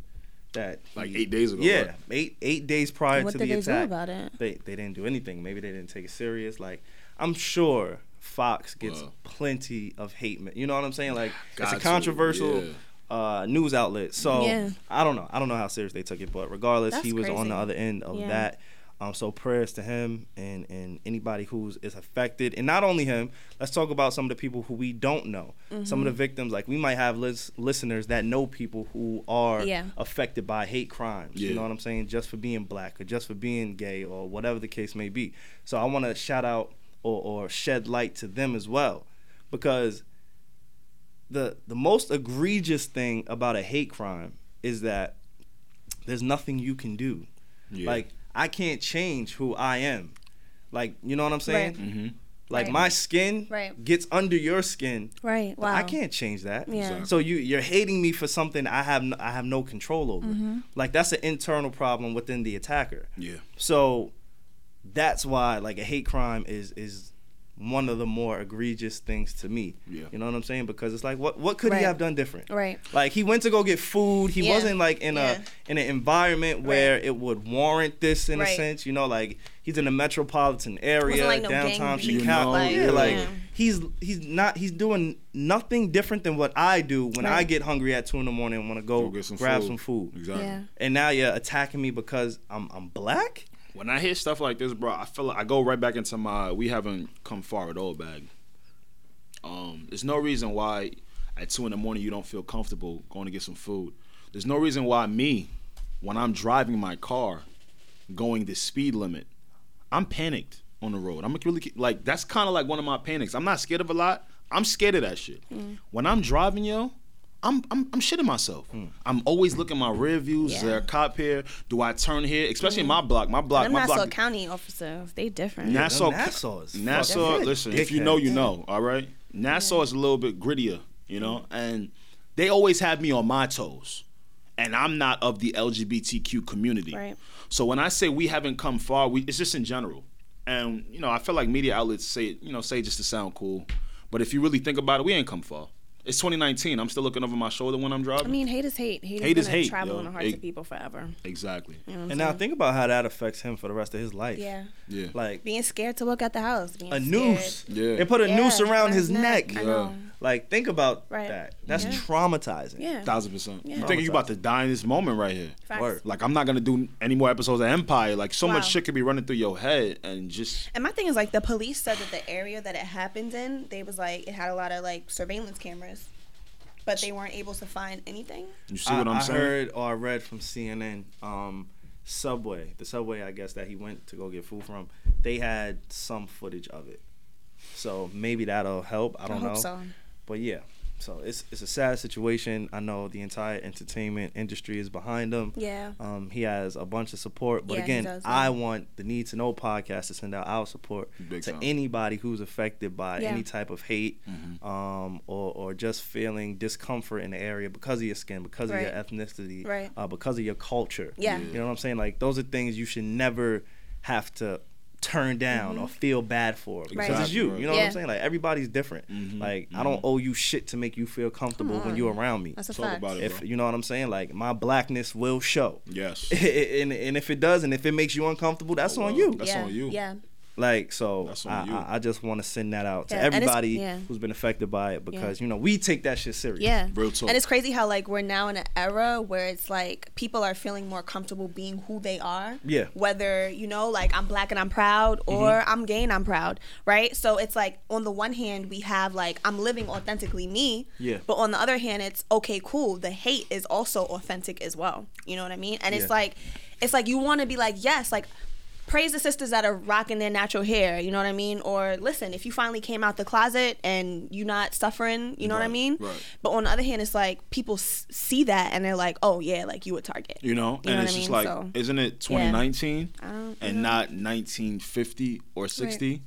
Speaker 2: That
Speaker 3: Like
Speaker 2: he-
Speaker 3: eight days ago,
Speaker 2: Yeah,
Speaker 3: right?
Speaker 2: eight eight days prior
Speaker 1: What
Speaker 2: to
Speaker 1: did
Speaker 2: the
Speaker 1: they do
Speaker 2: attack.
Speaker 1: about it?
Speaker 2: They they didn't do anything. Maybe they didn't take it serious. Like I'm sure Fox gets
Speaker 3: Wow.
Speaker 2: plenty of hate. ma- You know what I'm saying? Like it's
Speaker 3: Got
Speaker 2: a
Speaker 3: to,
Speaker 2: controversial.
Speaker 3: yeah.
Speaker 2: Uh, news outlet. So
Speaker 1: Yeah.
Speaker 2: I don't know. I don't know how serious they took it, but regardless, he
Speaker 1: That's
Speaker 2: was on
Speaker 1: crazy.
Speaker 2: the other end of
Speaker 1: Yeah.
Speaker 2: that. Um, so prayers to him and and anybody who's is affected, and not only him. Let's talk about some of the people who we don't know. Some
Speaker 1: Mm-hmm.
Speaker 2: of the victims, like we might have lis- listeners that know people who are
Speaker 1: Yeah.
Speaker 2: affected by hate crimes. You
Speaker 3: Yeah.
Speaker 2: know what I'm saying? Just for being black or just for being gay or whatever the case may be. So I want to shout out or, or shed light to them as well, because the the most egregious thing about a hate crime is that there's nothing you can do.
Speaker 3: Yeah.
Speaker 2: Like I can't change who I am. Like you know what I'm saying?
Speaker 1: Right.
Speaker 3: Mhm.
Speaker 2: Like
Speaker 1: Right.
Speaker 2: my skin
Speaker 1: Right.
Speaker 2: gets under your skin.
Speaker 1: Right.
Speaker 2: but
Speaker 1: Wow.
Speaker 2: I can't change that.
Speaker 1: Yeah. Exactly.
Speaker 2: So you you're hating me for something I have n- I have no control over.
Speaker 1: Mm-hmm.
Speaker 2: Like that's an internal problem within the attacker.
Speaker 3: Yeah.
Speaker 2: So that's why like a hate crime is is one of the more egregious things to me.
Speaker 3: Yeah.
Speaker 2: You know what I'm saying? Because it's like what what could
Speaker 1: Right.
Speaker 2: he have done different?
Speaker 1: Right.
Speaker 2: Like he went to go get food. He
Speaker 1: Yeah.
Speaker 2: wasn't like in
Speaker 4: Yeah.
Speaker 2: a in an environment where it would warrant this in a
Speaker 4: Right.
Speaker 2: sense. You know, like he's in a metropolitan area,
Speaker 4: Wasn't, like, no gang
Speaker 2: downtown
Speaker 4: beef,
Speaker 2: Chicago.
Speaker 3: like,
Speaker 2: yeah, like
Speaker 4: yeah.
Speaker 2: he's he's not he's doing nothing different than what I do when I
Speaker 1: Right.
Speaker 2: get hungry at two in the morning and want to go,
Speaker 3: Go get some
Speaker 2: grab
Speaker 3: food.
Speaker 2: some food.
Speaker 3: Exactly.
Speaker 1: Yeah.
Speaker 2: And now you're attacking me because I'm I'm black.
Speaker 3: When I hear stuff like this, bro, I feel like I go right back into my we haven't come far at all bag. Um, there's no reason why at two in the morning you don't feel comfortable going to get some food. There's no reason why me, when I'm driving my car, going the speed limit, I'm panicked on the road. I'm really like that's kind of like one of my panics. I'm not scared of a lot. I'm scared of that shit. When I'm driving, yo, I'm I'm, I'm shitting myself. I'm always looking my rear views. Is
Speaker 1: Yeah.
Speaker 3: there a cop here? Do I turn here? Especially in my block. My block.
Speaker 4: Them
Speaker 3: my
Speaker 4: Nassau
Speaker 3: block.
Speaker 4: County officers, they different.
Speaker 2: Yeah,
Speaker 3: Nassau,
Speaker 2: them Nassau's fucking
Speaker 3: Nassau.
Speaker 2: dickheads.
Speaker 3: Listen, if you know, you know. All right. Nassau is a little bit grittier, you know, and they always have me on my toes, and I'm not of the LGBTQ community.
Speaker 4: Right.
Speaker 3: So when I say we haven't come far, we it's just in general, and you know, I feel like media outlets say it, you know say it just to sound cool, but if you really think about it, we ain't come far. It's 2019. I'm still looking over my shoulder when I'm driving.
Speaker 1: I mean, hate is hate. Hate,
Speaker 3: Hate
Speaker 1: is
Speaker 3: is
Speaker 1: gonna
Speaker 3: hate,
Speaker 1: travel
Speaker 3: yo.
Speaker 1: in the hearts
Speaker 3: It-
Speaker 1: of people forever.
Speaker 3: exactly.
Speaker 2: And now think about how that affects him for the rest of his life.
Speaker 1: Yeah.
Speaker 3: Yeah.
Speaker 2: Like
Speaker 4: Being scared to look at the house. Being
Speaker 2: a
Speaker 4: scared.
Speaker 2: noose.
Speaker 3: Yeah.
Speaker 2: They put a
Speaker 4: Yeah,
Speaker 2: noose around
Speaker 4: around
Speaker 2: his
Speaker 4: his
Speaker 2: neck.
Speaker 4: neck. I know.
Speaker 2: Like think about
Speaker 4: Right.
Speaker 2: that. That's traumatizing.
Speaker 1: Yeah.
Speaker 3: Thousand percent.
Speaker 1: Yeah.
Speaker 3: You think you about to die in this moment right here?
Speaker 1: Facts.
Speaker 2: Word.
Speaker 3: Like I'm not gonna do any more episodes of Empire. Like so
Speaker 4: Wow.
Speaker 3: much shit could be running through your head and just
Speaker 4: And my thing is like the police said that the area that it happened in, they was like it had a lot of like surveillance cameras, but they weren't able to find anything.
Speaker 3: you see what
Speaker 2: I,
Speaker 3: I'm
Speaker 2: I
Speaker 3: saying.
Speaker 2: heard or I read from CNN, um, Subway, the Subway, I guess that he went to go get food from. They had some footage of it, so maybe that'll help. I don't know,
Speaker 4: hope so.
Speaker 2: but yeah. So it's it's a sad situation. I know the entire entertainment industry is behind him.
Speaker 1: Yeah.
Speaker 2: Um, he has a bunch of support, but
Speaker 1: Yeah, he
Speaker 2: again,
Speaker 1: does, yeah.
Speaker 2: I want the Need to Know podcast to send out our support
Speaker 3: Big
Speaker 2: to
Speaker 3: time.
Speaker 2: anybody who's affected by
Speaker 1: Yeah.
Speaker 2: any type of hate,
Speaker 3: Mm-hmm.
Speaker 2: um, or or just feeling discomfort in the area because of your skin, because of your
Speaker 1: Right.
Speaker 2: ethnicity,
Speaker 1: Right.
Speaker 2: uh, because of your culture.
Speaker 1: Yeah.
Speaker 2: you know what I'm saying. Like those are things you should never have to turn down or feel bad for because it's
Speaker 3: Exactly. Mm-hmm.
Speaker 2: you. You know what
Speaker 1: Mm-hmm. Yeah.
Speaker 2: I'm saying? Like everybody's different. Like I don't owe you shit to make you feel comfortable when
Speaker 1: on.
Speaker 2: you're around me.
Speaker 1: That's a
Speaker 3: Talk
Speaker 1: fact.
Speaker 3: about it,
Speaker 2: If
Speaker 3: bro.
Speaker 2: you know what I'm saying, like my blackness will show.
Speaker 3: Yes.
Speaker 2: and and if it does, and if it makes you uncomfortable, that's
Speaker 3: Oh,
Speaker 2: on
Speaker 3: wow.
Speaker 2: you.
Speaker 3: That's
Speaker 1: yeah.
Speaker 3: on you.
Speaker 1: Yeah.
Speaker 2: Like so,
Speaker 3: That's
Speaker 2: I,
Speaker 3: on you.
Speaker 2: I, I just want to send that out to
Speaker 1: Yeah, and it's-
Speaker 2: everybody
Speaker 1: yeah.
Speaker 2: who's been affected by it because you know we take that shit serious.
Speaker 1: Yeah.
Speaker 3: Real talk.
Speaker 4: And it's crazy how like we're now in an era where it's like people are feeling more comfortable being who they are.
Speaker 2: Yeah. Mm-hmm.
Speaker 4: Whether you know like I'm black and I'm proud, or I'm gay and I'm proud, right? So it's like on the one hand we have like I'm living authentically me.
Speaker 2: Yeah.
Speaker 4: But on the other hand, it's okay, cool. The hate is also authentic as well. You know what I mean? And it's
Speaker 2: Yeah.
Speaker 4: like, it's like you want to be like yes, like. Praise the sisters that are rocking their natural hair, you know what I mean? Or listen, if you finally came out the closet and you're not suffering, you know what I
Speaker 3: Right,
Speaker 4: mean?
Speaker 3: right.
Speaker 4: But on the other hand, it's like people s- see that and they're like, oh yeah, like you a target.
Speaker 3: you know,
Speaker 4: You
Speaker 3: and it's
Speaker 4: know what I
Speaker 3: just
Speaker 4: mean?
Speaker 3: like,
Speaker 4: So-
Speaker 3: isn't it 2019
Speaker 4: don't
Speaker 3: and not 1950 or 60?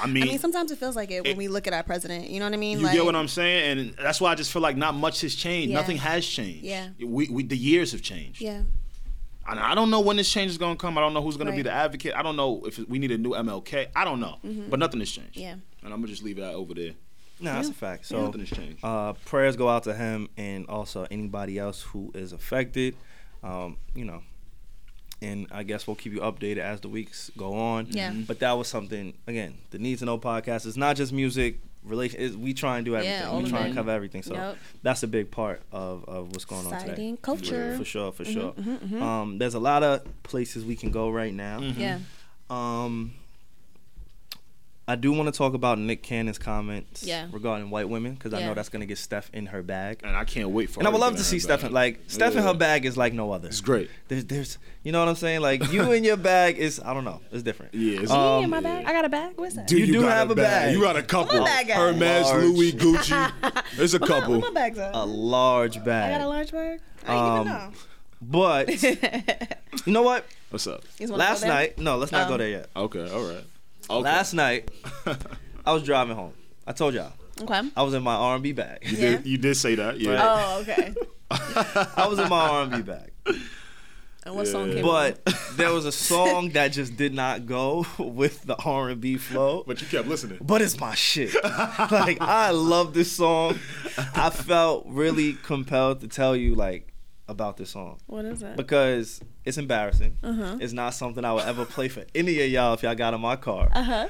Speaker 3: I mean,
Speaker 4: I mean, sometimes it feels like it when
Speaker 3: It-
Speaker 4: we look at our president. You know what I mean?
Speaker 3: you
Speaker 4: like,
Speaker 3: get what I'm saying, and that's why I just feel like not much has changed.
Speaker 1: Yeah.
Speaker 3: Nothing has changed.
Speaker 1: Yeah.
Speaker 3: we, we the years have changed.
Speaker 1: Yeah.
Speaker 3: And I don't know when this change is gonna come. I don't know who's gonna be
Speaker 1: Right.
Speaker 3: the advocate. I don't know if we need a new MLK. I don't know, but nothing has changed.
Speaker 1: Yeah.
Speaker 3: And I'm gonna just leave that over there.
Speaker 2: No, that's a fact. So
Speaker 3: Nothing has changed.
Speaker 2: uh, prayers go out to him and also anybody else who is affected. Um, you know, and I guess we'll keep you updated as the weeks go on.
Speaker 4: Yeah.
Speaker 3: Mm-hmm.
Speaker 4: Mhm.
Speaker 2: But that was something again. The need to know podcast. It's not just music. Relation. It's, we try and do everything.
Speaker 4: all
Speaker 2: we
Speaker 4: of
Speaker 2: try and
Speaker 4: it.
Speaker 2: cover everything. So
Speaker 4: Yep.
Speaker 2: that's a big part of, of what's going on today.
Speaker 4: Exciting culture. Mm-hmm,
Speaker 2: For, for sure. For sure. Um, there's a lot of places we can go right now.
Speaker 3: Mm-hmm.
Speaker 4: Yeah.
Speaker 2: Um, I do want to talk about Nick Cannon's comments
Speaker 4: Yeah.
Speaker 2: regarding white women because I
Speaker 4: Yeah.
Speaker 2: know that's gonna get Steph in her bag,
Speaker 3: and I can't wait for.
Speaker 2: and I
Speaker 3: her
Speaker 2: would love
Speaker 3: get
Speaker 2: to
Speaker 3: her
Speaker 2: see
Speaker 3: bag.
Speaker 2: Steph in like Steph in
Speaker 3: Yeah.
Speaker 2: her bag is like no other.
Speaker 3: It's great.
Speaker 2: There's there's you know what I'm saying like you in your bag is I don't know it's different.
Speaker 3: Yeah. It's,
Speaker 2: Um,
Speaker 4: Me and my bag. I got a bag. What's that?
Speaker 3: Dude,
Speaker 2: You do
Speaker 3: got
Speaker 2: have a bag.
Speaker 3: You got a couple.
Speaker 4: bag at?
Speaker 3: Hermes,
Speaker 2: Large.
Speaker 3: Louis, Gucci. There's a couple.
Speaker 4: Where my bag's at?
Speaker 2: A large
Speaker 4: I got a
Speaker 2: bag,
Speaker 4: large bag. I didn't
Speaker 2: Um, but
Speaker 3: Um,
Speaker 2: you know what?
Speaker 3: What's up?
Speaker 4: even know.
Speaker 2: Last night, no, let's
Speaker 4: Um,
Speaker 2: not go there yet.
Speaker 3: Okay. All right. Okay.
Speaker 2: Last night, I was driving home. I told y'all
Speaker 4: Okay.
Speaker 2: I was in my R&B bag.
Speaker 3: You did, you did say that. Yeah.
Speaker 2: Right.
Speaker 4: Oh, okay.
Speaker 2: I was in my R&B bag.
Speaker 4: And what song came on?
Speaker 2: but there was a song that just did not go with the R&B flow.
Speaker 3: But you kept listening.
Speaker 2: But it's my shit. like I love this song. I felt really compelled to tell you like about this song
Speaker 4: What is it?
Speaker 2: because it's embarrassing. It's not something I would ever play for any of y'all if y'all got in my car.
Speaker 4: huh?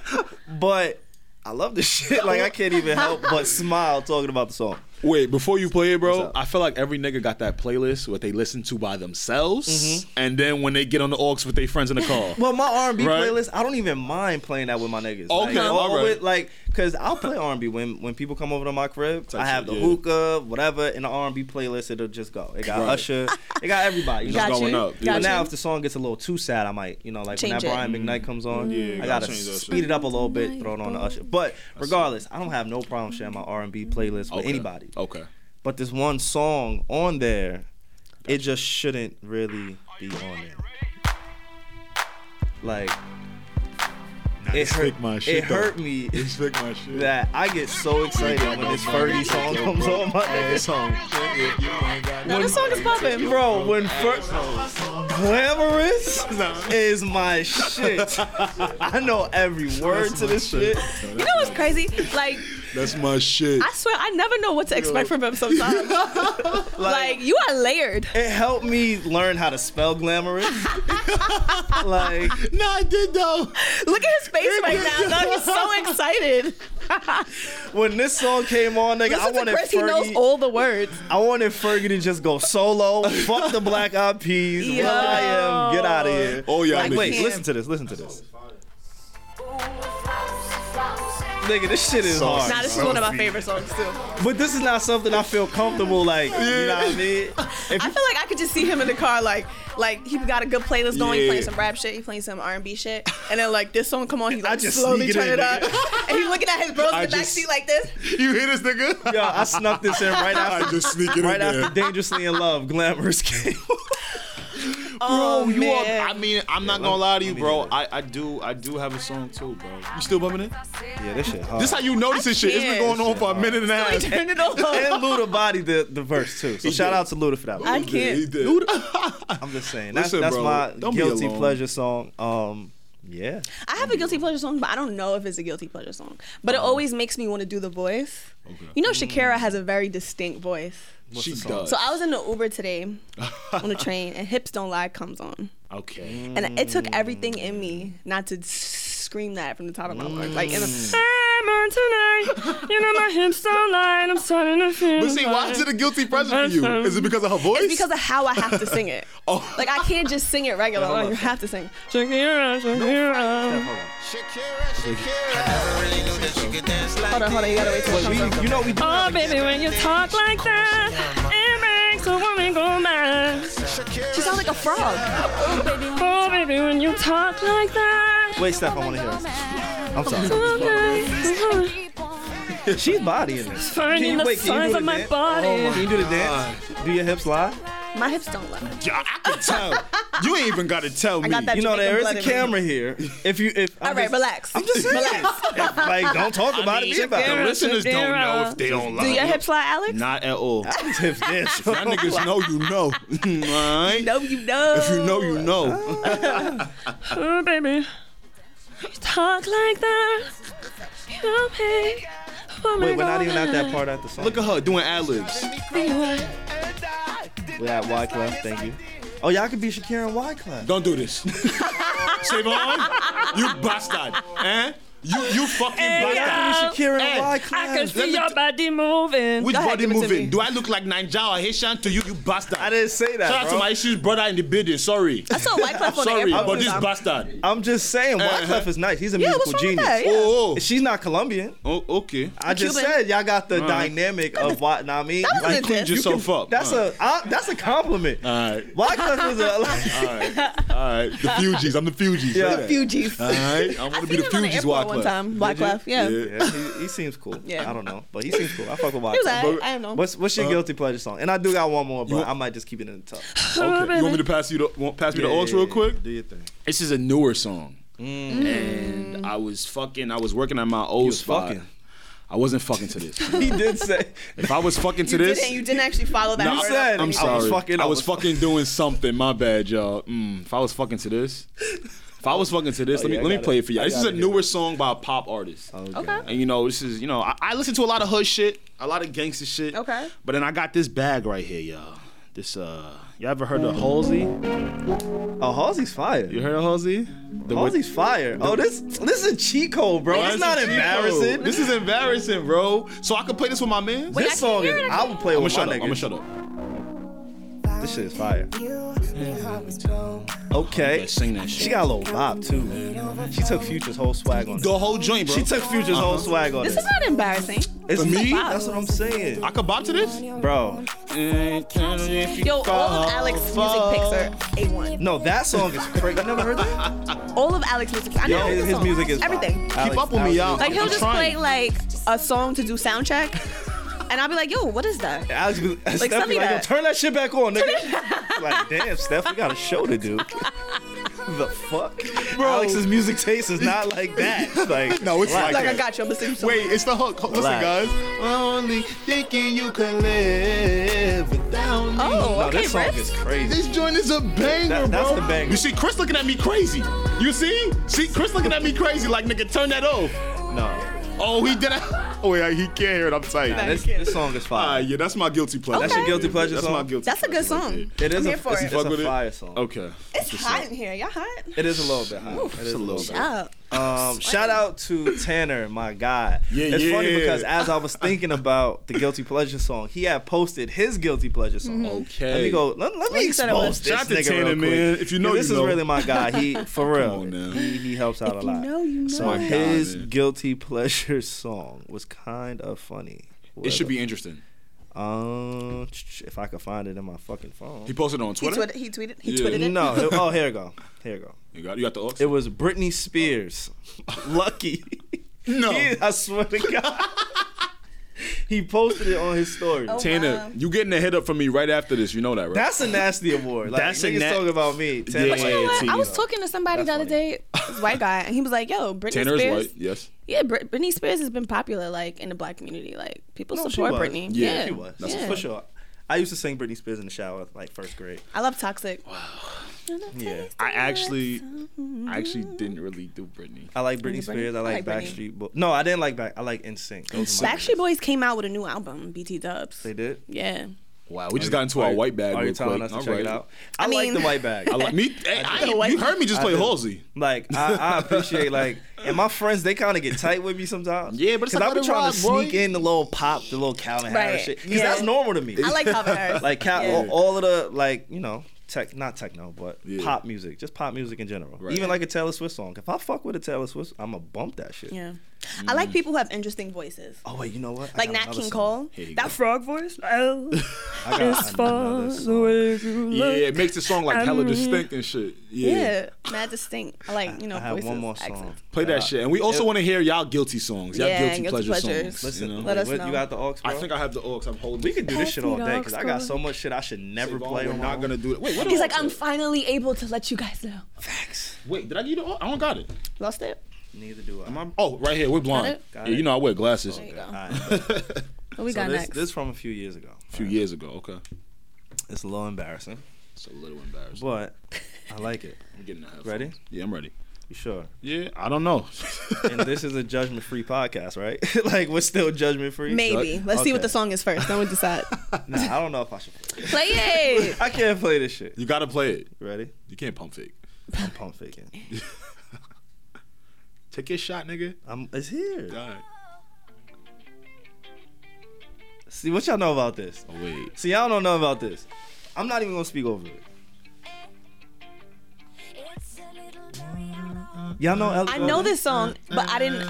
Speaker 2: But I love this shit. Like I can't even help but smile talking about the song.
Speaker 3: Wait, before you play it,
Speaker 2: What's
Speaker 3: bro,
Speaker 2: up?
Speaker 3: I feel like every nigga got that playlist what they listen to by themselves,
Speaker 2: Mm-hmm.
Speaker 3: and then when they get on the aux with their friends in the car.
Speaker 2: Well, my R and B
Speaker 3: Right.
Speaker 2: playlist, I don't even mind playing that with my niggas. like,
Speaker 3: Okay, all
Speaker 2: or
Speaker 3: right.
Speaker 2: with, like, cause I'll play R and B when when people come over to my crib. I
Speaker 3: shit,
Speaker 2: have the
Speaker 3: yeah.
Speaker 2: hookah, whatever, in the R and B playlist. It'll just go. It got
Speaker 3: Right.
Speaker 2: Usher. It got everybody. You know.
Speaker 3: Got
Speaker 2: But
Speaker 3: you. going up.
Speaker 4: Got
Speaker 3: But
Speaker 2: now,
Speaker 4: you.
Speaker 2: if the song gets a little too sad, I might, you know, like
Speaker 4: Change
Speaker 2: when that
Speaker 4: it. Mm.
Speaker 2: Brian McKnight comes on,
Speaker 3: Mm. Yeah,
Speaker 2: I
Speaker 3: gotta
Speaker 2: gotta
Speaker 3: change that shit.
Speaker 2: speed it up a little bit, throw it on the Usher. But regardless, I don't have no problem sharing my R and B playlist with
Speaker 3: Okay.
Speaker 2: anybody.
Speaker 3: Okay.
Speaker 2: But this one song on there, it just shouldn't really be on there. Like it hurt,
Speaker 3: my shit,
Speaker 2: it hurt me
Speaker 3: Stick my shit.
Speaker 2: that I get so excited when this Fergie song comes on my nigga.
Speaker 3: song.
Speaker 4: No, this song is popping.
Speaker 2: Bro, when first glamorous is my shit. I know every word to this shit.
Speaker 4: You know what's crazy? Like,
Speaker 3: That's my shit.
Speaker 4: I swear, I never know what to expect from him sometimes. like, you are layered.
Speaker 2: It helped me learn how to spell glamorous. like
Speaker 3: No, I did though.
Speaker 4: Look at his face right now. dog. He's so excited.
Speaker 2: when this song came on, nigga, I
Speaker 4: Listen to
Speaker 2: wanted
Speaker 4: Chris. He knows
Speaker 2: Fergie.
Speaker 4: all the words.
Speaker 2: I wanted Fergie to just go solo. fuck the Black Eyed Peas. Will I am. Get out of here.
Speaker 3: Oh, yeah,
Speaker 2: Like,
Speaker 3: niggas.
Speaker 2: wait,
Speaker 3: Yeah.
Speaker 2: listen to this. Listen to this. Nigga, this shit is
Speaker 3: Sauce.
Speaker 2: hard.
Speaker 4: Nah, this is one of my favorite songs too.
Speaker 2: But this is not something I feel comfortable like. You know what I mean? If
Speaker 4: I
Speaker 2: you-
Speaker 4: feel like I could just see him in the car, like, like he got a good playlist going. He
Speaker 3: Yeah.
Speaker 4: playing some rap shit, he playing some R and B shit, and then like this song come on, he like
Speaker 2: just
Speaker 4: slowly
Speaker 2: sneak it
Speaker 4: turn
Speaker 2: in,
Speaker 4: it up, and he looking at his bros
Speaker 3: I
Speaker 4: in the back
Speaker 3: just-
Speaker 4: seat like this.
Speaker 3: You hear this nigga?
Speaker 2: yo, I snuck this in right after.
Speaker 3: I just sneak it
Speaker 2: Right
Speaker 3: in there.
Speaker 2: after Dangerously in Love, Glamorous came.
Speaker 4: Oh
Speaker 3: you are-
Speaker 4: man.
Speaker 3: I mean, I'm not gonna lie to you, bro. I, I do I do have a song too, bro. You still bumming it?
Speaker 2: yeah, this shit hard.
Speaker 3: This how you notice this shit. It's been
Speaker 4: can't.
Speaker 3: going on for a minute and a half.
Speaker 4: Turn it over.
Speaker 2: and Luda body the, the verse too. So shout out to Luda for that. One.
Speaker 4: I can't.
Speaker 3: Dude,
Speaker 2: I'm just saying. That's,
Speaker 3: Listen,
Speaker 2: that's
Speaker 3: bro,
Speaker 2: my
Speaker 3: don't be
Speaker 2: guilty
Speaker 3: alone.
Speaker 2: pleasure song. Um, yeah.
Speaker 4: I have a guilty pleasure song, but I don't know if it's a guilty pleasure song. But it
Speaker 3: Uh-huh.
Speaker 4: always makes me want to do the voice. You know, Shakira has a very distinct voice.
Speaker 2: What's
Speaker 3: she
Speaker 2: the song?
Speaker 3: does.
Speaker 4: So I was in the Uber today on the train, and "Hips Don't Lie" comes on.
Speaker 3: okay.
Speaker 4: And it took everything in me not to s- scream that from the top of my lungs. Like, in a,
Speaker 3: Mm.
Speaker 4: I'm on tonight. You know my hips don't lie, and I'm starting to feel.
Speaker 3: But see, why is it a guilty pleasure for you? Is it because of her voice?
Speaker 4: It's because of how I have to sing it.
Speaker 3: Oh.
Speaker 4: Like, I can't just sing it regular. Like, you have to sing. Shakira, Shakira. Hold on, hold on. You gotta wait till it comes on.
Speaker 2: We, you know we do.
Speaker 5: Oh, baby, when you talk like that, it makes a woman go mad.
Speaker 4: She sounds like a frog.
Speaker 5: Oh, baby, when you talk like that,
Speaker 2: Wait, Steph, I want to hear this. I'm sorry.
Speaker 5: it makes a woman
Speaker 2: She's bodying this.
Speaker 5: burn in the
Speaker 2: wait, can you
Speaker 5: sides
Speaker 2: do Oh
Speaker 5: of Oh my
Speaker 2: dan-
Speaker 5: body.
Speaker 2: Can you do the dance? Do your hips lie?
Speaker 4: My hips don't lie.
Speaker 3: Yeah, I can tell. You ain't even gotta tell me.
Speaker 4: got that-
Speaker 2: You know
Speaker 4: Jamaican
Speaker 2: there is
Speaker 4: blood
Speaker 2: a
Speaker 4: in me.
Speaker 2: camera here. If you, if I'm
Speaker 4: All right,
Speaker 2: just-
Speaker 4: relax.
Speaker 2: I'm just saying. If, like, don't talk about it. Be about
Speaker 3: The
Speaker 2: it.
Speaker 5: Shakira,
Speaker 3: listeners don't
Speaker 5: Shakira.
Speaker 3: know if they don't
Speaker 4: Do your
Speaker 3: like.
Speaker 4: hips lie, Alex?
Speaker 3: Not at all.
Speaker 2: These hips dance.
Speaker 3: Y'all niggas know you know. Alright?
Speaker 4: No, you know.
Speaker 3: If you know, you know.
Speaker 5: Oh, baby, you talk like that, it the pain. Woman
Speaker 2: Wait, we're not
Speaker 5: gonna
Speaker 2: even at that
Speaker 5: hide.
Speaker 2: part at the song.
Speaker 3: Look at her doing ad libs.
Speaker 2: We're at Wyclef. Thank you. Oh, y'all could be Shakira and Wyclef.
Speaker 3: Don't do this. Savon, you bastard. Eh? You you fucking
Speaker 5: Hey,
Speaker 3: bastard.
Speaker 5: y'all,
Speaker 2: Shakira
Speaker 3: Hey,
Speaker 2: and Wyclef.
Speaker 5: I can
Speaker 3: Let
Speaker 5: see
Speaker 3: me
Speaker 5: your
Speaker 3: t-
Speaker 5: body moving.
Speaker 3: Which
Speaker 4: Go ahead,
Speaker 3: body
Speaker 4: give it to me.
Speaker 3: moving? Do I look like Ninja or Haitian to you, you bastard?
Speaker 2: I didn't say that,
Speaker 3: Shout out
Speaker 2: bro.
Speaker 3: to my issues brother in the building. Sorry.
Speaker 4: I saw Wyclef on
Speaker 3: Sorry,
Speaker 4: the airport.
Speaker 3: but
Speaker 4: one
Speaker 3: this
Speaker 4: time.
Speaker 3: bastard.
Speaker 2: I'm just saying, Wyclef is nice. He's a
Speaker 4: yeah,
Speaker 2: musical
Speaker 4: what's wrong
Speaker 2: genius.
Speaker 4: with that? Yeah.
Speaker 3: Oh, oh.
Speaker 2: She's not Colombian.
Speaker 3: oh, okay.
Speaker 2: I just
Speaker 4: Cuban.
Speaker 2: said y'all got the dynamic of what. Nah, I mean,
Speaker 4: That doesn't
Speaker 2: Like,
Speaker 3: Cleaned
Speaker 4: exist.
Speaker 3: yourself up.
Speaker 2: that's
Speaker 3: All
Speaker 2: a I, that's a compliment.
Speaker 3: right.
Speaker 2: Wyclef is a.
Speaker 3: All right. All right. The Fugees. I'm the Fugees.
Speaker 2: Yeah.
Speaker 3: Look at that.
Speaker 4: Fugees.
Speaker 3: All right. I want
Speaker 4: I
Speaker 3: to be
Speaker 4: seen
Speaker 3: the
Speaker 4: him on the
Speaker 3: Fugees
Speaker 4: airport one
Speaker 3: Wyclef.
Speaker 4: time. Wyclef, yeah.
Speaker 2: Yeah, he, he seems cool.
Speaker 4: Yeah.
Speaker 2: I don't know, but he seems cool. I fuck with Wyclef.
Speaker 4: He was like,
Speaker 3: But-
Speaker 4: I don't know.
Speaker 2: What's what's your guilty pleasure song? And I do got one more, but
Speaker 3: Uh, want-
Speaker 2: I might just keep it in the top.
Speaker 3: Okay. You want me to pass you the want- pass me the aux real quick?
Speaker 2: Do your thing.
Speaker 3: This is a newer song, and I was fucking. I was working at my old
Speaker 2: Mm. was
Speaker 3: spot.
Speaker 2: fucking.
Speaker 3: I wasn't fucking to this.
Speaker 2: He did say.
Speaker 3: if I was fucking to
Speaker 4: you
Speaker 3: this,
Speaker 4: didn't. You didn't actually follow that.
Speaker 3: No,
Speaker 4: word
Speaker 2: said-
Speaker 4: up.
Speaker 2: I
Speaker 3: I'm
Speaker 2: was
Speaker 3: sorry. I was
Speaker 2: fucking-
Speaker 3: fucking.
Speaker 2: I was-
Speaker 3: doing something. My bad, y'all. Mm, if I was fucking to this, if I was fucking to this,
Speaker 2: Oh,
Speaker 3: let me
Speaker 2: yeah, I
Speaker 3: let me
Speaker 2: got
Speaker 3: play
Speaker 2: it.
Speaker 3: it for you.
Speaker 2: I
Speaker 3: all This
Speaker 2: got
Speaker 3: is a
Speaker 2: it. Oh.
Speaker 3: newer song by a pop artist.
Speaker 4: Okay.
Speaker 3: And you know, this is you know, I, I listen to a lot of hood shit, a lot of gangster shit.
Speaker 4: Okay.
Speaker 3: But then I got this bag right here, y'all. This uh, you all ever heard of Halsey?
Speaker 2: Oh, Halsey's fire.
Speaker 3: You heard of Halsey? The one-
Speaker 2: Halsey's fire. Oh, this this is a cheat code, bro.
Speaker 3: Why
Speaker 2: It's
Speaker 3: is
Speaker 2: not
Speaker 3: it cheap,
Speaker 2: embarrassing.
Speaker 3: bro?
Speaker 2: This,
Speaker 3: This is embarrassing, bro. So I could play this with my man.
Speaker 2: this song is. I would play
Speaker 3: I'm
Speaker 2: with
Speaker 3: gonna
Speaker 2: my
Speaker 3: shut up. I'm gonna
Speaker 2: niggas.
Speaker 3: shut up.
Speaker 2: This shit is fire. Okay.
Speaker 3: Yeah, sing that shit.
Speaker 2: She got a little bop too. She took Future's whole swag on. it.
Speaker 3: The whole joint, bro. Uh-huh.
Speaker 2: She took Future's whole swag on.
Speaker 4: This
Speaker 2: it.
Speaker 4: is not embarrassing.
Speaker 2: It's
Speaker 3: For me? Uh-huh.
Speaker 2: That's what I'm saying,
Speaker 3: I could bop to this.
Speaker 2: bro.
Speaker 4: Yo, all of Alex's music picks are a one.
Speaker 2: No, that song is crazy. You never heard that?
Speaker 4: All of Alex's music. I know
Speaker 2: Yeah,
Speaker 4: all
Speaker 2: his,
Speaker 4: the
Speaker 2: his
Speaker 4: songs.
Speaker 2: music is fire.
Speaker 4: everything.
Speaker 2: Alex-
Speaker 3: up with me,
Speaker 2: Alex-
Speaker 3: y'all.
Speaker 4: Like he'll
Speaker 3: I'm
Speaker 4: just
Speaker 3: trying.
Speaker 4: play like a song to do sound check, and I'll be like, "Yo, what is that?"
Speaker 2: Alex be like, Steph
Speaker 4: send
Speaker 2: be
Speaker 4: me
Speaker 2: like, yo,
Speaker 4: that.
Speaker 2: turn that shit back on, nigga. like, damn, Steph, we got a show to do. the fuck? Alex's music taste is not like that. Like,
Speaker 3: No, it's
Speaker 2: relax.
Speaker 4: Like I
Speaker 3: Okay.
Speaker 4: got you. I'm listening to
Speaker 3: Wait, it's the hook. Ho- Listen,
Speaker 2: Relax.
Speaker 3: guys. Only thinking you can live without me.
Speaker 4: Oh,
Speaker 2: No,
Speaker 4: okay,
Speaker 2: this song
Speaker 4: Riff.
Speaker 2: is crazy.
Speaker 3: This joint is a banger,
Speaker 2: That- that's
Speaker 3: bro.
Speaker 2: the banger.
Speaker 3: You see Chris looking at me crazy. You see? See Chris looking at me crazy like, nigga, turn that off.
Speaker 2: No,
Speaker 3: Oh, he did it. Oh, yeah, he can't hear it. I'm tight.
Speaker 2: this, this song is
Speaker 3: Ah,
Speaker 2: fire.
Speaker 3: yeah, that's my guilty pleasure.
Speaker 2: That's your guilty pleasure
Speaker 3: That's
Speaker 2: song?
Speaker 3: my guilty
Speaker 4: That's a good
Speaker 3: pleasure right
Speaker 4: song.
Speaker 3: there.
Speaker 2: It is
Speaker 4: I'm
Speaker 2: a,
Speaker 4: here for
Speaker 2: it's,
Speaker 4: it.
Speaker 2: it's
Speaker 3: Fuck with
Speaker 2: a
Speaker 3: it?
Speaker 2: fire song.
Speaker 3: Okay.
Speaker 4: It's hot in here. Y'all hot?
Speaker 2: It is a little bit high. It is a little bit.
Speaker 4: Oh.
Speaker 2: Um, shout out to Tanner, my guy.
Speaker 3: Yeah,
Speaker 2: it's funny
Speaker 3: yeah.
Speaker 2: because as I was thinking about the guilty pleasure song, he had posted his guilty pleasure song.
Speaker 3: Mm-hmm. Okay.
Speaker 2: Let me go. Let, let me
Speaker 4: you said it
Speaker 2: expose
Speaker 4: was-
Speaker 2: this
Speaker 3: Shout out to
Speaker 2: nigga
Speaker 3: Tanner,
Speaker 2: real quick.
Speaker 3: man. If you know,
Speaker 2: this
Speaker 3: you know.
Speaker 2: is really my guy. He for real.
Speaker 3: on now.
Speaker 2: He, he helps out a lot.
Speaker 4: know, you
Speaker 2: So
Speaker 3: My
Speaker 4: know.
Speaker 3: guy,
Speaker 2: his
Speaker 3: man.
Speaker 2: guilty pleasure song was kind of funny.
Speaker 3: It should be interesting.
Speaker 2: Um, if I could find it in my fucking phone.
Speaker 3: He posted it on
Speaker 4: He
Speaker 3: Twitter.
Speaker 4: tweeted. He tweeted. He
Speaker 3: Yeah.
Speaker 4: tweeted it.
Speaker 2: No. it- oh, here it go. Here it go.
Speaker 3: You got, you got the aux?
Speaker 2: It was Britney Spears. Lucky.
Speaker 3: no.
Speaker 2: He- I swear to God. he posted it on his story.
Speaker 4: Oh,
Speaker 3: Tanner, you getting a hit up from me right after this. You know that, right?
Speaker 2: That's a nasty award. Like,
Speaker 3: That's
Speaker 2: That's
Speaker 3: a
Speaker 2: niggas
Speaker 3: na-
Speaker 2: talking about me. Tanner
Speaker 3: Yeah.
Speaker 2: Wayne.
Speaker 4: You know what?
Speaker 3: Tanner.
Speaker 4: I was talking to somebody
Speaker 2: That's
Speaker 4: the other day, this white guy, and he was like, "Yo, Britney
Speaker 3: Tanner is
Speaker 4: Spears,
Speaker 3: white. Yes.
Speaker 4: yeah, Br- Britney Spears has been popular like in the black community. Like people
Speaker 2: No, she
Speaker 4: support
Speaker 2: was.
Speaker 4: Britney.
Speaker 3: Yeah,
Speaker 4: Yeah,
Speaker 2: She was.
Speaker 4: yeah.
Speaker 2: For sure. I used to sing Britney Spears in the shower, like first grade.
Speaker 4: I love Toxic.
Speaker 2: Yeah.
Speaker 3: I actually, I actually didn't really do Britney.
Speaker 2: I like Britney Spears. I like,
Speaker 4: I like Britney.
Speaker 2: Backstreet Boys. No, I didn't like Back. I like NSYNC. Those are my-
Speaker 4: Backstreet Boys came out with a new album, BT Dubs.
Speaker 2: They did.
Speaker 4: Yeah,
Speaker 3: Wow, we just got into our white bag.
Speaker 2: Are
Speaker 3: real
Speaker 2: you telling
Speaker 3: quick.
Speaker 2: us to
Speaker 3: All
Speaker 2: check
Speaker 3: right.
Speaker 2: it out? I, like
Speaker 4: mean-
Speaker 2: the white bag.
Speaker 3: I like me. Hey, I,
Speaker 4: The white-
Speaker 3: you heard me just
Speaker 2: I
Speaker 3: play
Speaker 2: do.
Speaker 3: Halsey.
Speaker 2: Like I, I appreciate like, and my friends they kind of get tight with me sometimes.
Speaker 3: Yeah, but it's
Speaker 2: because
Speaker 3: like,
Speaker 2: I've been
Speaker 3: let it
Speaker 2: trying
Speaker 3: rock,
Speaker 2: to
Speaker 3: boy.
Speaker 2: sneak in the little pop, the little Calvin Harris
Speaker 4: Right.
Speaker 2: shit, because
Speaker 4: Yeah.
Speaker 2: that's normal to me.
Speaker 4: I like Calvin Harris.
Speaker 2: like cat,
Speaker 4: Yeah.
Speaker 2: all, all of the like you know tech, not techno, but
Speaker 3: Yeah.
Speaker 2: pop music, just pop music in general.
Speaker 3: Right.
Speaker 2: Even like a Taylor Swift song. If I fuck with a Taylor Swift, I'ma bump that shit.
Speaker 4: yeah. I like people who have interesting voices,
Speaker 2: Oh wait, you know what? mm. I got
Speaker 4: like Nat
Speaker 2: another song.
Speaker 4: King Cole.
Speaker 3: Here you
Speaker 4: That
Speaker 3: go.
Speaker 4: frog voice. Oh,
Speaker 2: I got
Speaker 5: As far
Speaker 2: another
Speaker 5: as
Speaker 2: song.
Speaker 5: the way you
Speaker 3: Yeah,
Speaker 5: look.
Speaker 3: it makes the song like hella distinct and shit. Yeah.
Speaker 4: Mm-hmm. yeah, mad distinct. I like you know
Speaker 2: I have
Speaker 4: voices.
Speaker 2: one more song.
Speaker 4: accents.
Speaker 3: Play that shit. And we also
Speaker 2: it-
Speaker 3: want to hear y'all guilty songs, y'all
Speaker 4: Yeah,
Speaker 3: guilty,
Speaker 4: guilty
Speaker 3: pleasure
Speaker 4: pleasures.
Speaker 3: songs.
Speaker 2: Listen,
Speaker 3: you know?
Speaker 4: Let us
Speaker 2: wait,
Speaker 4: know.
Speaker 2: you got the aux,
Speaker 3: I
Speaker 2: bro?
Speaker 3: think I have the aux. I'm holding.
Speaker 2: we could do this shit all
Speaker 5: Pass me
Speaker 2: day
Speaker 5: the
Speaker 2: because
Speaker 5: aux,
Speaker 2: I got
Speaker 5: bro.
Speaker 2: so much shit I should never play.
Speaker 3: We're
Speaker 2: on
Speaker 3: not
Speaker 2: my
Speaker 3: gonna do it. Wait, what?
Speaker 4: He's
Speaker 3: the
Speaker 4: like,
Speaker 3: aux
Speaker 4: I'm
Speaker 3: at?
Speaker 4: finally able to let you guys know.
Speaker 3: Wait, did I give you the? aux? I don't got it.
Speaker 4: Lost it.
Speaker 2: Neither do I.
Speaker 3: Am I- Oh, right here. We're blind.
Speaker 4: it? Oh,
Speaker 2: Got
Speaker 3: yeah,
Speaker 2: it.
Speaker 3: you know I wear glasses.
Speaker 4: There you go.
Speaker 2: All right.
Speaker 4: What we
Speaker 2: So
Speaker 4: got
Speaker 2: this,
Speaker 4: next?
Speaker 2: this from a few years ago.
Speaker 3: A few years ago. Okay.
Speaker 2: It's a little embarrassing,
Speaker 3: It's a little embarrassing.
Speaker 2: but I like it.
Speaker 3: I'm getting the headphones.
Speaker 2: Ready?
Speaker 3: Yeah, I'm ready.
Speaker 2: You sure?
Speaker 3: Yeah, I don't know.
Speaker 2: And this is a judgment free podcast, right? like we're still judgment free.
Speaker 4: Maybe. Let's see
Speaker 2: Okay.
Speaker 4: what the song is first. Then we decide.
Speaker 2: Nah, I don't know if I should. Play
Speaker 4: Play it.
Speaker 2: it. I can't play this shit.
Speaker 3: you gotta play it.
Speaker 2: You ready?
Speaker 3: You can't pump fake.
Speaker 2: I'm pump faking.
Speaker 3: Take your shot, nigga.
Speaker 2: I'm. It's here.
Speaker 3: All right.
Speaker 2: See what y'all know about this.
Speaker 3: Oh wait.
Speaker 2: See y'all don't know about this. I'm not even gonna speak over it. Y'all know. Ellie
Speaker 4: I know
Speaker 2: Goulding?
Speaker 4: this song, but I didn't.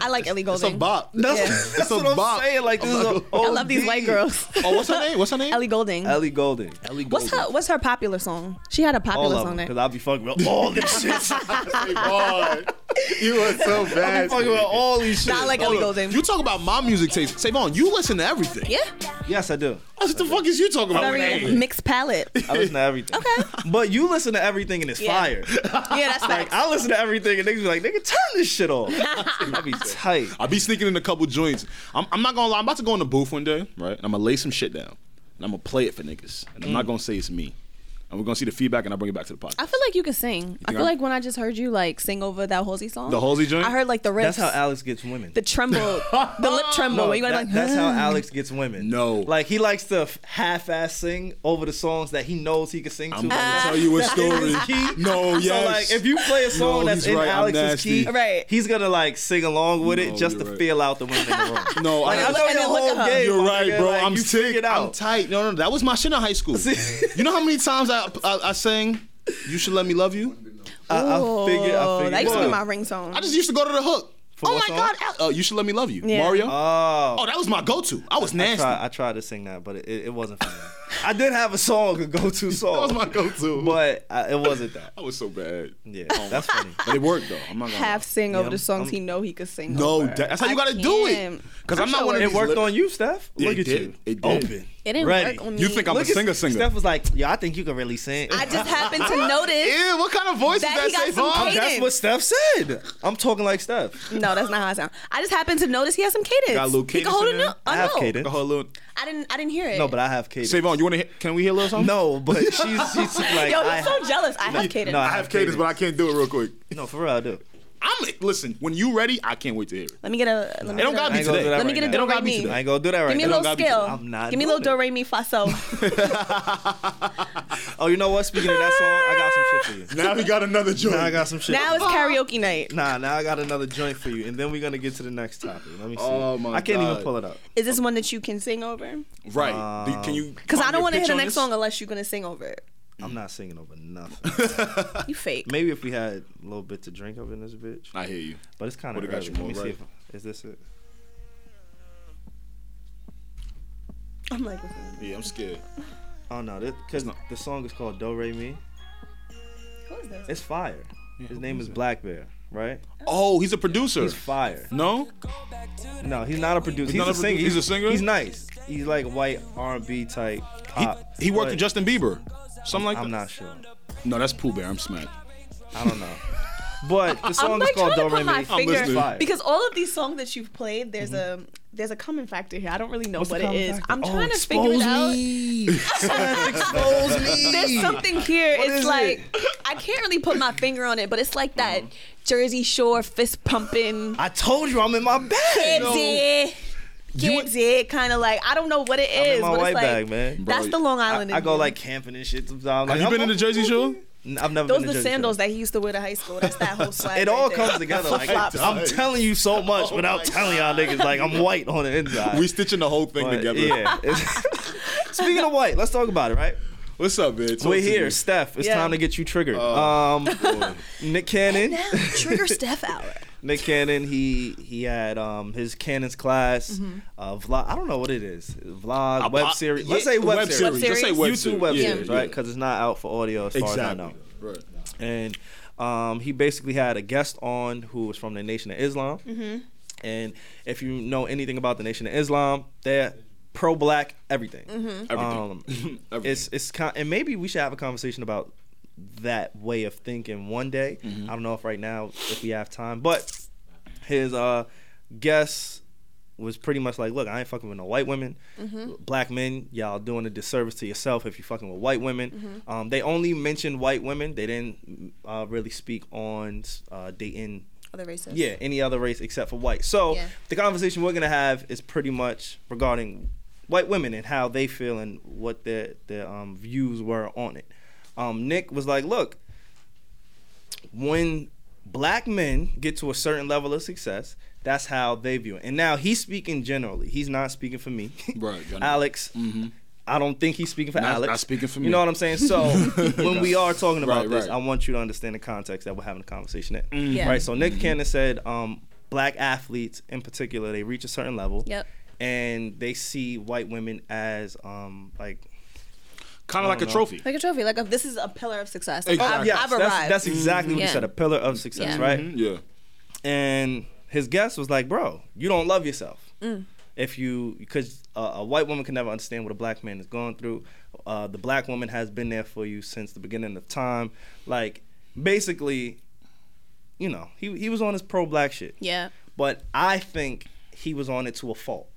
Speaker 4: I like Ellie
Speaker 3: It's a
Speaker 4: Golding.
Speaker 3: bop.
Speaker 2: That's,
Speaker 4: Yeah.
Speaker 2: that's
Speaker 3: It's a
Speaker 2: what I'm
Speaker 3: bop.
Speaker 2: saying. Like this is. A
Speaker 4: I love these white girls.
Speaker 3: Oh, what's her name? What's her name?
Speaker 4: Ellie Golding.
Speaker 2: Ellie Golding.
Speaker 3: Ellie
Speaker 4: What's her What's her popular song? She had a
Speaker 2: All
Speaker 4: popular
Speaker 2: of
Speaker 4: song
Speaker 2: them.
Speaker 4: there.
Speaker 2: Because I'll be fucking with all this shit.
Speaker 3: you are so bad.
Speaker 2: fucking with all these shit.
Speaker 4: I like
Speaker 3: Hold
Speaker 4: Ellie
Speaker 3: on.
Speaker 4: Golding.
Speaker 3: You talk about my music taste. Savon, you listen to everything.
Speaker 4: Yeah,
Speaker 2: Yes, I do.
Speaker 3: What the fuck is you talking about?
Speaker 4: very
Speaker 3: Hey.
Speaker 4: mixed palette. Yeah,
Speaker 2: I listen to everything. Okay. But you listen to everything and it's
Speaker 4: Yeah.
Speaker 2: fire.
Speaker 4: that's
Speaker 2: Like
Speaker 4: facts.
Speaker 2: I listen to everything and niggas be like, nigga, turn this shit off. I be tight.
Speaker 3: I'll be sneaking in a couple joints. I'm, I'm not gonna lie. I'm about to go in the booth one day, right? And I'm gonna lay some shit down, and I'm gonna play it for niggas. And I'm not gonna say it's me. And we're gonna see the feedback, and I'll bring it back to the podcast.
Speaker 4: I feel like you could sing. I
Speaker 3: think
Speaker 4: feel
Speaker 3: I-
Speaker 4: like when I just heard you like sing over that Halsey song,
Speaker 3: The Halsey joint?
Speaker 4: I heard like the riffs,
Speaker 2: That's how Alex gets women.
Speaker 4: the tremble, the lip tremble.
Speaker 2: No,
Speaker 4: where you went
Speaker 2: that-
Speaker 4: like,
Speaker 2: that's how Alex gets women.
Speaker 3: No.
Speaker 2: like he likes to f- half-ass sing over the songs that he knows he can sing to.
Speaker 3: I'm
Speaker 4: Uh,
Speaker 3: gonna tell you a story. No,
Speaker 2: So
Speaker 3: yes.
Speaker 2: like, if you play a song
Speaker 3: No,
Speaker 2: that's
Speaker 3: he's
Speaker 2: in
Speaker 3: right, I'm
Speaker 2: Alex's
Speaker 3: nasty.
Speaker 2: key,
Speaker 4: Right.
Speaker 2: he's gonna like sing along with it
Speaker 3: No,
Speaker 2: just
Speaker 3: you're
Speaker 2: to
Speaker 3: right.
Speaker 2: feel out the women in the room.
Speaker 3: no,
Speaker 2: Like, I know
Speaker 3: I,
Speaker 4: And
Speaker 2: your
Speaker 4: then look
Speaker 2: whole
Speaker 4: at her.
Speaker 2: game.
Speaker 3: you're
Speaker 2: my
Speaker 3: right,
Speaker 2: nigga.
Speaker 3: bro.
Speaker 2: Like,
Speaker 3: I'm
Speaker 2: you
Speaker 3: sick.
Speaker 2: figured
Speaker 3: I'm
Speaker 2: out.
Speaker 3: tight. No, no, no, that was my shit in high school. you know how many times I, I I sang, "You should let me love you."
Speaker 2: I, I
Speaker 4: Oh,
Speaker 2: figured. I figured.
Speaker 4: that used to be
Speaker 2: What?
Speaker 4: my ringtone.
Speaker 3: I just used to go to the hook. oh
Speaker 2: what
Speaker 3: my
Speaker 2: song?
Speaker 3: god, Al- oh, you should let me love you,
Speaker 4: Yeah.
Speaker 3: Mario.
Speaker 2: Oh,
Speaker 3: oh, that was my go-to. I was
Speaker 2: I
Speaker 3: nasty.
Speaker 2: tried, I tried to sing that, but it, it wasn't for me. I did have a song, a go-to song.
Speaker 3: that was my go-to. Oh
Speaker 2: but I, it wasn't that.
Speaker 3: I was so bad.
Speaker 2: Yeah, that's funny.
Speaker 3: But it worked though. I'm not gonna.
Speaker 4: half sing over the songs
Speaker 2: I'm-
Speaker 4: he know he could sing.
Speaker 3: No,
Speaker 4: over.
Speaker 3: that- that's how you
Speaker 4: Oh, I
Speaker 3: gotta do it.
Speaker 4: can't.
Speaker 3: Because I'm not
Speaker 4: sure
Speaker 3: one of
Speaker 2: It
Speaker 3: these
Speaker 2: worked
Speaker 3: lip-
Speaker 2: on you, Steph.
Speaker 3: Yeah,
Speaker 2: Look
Speaker 3: it
Speaker 2: at
Speaker 3: did.
Speaker 2: you.
Speaker 3: It did.
Speaker 2: Open.
Speaker 4: It didn't
Speaker 2: Ready.
Speaker 4: work on me.
Speaker 3: You think I'm a
Speaker 2: Look at-
Speaker 3: singer singer?
Speaker 2: Steph was like, "Yeah, I think you can really sing."
Speaker 4: I just happened to notice.
Speaker 3: Ew, what kind of voice
Speaker 4: That
Speaker 3: is that?
Speaker 4: he got
Speaker 3: Say
Speaker 4: some
Speaker 3: Vaughn?
Speaker 4: cadence.
Speaker 2: That's what Steph said. I'm talking like Steph.
Speaker 4: No, that's not how I sound. I just happened to notice he has some cadence.
Speaker 3: Got a little
Speaker 4: he can
Speaker 3: cadence
Speaker 4: hold
Speaker 3: in
Speaker 4: it
Speaker 3: there?
Speaker 4: up.
Speaker 2: I have
Speaker 4: know.
Speaker 2: cadence.
Speaker 3: Go ahead, Lil.
Speaker 4: I didn't. I didn't hear it.
Speaker 2: No, but I have cadence.
Speaker 3: Say Vaughn, you want to? Can we hear a little something?
Speaker 2: No, but she's she's like,
Speaker 4: Yo,
Speaker 2: I,
Speaker 4: he's so jealous. I have cadence.
Speaker 2: no, I
Speaker 3: I have cadence, but I can't do it real quick.
Speaker 2: no, for real, I do.
Speaker 3: I'm listen. When you ready, I can't wait to hear it.
Speaker 4: Let me get a. Let me
Speaker 3: It don't
Speaker 4: get
Speaker 3: gotta
Speaker 4: a-
Speaker 2: I
Speaker 3: be
Speaker 2: ain't gonna
Speaker 3: today.
Speaker 2: do that
Speaker 4: Let me
Speaker 2: right
Speaker 4: get a
Speaker 2: now.
Speaker 3: It don't
Speaker 4: do re
Speaker 3: gotta be
Speaker 4: mi.
Speaker 3: today.
Speaker 2: I ain't gonna do that right
Speaker 4: Give me a
Speaker 2: now.
Speaker 4: little
Speaker 3: gotta be
Speaker 4: skill.
Speaker 3: today.
Speaker 2: I'm not
Speaker 4: Give me a
Speaker 2: doing
Speaker 4: little do
Speaker 2: it.
Speaker 4: re mi fa sol.
Speaker 2: Oh, you know what? Speaking of that song, I got some shit for you.
Speaker 3: Now we got another joint.
Speaker 2: Now I got some shit.
Speaker 4: now it's karaoke night.
Speaker 2: Nah, now I got another joint for you, and then we're gonna get to the next topic. Let me see.
Speaker 3: Oh, my
Speaker 2: I can't
Speaker 3: God.
Speaker 2: even pull it up.
Speaker 4: Is this one that you can sing over?
Speaker 3: right. Do you- can you?
Speaker 4: Because I don't
Speaker 3: want to
Speaker 4: hear the next song unless you're gonna sing over it.
Speaker 2: I'm not singing over nothing.
Speaker 4: You fake.
Speaker 2: Maybe if we had a little bit to drink of in this bitch,
Speaker 3: I hear you.
Speaker 2: but it's kind of
Speaker 3: Would've got
Speaker 2: early.
Speaker 3: you
Speaker 2: Let
Speaker 3: more
Speaker 2: me see.
Speaker 3: right.
Speaker 2: If, is this it?
Speaker 4: I'm like, what's this?
Speaker 3: Yeah, I'm scared.
Speaker 2: Oh no, because
Speaker 3: not.
Speaker 2: the song is called Do Re Mi.
Speaker 4: who is this?
Speaker 2: It's fire. His name is Black Bear, right?
Speaker 3: Oh, he's a producer.
Speaker 2: He's fire.
Speaker 3: No,
Speaker 2: No, he's not a producer. He's,
Speaker 3: not
Speaker 2: a,
Speaker 3: a produ-
Speaker 2: singer.
Speaker 3: he's a singer?
Speaker 2: He's nice. He's like white R&B type
Speaker 3: he,
Speaker 2: pop.
Speaker 3: he worked
Speaker 2: but
Speaker 3: with Justin Bieber. Something like
Speaker 2: I'm
Speaker 3: that.
Speaker 2: not sure.
Speaker 3: No, that's Pooh Bear. I'm smacked.
Speaker 2: I don't know. But the song is
Speaker 4: like
Speaker 2: called
Speaker 4: trying
Speaker 2: Do
Speaker 4: to put
Speaker 2: Re
Speaker 4: my
Speaker 2: Mi.
Speaker 4: finger-
Speaker 2: It's fire.
Speaker 4: Because all of these songs that you've played, there's a there's a common factor here. I don't really know what it is. I'm
Speaker 2: Oh,
Speaker 4: trying to figure it out.
Speaker 2: expose me.
Speaker 4: There's something here.
Speaker 2: is
Speaker 4: it's like I can't really put my finger on it, but it's like that Jersey Shore fist pumping.
Speaker 2: I told you I'm in my bag.
Speaker 4: Kids it kind of like I don't know what it
Speaker 2: I'm
Speaker 4: is,
Speaker 2: in my
Speaker 4: but
Speaker 2: white
Speaker 4: it's like
Speaker 2: bag, man.
Speaker 4: that's the Long Island.
Speaker 2: I, I
Speaker 4: in
Speaker 2: go
Speaker 4: you.
Speaker 2: like camping and shit sometimes. Like,
Speaker 3: Have you
Speaker 2: I'm-
Speaker 3: been in the
Speaker 2: I'm-
Speaker 3: Jersey Shore?
Speaker 2: N- I've never
Speaker 4: those
Speaker 2: been
Speaker 4: the
Speaker 2: to Jersey
Speaker 4: sandals
Speaker 2: Shore.
Speaker 4: that he used to wear to high school. That's that whole swag.
Speaker 2: It
Speaker 4: right
Speaker 2: all
Speaker 4: there.
Speaker 2: comes together. Like I'm
Speaker 3: does.
Speaker 2: telling you so much without telling y'all niggas like I'm white on the inside.
Speaker 3: Oh We stitching the whole thing
Speaker 2: But,
Speaker 3: together.
Speaker 2: Yeah. It's- Speaking of white, let's talk about it, right?
Speaker 3: What's up, man? Talk
Speaker 2: We're
Speaker 3: to
Speaker 2: here,
Speaker 3: me.
Speaker 2: Steph. It's
Speaker 4: Yeah.
Speaker 2: time to get you triggered.
Speaker 3: Oh,
Speaker 2: um, Nick Cannon.
Speaker 4: Now, trigger Steph hour.
Speaker 2: Nick Cannon. He he had um his Cannon's class
Speaker 4: Mm-hmm.
Speaker 2: uh, vlog. I don't know what it is. Vlog
Speaker 3: A
Speaker 2: web
Speaker 3: bo-
Speaker 2: series.
Speaker 3: Uh, yeah,
Speaker 2: Let's say web,
Speaker 3: web
Speaker 2: series.
Speaker 3: series. Let's say web
Speaker 2: YouTube
Speaker 3: series.
Speaker 2: web
Speaker 3: Yeah,
Speaker 2: series,
Speaker 3: yeah.
Speaker 2: right? Because it's not out for audio as far as I know.
Speaker 3: Exactly. Right.
Speaker 2: and um, he basically had a guest on who was from the Nation of Islam. And if you know anything about the Nation of Islam, they're pro-black everything.
Speaker 3: Everything.
Speaker 2: Um,
Speaker 3: Everything.
Speaker 2: it's it's kind, and maybe we should have a conversation about that way of thinking one day.
Speaker 3: Mm-hmm.
Speaker 2: I don't know if right now if we have time, but his uh, guest was pretty much like, look, I ain't fucking with no white women. Black men, y'all doing a disservice to yourself if you fucking with white women. Um, they only mentioned white women. They didn't uh, really speak on uh, dating.
Speaker 4: Other races.
Speaker 2: Yeah, any other race except for white. So
Speaker 4: Yeah.
Speaker 2: the conversation we're gonna have is pretty much regarding white women and how they feel and what their their um, views were on it. Um, Nick was like, look, when black men get to a certain level of success, that's how they view it. And now he's speaking generally. He's not speaking for me.
Speaker 3: Right, general.
Speaker 2: Alex. I don't think he's speaking for
Speaker 3: Not-
Speaker 2: Alex.
Speaker 3: not speaking for
Speaker 2: You
Speaker 3: me.
Speaker 2: know what I'm saying? So when we are talking about
Speaker 3: Right,
Speaker 2: this,
Speaker 3: right. Mm-hmm.
Speaker 2: I want you to understand the context that we're having the conversation in.
Speaker 4: Yeah.
Speaker 2: Right. So Nick Cannon said, um, black athletes in particular, they reach a certain level.
Speaker 4: Yep.
Speaker 2: And they see white women as um like
Speaker 3: Kind of like a
Speaker 2: know.
Speaker 3: trophy.
Speaker 4: Like a trophy. Like a, this is a pillar of success. Like,
Speaker 3: Exactly.
Speaker 4: I've,
Speaker 2: Yes,
Speaker 4: I've arrived.
Speaker 2: that's, that's exactly what
Speaker 4: Yeah.
Speaker 2: he said, a pillar of success,
Speaker 4: Yeah.
Speaker 2: right?
Speaker 3: Mhm, Yeah.
Speaker 2: and his guest was like, "Bro, you don't love yourself.
Speaker 4: Mm.
Speaker 2: If you, because uh, a white woman can never understand what a black man is going through. Uh, the black woman has been there for you since the beginning of time. Like, basically, you know, he he was on his pro black shit.
Speaker 4: Yeah.
Speaker 2: But I think he was on it to a fault,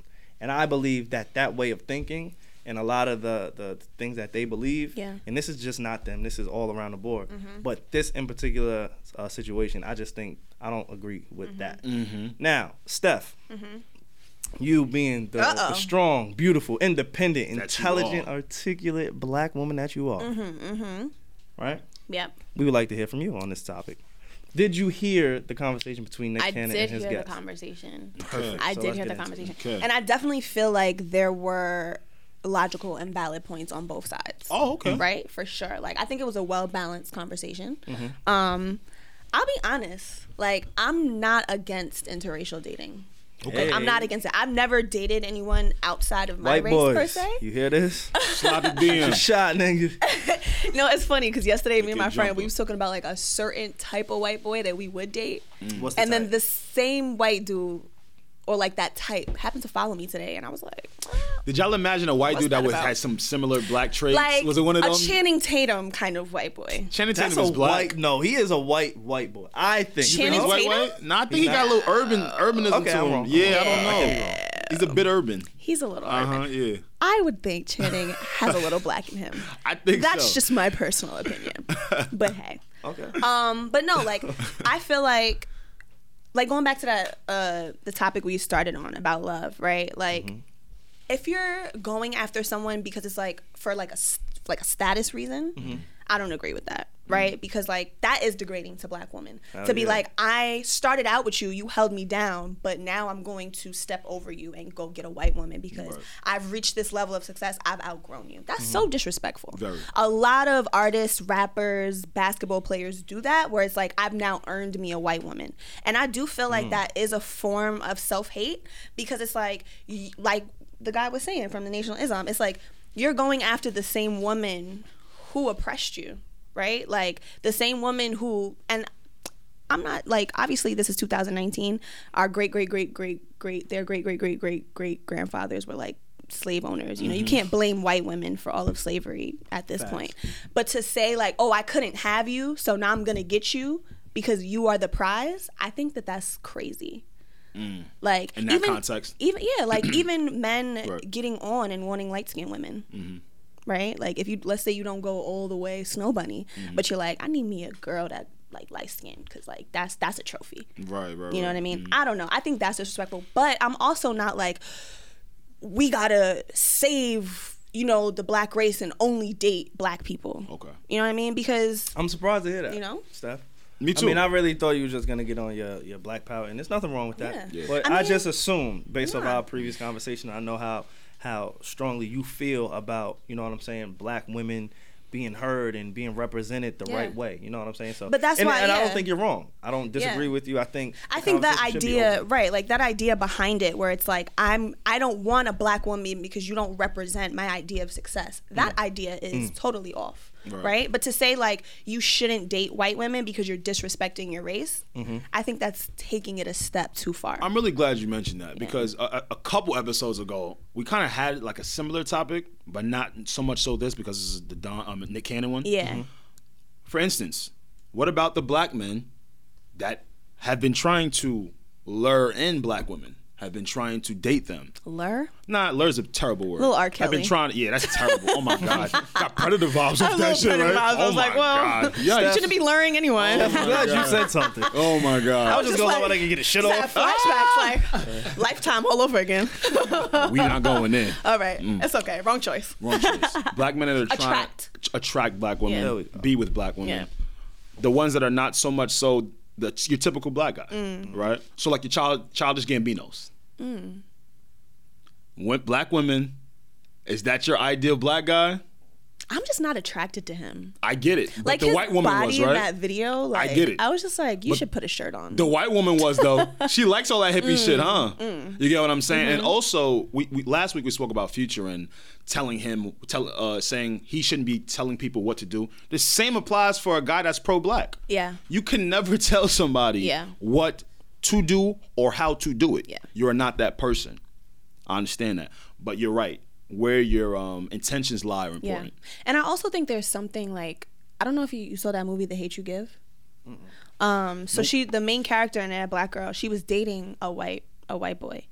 Speaker 2: and I believe that that way of thinking and a lot of the the things that they believe.
Speaker 4: Yeah. Mm-hmm.
Speaker 2: And this is just not them. This is all around the board. But this in particular uh, situation, I just think I don't agree with
Speaker 4: Mm-hmm.
Speaker 2: that.
Speaker 3: Mm-hmm.
Speaker 2: Now, Steph. You being the, the
Speaker 4: Uh-oh.
Speaker 2: strong, beautiful, independent,
Speaker 3: That you
Speaker 2: intelligent,
Speaker 3: are.
Speaker 2: articulate black woman that you are,
Speaker 4: Mm-hmm,
Speaker 2: right?
Speaker 4: Yep.
Speaker 2: We would like to hear from you on this topic. Did you hear the conversation between Nick
Speaker 4: I
Speaker 2: Cannon
Speaker 4: did
Speaker 2: and his
Speaker 4: hear
Speaker 2: guest?
Speaker 4: the conversation.
Speaker 3: Okay.
Speaker 4: I
Speaker 2: So let's get
Speaker 4: did hear the
Speaker 2: into it.
Speaker 4: conversation.
Speaker 3: Okay.
Speaker 4: And I definitely feel like there were logical and valid points on both sides.
Speaker 3: Oh, okay.
Speaker 4: Right? For sure. Like I think it was a well balanced conversation.
Speaker 2: Mm-hmm.
Speaker 4: Um I'll be honest, like I'm not against interracial dating. Like, I'm not
Speaker 2: Hey.
Speaker 4: against it. I've never dated anyone outside of my
Speaker 2: White
Speaker 4: race
Speaker 2: boys,
Speaker 4: per se.
Speaker 2: you hear this?
Speaker 3: Sloppy DM.
Speaker 2: Shot nigga.
Speaker 4: No, it's funny because yesterday me and
Speaker 3: Wicked
Speaker 4: my friend
Speaker 3: jumper.
Speaker 4: we was talking about like a certain type of white boy that we would date,
Speaker 2: What's
Speaker 4: and then
Speaker 2: type?
Speaker 4: the same white dude or like that type happened to follow me today, and I was like,
Speaker 3: Did y'all imagine a white dude that
Speaker 4: that
Speaker 3: was
Speaker 4: about?
Speaker 3: had some similar black traits?
Speaker 4: like
Speaker 3: was it one of
Speaker 4: a
Speaker 3: them?
Speaker 4: Channing Tatum kind of white boy.
Speaker 3: Channing
Speaker 2: That's
Speaker 3: Tatum
Speaker 2: a
Speaker 3: is black.
Speaker 2: white. No, he is a white white boy. I think.
Speaker 4: Channing
Speaker 3: He's
Speaker 4: Tatum?
Speaker 3: white, white? No, I think he got a little urban urbanism
Speaker 2: Okay,
Speaker 3: to
Speaker 2: I'm
Speaker 3: him.
Speaker 2: wrong.
Speaker 3: Yeah, I
Speaker 2: Yeah.
Speaker 3: don't know. He's a bit urban.
Speaker 4: He's a little.
Speaker 3: Uh
Speaker 4: urban.
Speaker 3: huh. Yeah.
Speaker 4: I would think Channing has a little black in him.
Speaker 3: I think
Speaker 4: That's
Speaker 3: so.
Speaker 4: just my personal opinion, but hey.
Speaker 2: Okay.
Speaker 4: Um, but no, like I feel like like going back to that uh the topic we started on about love, right? Like if you're going after someone because it's like for like a s- like a status reason, I don't agree with that. Right, because like that is degrading to black women to be
Speaker 2: yeah.
Speaker 4: like I started out with you, you held me down, but now I'm going to step over you and go get a white woman because I've reached this level of success, I've outgrown you. That's so disrespectful.
Speaker 3: Very.
Speaker 4: A lot of artists, rappers, basketball players do that where it's like I've now earned me a white woman. And I do feel like that is a form of self-hate because it's like y- like the guy was saying from the National Islam, it's like you're going after the same woman who oppressed you, right? Like the same woman who and I'm not like obviously this is 2019. Our great great great great great their great great great great great grandfathers were like slave owners. You know, you
Speaker 3: Mm-hmm.
Speaker 4: can't blame white women for all of slavery at this point. But to say like, "Oh, I couldn't have you, so now I'm going to get you because you are the prize." I think that that's crazy. Like
Speaker 3: Mm. In that
Speaker 4: even,
Speaker 3: context?
Speaker 4: even yeah, like even men
Speaker 3: Right. Mm-hmm.
Speaker 4: getting on and wanting light skinned women right? Like if you let's say you don't go all the way snow bunny,
Speaker 3: Mm-hmm.
Speaker 4: but you're like, I need me a girl that like light skinned because like that's that's a trophy.
Speaker 3: right, right.
Speaker 4: You know
Speaker 3: right.
Speaker 4: what I mean? I don't know. I think that's disrespectful, but I'm also not like we gotta save you know the black race and only date black people.
Speaker 3: Okay.
Speaker 4: You know what I mean? Because
Speaker 2: I'm surprised to hear that.
Speaker 4: You know?
Speaker 2: Steph.
Speaker 3: Me too.
Speaker 2: I mean, I really thought you were just gonna get on your, your black power, and there's nothing wrong with that.
Speaker 4: Yeah. Yeah.
Speaker 2: But I,
Speaker 4: I mean-
Speaker 2: just assume, based off
Speaker 4: Nah.
Speaker 2: our previous conversation, I know how how strongly you feel about, you know what I'm saying, black women being heard and being represented the
Speaker 4: Yeah.
Speaker 2: right way. You know what I'm saying? So,
Speaker 4: But that's
Speaker 2: and,
Speaker 4: why-
Speaker 2: and I don't
Speaker 4: yeah.
Speaker 2: think you're wrong. I don't disagree
Speaker 4: Yeah.
Speaker 2: with you. I think
Speaker 4: I
Speaker 2: the
Speaker 4: think that
Speaker 2: conversation should be
Speaker 4: idea,
Speaker 2: open.
Speaker 4: right? Like that idea behind it, where it's like I'm, I don't want a black woman because you don't represent my idea of success. That idea is totally off,
Speaker 3: Right.
Speaker 4: right. But to say like you shouldn't date white women because you're disrespecting your race, I think that's taking it a step too far.
Speaker 3: I'm really glad you mentioned that because a- a, a couple episodes ago we kind of had like a similar topic, but not so much so this because this is the Don um, Nick Cannon one.
Speaker 4: yeah,
Speaker 3: For instance, what about the black men that have been trying to lure in black women? have been trying to date them.
Speaker 4: Lur?
Speaker 3: Nah, lure's a terrible word.
Speaker 4: Little R.
Speaker 3: I've been
Speaker 4: Kelly.
Speaker 3: trying. Yeah, that's terrible. Oh my god, got predator vibes off that
Speaker 4: little
Speaker 3: shit,
Speaker 4: predator
Speaker 3: right?
Speaker 4: vibes. I
Speaker 3: Oh
Speaker 4: was like,
Speaker 3: my
Speaker 4: well,
Speaker 3: god. Yikes.
Speaker 4: Shouldn't be luring anyone.
Speaker 2: I'm glad you said something. I
Speaker 3: Oh my
Speaker 2: was
Speaker 3: god,
Speaker 2: just
Speaker 4: Just
Speaker 2: gonna let my
Speaker 4: like-
Speaker 2: nigga get his shit
Speaker 4: Just had
Speaker 2: off.
Speaker 4: flashbacks like lifetime all over again.
Speaker 3: we not going in.
Speaker 4: all right, that's okay. Wrong choice.
Speaker 3: Wrong choice. Black men that are trying
Speaker 4: Attract.
Speaker 3: to attract black women,
Speaker 2: There we go.
Speaker 3: be with black women.
Speaker 4: Yeah.
Speaker 3: The ones that are not so much so the your typical black guy,
Speaker 4: Mm.
Speaker 3: right? So like your child, childish Gambinos. When black women, is that your ideal black guy?
Speaker 4: I'm just not attracted to him.
Speaker 3: I get it. But
Speaker 4: Like
Speaker 3: the
Speaker 4: his
Speaker 3: white woman
Speaker 4: body
Speaker 3: was
Speaker 4: in
Speaker 3: right.
Speaker 4: that video. Like,
Speaker 3: get it.
Speaker 4: I was just like, you
Speaker 3: But-
Speaker 4: should put a shirt on.
Speaker 3: The white woman was though. she likes all that hippie
Speaker 4: Mm,
Speaker 3: shit, huh? You get what I'm saying?
Speaker 4: Mm-hmm.
Speaker 3: And also, we, we last week we spoke about Future and telling him, tell, uh, saying he shouldn't be telling people what to do. The same applies for a guy that's pro-black.
Speaker 4: Yeah.
Speaker 3: You can never tell somebody
Speaker 4: Yeah.
Speaker 3: what to do or how to do it.
Speaker 4: Yeah.
Speaker 3: You are not that person. I understand that, but you're right. Where your um, intentions lie are
Speaker 4: yeah.
Speaker 3: important.
Speaker 4: And I also think there's something like I don't know if you, you saw that movie, The Hate You Give. Um, so she, the main character in that black girl, she was dating a white a white boy,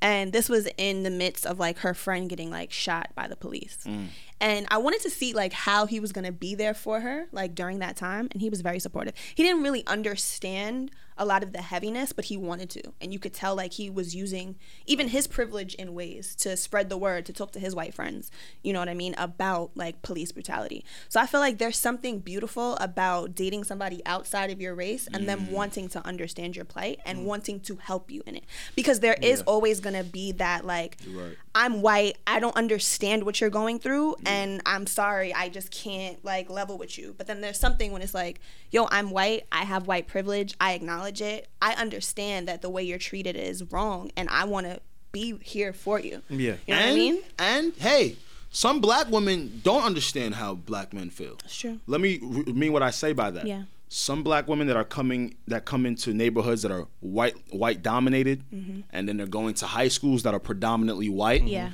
Speaker 4: and this was in the midst of like her friend getting like shot by the police,
Speaker 3: Mm.
Speaker 4: and I wanted to see like how he was gonna be there for her like during that time, and he was very supportive. He didn't really understand a lot of the heaviness, but he wanted to, and you could tell like he was using even his privilege in ways to spread the word to talk to his white friends, you know what I mean, about like police brutality. So I feel like there's something beautiful about dating somebody outside of your race and them wanting to understand your plight and wanting to help you in it. Because there is always going to be that like
Speaker 3: right.
Speaker 4: I'm white, I don't understand what you're going through and I'm sorry, I just can't like level with you. But then there's something when it's like, yo, I'm white, I have white privilege, I acknowledge it. I understand that the way you're treated is wrong and I want to be here for you. Yeah. You know what I
Speaker 3: and,
Speaker 4: mean?
Speaker 3: And hey, some black women don't understand how black men feel. That's
Speaker 4: true.
Speaker 3: Let me re- mean what I say by that.
Speaker 4: Yeah.
Speaker 3: Some black women that are coming that come into neighborhoods that are white white dominated, and then they're going to high schools that are predominantly white.
Speaker 4: Mm-hmm. Yeah.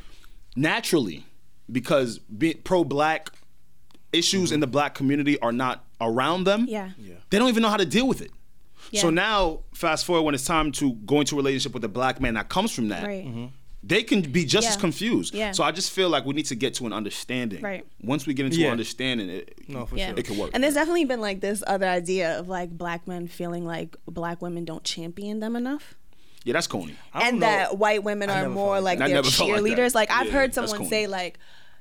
Speaker 3: Naturally, because be, pro black issues in the black community are not around them.
Speaker 4: Yeah.
Speaker 3: They don't even know how to deal with it. So
Speaker 4: Yeah.
Speaker 3: now, fast forward when it's time to go into a relationship with a black man that comes from that
Speaker 2: uh,
Speaker 4: Right.
Speaker 2: mm-hmm,
Speaker 3: they can be just as
Speaker 4: Yeah.
Speaker 3: confused.
Speaker 4: Yeah.
Speaker 3: So I just feel like we need to get to an understanding.
Speaker 4: Right.
Speaker 3: Once we get into
Speaker 2: Yeah.
Speaker 3: an understanding, it,
Speaker 2: No, for
Speaker 4: Yeah.
Speaker 2: sure.
Speaker 3: it can work.
Speaker 4: And there's definitely been like this other idea of like black men feeling like black women don't champion them enough.
Speaker 3: yeah, that's corny.
Speaker 2: I don't
Speaker 4: and
Speaker 2: know.
Speaker 4: that white women are
Speaker 2: never
Speaker 4: more
Speaker 2: felt
Speaker 4: like
Speaker 3: that. I
Speaker 4: their
Speaker 3: never felt like that.
Speaker 4: cheerleaders. Like, I've
Speaker 3: Yeah,
Speaker 4: heard
Speaker 3: that's
Speaker 4: someone
Speaker 3: corny.
Speaker 4: say like,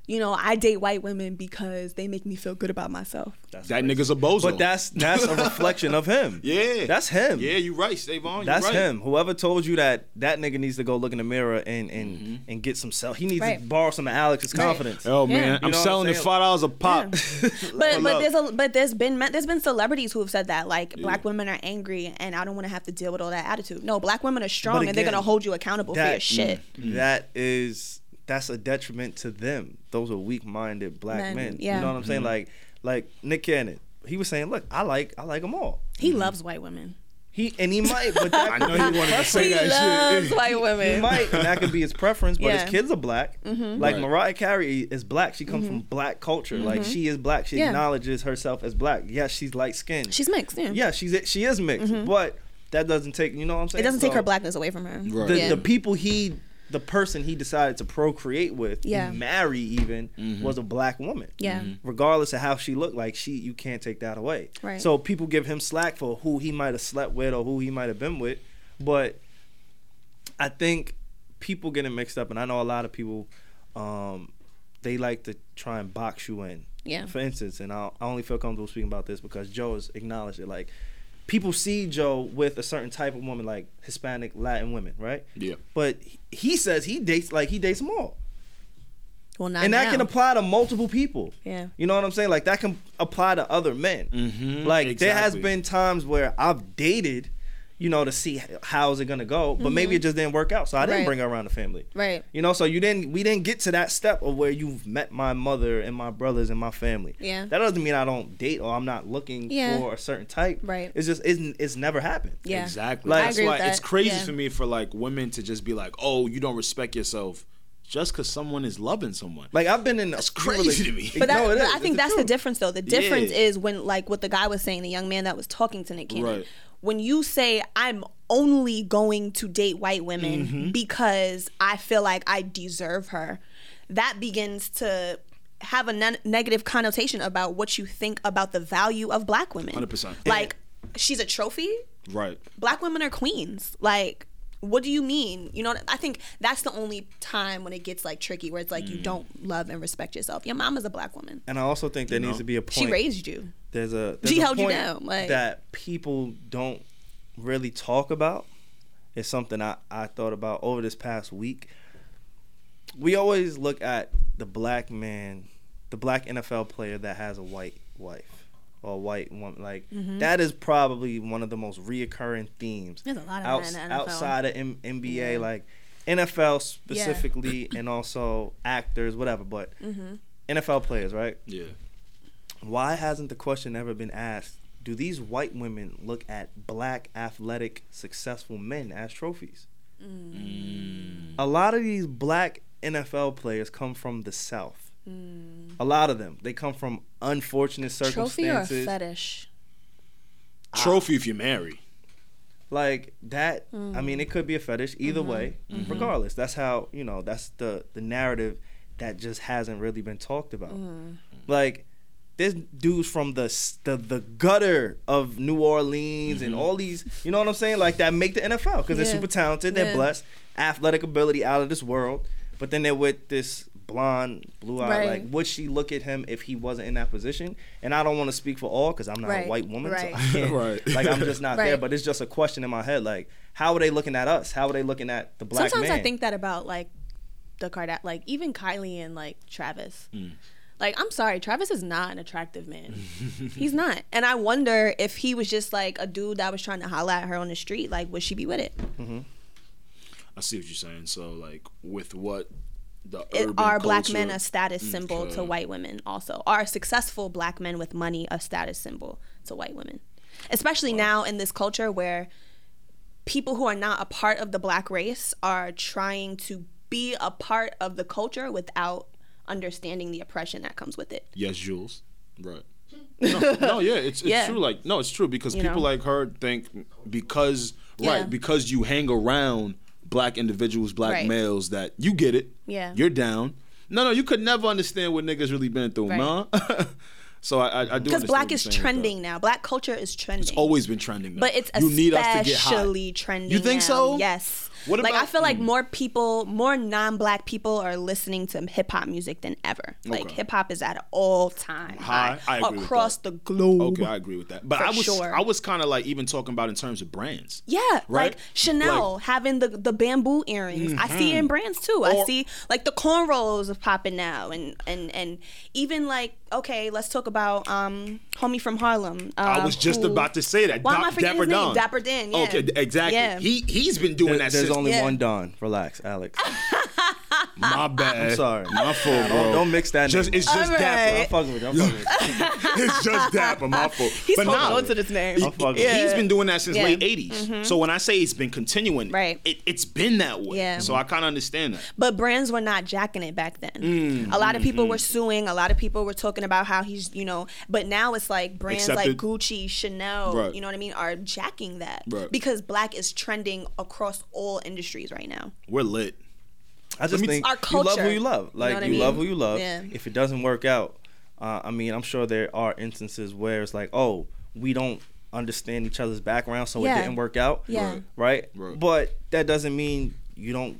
Speaker 4: you know, I date white women because they make me feel good about myself.
Speaker 2: That's
Speaker 3: That
Speaker 2: crazy.
Speaker 3: nigga's a bozo.
Speaker 2: But that's that's a reflection of him.
Speaker 3: yeah,
Speaker 2: That's him.
Speaker 3: Yeah, you right, Savon. you
Speaker 2: That's
Speaker 3: right.
Speaker 2: him. Whoever told you that that nigga needs to go look in the mirror and and
Speaker 3: Mm-hmm.
Speaker 2: and get some self. He needs to
Speaker 4: Right.
Speaker 2: borrow some of Alex's confidence.
Speaker 3: Oh
Speaker 4: Yeah.
Speaker 3: man,
Speaker 4: You
Speaker 3: I'm
Speaker 2: know what
Speaker 3: selling
Speaker 2: I'm
Speaker 3: it
Speaker 2: saying?
Speaker 3: five dollars a pop.
Speaker 2: Love.
Speaker 4: But but there's a but there's been men- there's been celebrities who have said that like black women are angry and I don't want to have to deal with all that attitude. No, black women are strong and they're
Speaker 2: again,
Speaker 4: gonna hold you accountable for your
Speaker 2: that- Mm.
Speaker 4: shit.
Speaker 3: Mm-hmm.
Speaker 2: That is that's a detriment to them. Those are weak-minded black men.
Speaker 4: Men, yeah.
Speaker 2: You know what I'm saying?
Speaker 3: Mm-hmm.
Speaker 2: Like like Nick Cannon. He was saying, "Look, I like I like them all."
Speaker 4: He loves white women.
Speaker 2: He and he might, but that
Speaker 3: I know he wanted to say
Speaker 4: He
Speaker 3: that
Speaker 4: loves
Speaker 3: shit.
Speaker 4: white
Speaker 2: He
Speaker 4: women.
Speaker 2: might, and that could be his preference. But
Speaker 4: Yeah. Mm-hmm.
Speaker 2: his kids are black. Like
Speaker 3: Right.
Speaker 2: Mariah Carey is black. She comes from black culture. Like she is black. She
Speaker 4: Mm-hmm. Yeah.
Speaker 2: acknowledges herself as black. Yes, she's light skinned.
Speaker 4: She's mixed. Yeah.
Speaker 2: yeah, she's she is mixed, but that doesn't take you know what I'm saying.
Speaker 4: Mm-hmm. It doesn't take
Speaker 2: So,
Speaker 4: her blackness away from her.
Speaker 3: Right.
Speaker 2: The,
Speaker 4: Yeah.
Speaker 2: the people he, the person he decided to procreate with,
Speaker 4: Yeah.
Speaker 2: and marry even, was a black woman.
Speaker 4: Yeah. Mhm.
Speaker 2: Regardless of how she looked like, she you can't take that away.
Speaker 4: Right.
Speaker 2: So people give him slack for who he might have slept with or who he might have been with, but I think people getting mixed up, and I know a lot of people, um, they like to try and box you in.
Speaker 4: Yeah.
Speaker 2: For instance, and I'll, I only feel comfortable speaking about this because Joe has acknowledged it. Like, people see Joe with a certain type of woman, like Hispanic, Latin women, right?
Speaker 3: Yeah.
Speaker 2: But he- he says he dates like he dates them all,
Speaker 4: Well, not
Speaker 2: and that
Speaker 4: now.
Speaker 2: can apply to multiple people.
Speaker 4: Yeah.
Speaker 2: You know what I'm saying? Like that can apply to other men.
Speaker 3: Mhm,
Speaker 2: like there has
Speaker 3: exactly.
Speaker 2: been times where I've dated. You know, to see h- how's it gonna go, but maybe it just didn't work out, so I didn't
Speaker 4: Mm-hmm. Right.
Speaker 2: bring her around the family.
Speaker 4: Right.
Speaker 2: You know, so you didn't we didn't get to that step of where you've met my mother and my brothers and my family.
Speaker 4: Yeah.
Speaker 2: That doesn't mean I don't date or I'm not looking
Speaker 4: Yeah.
Speaker 2: for a certain type.
Speaker 4: Right.
Speaker 2: It's just it's, it's never happened.
Speaker 4: Yeah.
Speaker 3: Exactly.
Speaker 2: Like- I
Speaker 3: That's
Speaker 4: agree
Speaker 3: why
Speaker 4: with that.
Speaker 3: it's crazy
Speaker 4: Yeah.
Speaker 3: for me for like women to just be like, "Oh, you don't respect yourself. just because someone is loving someone.
Speaker 2: Like I've been in
Speaker 3: That's crazy to me.
Speaker 4: But, that,
Speaker 2: no, it
Speaker 4: but
Speaker 2: is.
Speaker 4: I think
Speaker 2: It's
Speaker 4: that's the
Speaker 2: truth.
Speaker 4: difference, though. The difference
Speaker 3: Yeah.
Speaker 4: is when, like, what the guy was saying, the young man that was talking to Nick Cannon.
Speaker 3: Right.
Speaker 4: When you say, I'm only going to date white women
Speaker 2: Mm-hmm.
Speaker 4: because I feel like I deserve her, that begins to have a ne- negative connotation about what you think about the value of black women.
Speaker 3: 100%.
Speaker 4: Like, she's a trophy.
Speaker 3: right.
Speaker 4: Black women are queens. Like, what do you mean? You know, I think that's the only time when it gets like tricky, where it's like
Speaker 2: Mm.
Speaker 4: you don't love and respect yourself. Your mom is a black woman.
Speaker 2: And I also think there needs to be a point.
Speaker 4: She raised you.
Speaker 2: There's a there's a
Speaker 4: held you
Speaker 2: point
Speaker 4: down, like-
Speaker 2: that people don't really talk about. It's something I I thought about over this past week. We always look at the black man, the black NFL player that has a white wife or a white woman. Like
Speaker 4: Mm-hmm.
Speaker 2: that is probably one of the most reoccurring themes.
Speaker 4: There's a lot of that in the NFL.
Speaker 2: outside of M- NBA, like NFL specifically, and also actors, whatever. But
Speaker 4: Mm-hmm.
Speaker 2: NFL players, right?
Speaker 3: Yeah.
Speaker 2: why hasn't the question ever been asked do these white women look at black athletic successful men as trophies
Speaker 1: Mm.
Speaker 2: a lot of these black nfl players come from the south a lot of them they come from unfortunate
Speaker 1: Mm. Trophy or a
Speaker 2: circumstances
Speaker 1: fetish?
Speaker 3: Trophy if you marry.
Speaker 2: like that i mean
Speaker 1: Mm.
Speaker 2: it could be a fetish either
Speaker 1: Mm-hmm.
Speaker 2: way regardless that's how you know that's the the narrative that just hasn't really been talked about
Speaker 1: Mm.
Speaker 2: like there's dudes from the s- the, the gutter of new orleans and all these you know what i'm saying like that make the nfl because they're
Speaker 1: Yeah.
Speaker 2: super talented they're
Speaker 1: Yeah.
Speaker 2: blessed athletic ability out of this world but then they're with this blonde blue eyed
Speaker 1: Right.
Speaker 2: like would she look at him if he wasn't in that position and i don't want to speak for all because i'm not
Speaker 1: Right.
Speaker 2: a white woman so
Speaker 1: Right.
Speaker 2: I can't,
Speaker 3: Right.
Speaker 2: like i'm just not there
Speaker 1: Right.
Speaker 2: but it's just a question in my head like how are they looking at us how are they looking at the black
Speaker 4: Sometimes
Speaker 2: man
Speaker 4: I think that about like the Kardashian, like even Kylie and like Travis.
Speaker 2: Mm.
Speaker 4: Like I'm sorry, Travis is not an attractive man. He's not, and I wonder if he was just like a dude that was trying to holla at her on the street. Like, would she be with it?
Speaker 3: I see what you're saying. So like with what the
Speaker 4: it
Speaker 3: urban
Speaker 4: are black men
Speaker 3: culture- Mm-hmm.
Speaker 4: a status symbol to
Speaker 3: okay.
Speaker 4: white women? Also, are successful black men with money a status symbol to white women? Especially now in this culture where people who are not a part of the black race are trying to be a part of the culture without understanding the oppression that comes with it.
Speaker 3: Yes, Jules. Right. No, no, yeah, it's it's
Speaker 4: Yeah.
Speaker 3: true. Like, no, it's true because
Speaker 4: You
Speaker 3: people
Speaker 4: know?
Speaker 3: like her think because
Speaker 4: Yeah.
Speaker 3: right because you hang around black individuals, black
Speaker 4: Right.
Speaker 3: males that you get it.
Speaker 4: Yeah.
Speaker 3: you're down. No, no, you could never understand what niggas really been through,
Speaker 4: Right.
Speaker 3: man. so I, I, I do
Speaker 4: Because
Speaker 3: understand what
Speaker 4: black
Speaker 3: you're
Speaker 4: is
Speaker 3: saying with that.
Speaker 4: trending now. Black culture is trending.
Speaker 3: It's always been trending, though.
Speaker 4: But it's
Speaker 3: you
Speaker 4: especially
Speaker 3: need us to get hot.
Speaker 4: trending.
Speaker 3: You think
Speaker 4: now.
Speaker 3: so?
Speaker 4: Yes.
Speaker 3: What
Speaker 4: like I
Speaker 3: about-
Speaker 4: feel like
Speaker 3: Mm.
Speaker 4: more people, more non-black people, are listening to hip hop music than ever. Like
Speaker 3: Okay.
Speaker 4: hip hop is at an all-time
Speaker 3: High. I
Speaker 4: high,
Speaker 3: agree with
Speaker 4: across
Speaker 3: that.
Speaker 4: the globe.
Speaker 3: Okay, I agree with that. But
Speaker 4: For
Speaker 3: I was
Speaker 4: sure.
Speaker 3: I was kind of like even talking about in terms of brands.
Speaker 4: Yeah,
Speaker 3: Right?
Speaker 4: like Chanel
Speaker 3: Like- Mm-hmm.
Speaker 4: having the the bamboo earrings. I see it in brands too. I
Speaker 3: Or-
Speaker 4: see like the cornrows are popping now, and and and even like okay, let's talk about um homie from Harlem. Uh,
Speaker 3: I was just
Speaker 4: who-
Speaker 3: about to say that.
Speaker 4: Why
Speaker 3: Dap-
Speaker 4: am I forgetting
Speaker 3: Dapper
Speaker 4: his name?
Speaker 3: Don.
Speaker 4: Dapper Dan. Yeah.
Speaker 3: Okay, exactly.
Speaker 4: Yeah.
Speaker 3: He he's been doing that.
Speaker 2: there's
Speaker 3: since
Speaker 2: only
Speaker 4: Yeah.
Speaker 2: one don relax alex
Speaker 3: My
Speaker 4: Ah,
Speaker 3: bad.
Speaker 2: I'm sorry.
Speaker 3: My fault, bro.
Speaker 2: don't, don't mix that
Speaker 3: Just
Speaker 2: name
Speaker 3: it's
Speaker 2: up.
Speaker 3: just
Speaker 4: All
Speaker 3: dapper.
Speaker 2: i'm fucking with you i'm fucking with you
Speaker 3: It's just dapper. My fault.
Speaker 4: He's
Speaker 3: but
Speaker 4: holding
Speaker 3: nah,
Speaker 4: on to this name.
Speaker 3: he-
Speaker 2: I'm fucking-
Speaker 3: He's been doing that since
Speaker 4: Yeah. Mm-hmm.
Speaker 3: late '80s. So when I say it's been continuing,
Speaker 4: Right.
Speaker 3: It, it's been that way.
Speaker 4: Yeah.
Speaker 3: So I kind of understand that.
Speaker 4: but brands were not jacking it back then.
Speaker 3: Mm,
Speaker 4: a lot of
Speaker 3: mm-hmm.
Speaker 4: people were suing. A lot of people were talking about how he's, you know, but now it's like brands
Speaker 3: Accepted.
Speaker 4: like Gucci, Chanel,
Speaker 3: Right.
Speaker 4: you know what I mean, are jacking that
Speaker 3: Right.
Speaker 4: because black is trending across all industries right now.
Speaker 3: We're lit.
Speaker 2: I just
Speaker 3: me-
Speaker 2: think
Speaker 4: Our
Speaker 2: you love
Speaker 4: culture.
Speaker 2: who you love.
Speaker 4: You know
Speaker 2: Like you,
Speaker 4: what I
Speaker 2: love who
Speaker 4: mean?
Speaker 2: you love.
Speaker 4: Yeah.
Speaker 2: If it doesn't work out, uh, I mean, I'm sure there are instances where it's like, oh, we don't understand each other's background, so
Speaker 1: Yeah.
Speaker 2: it didn't work out.
Speaker 1: Yeah. Right.
Speaker 2: Right?
Speaker 3: Right.
Speaker 2: But that doesn't mean you don't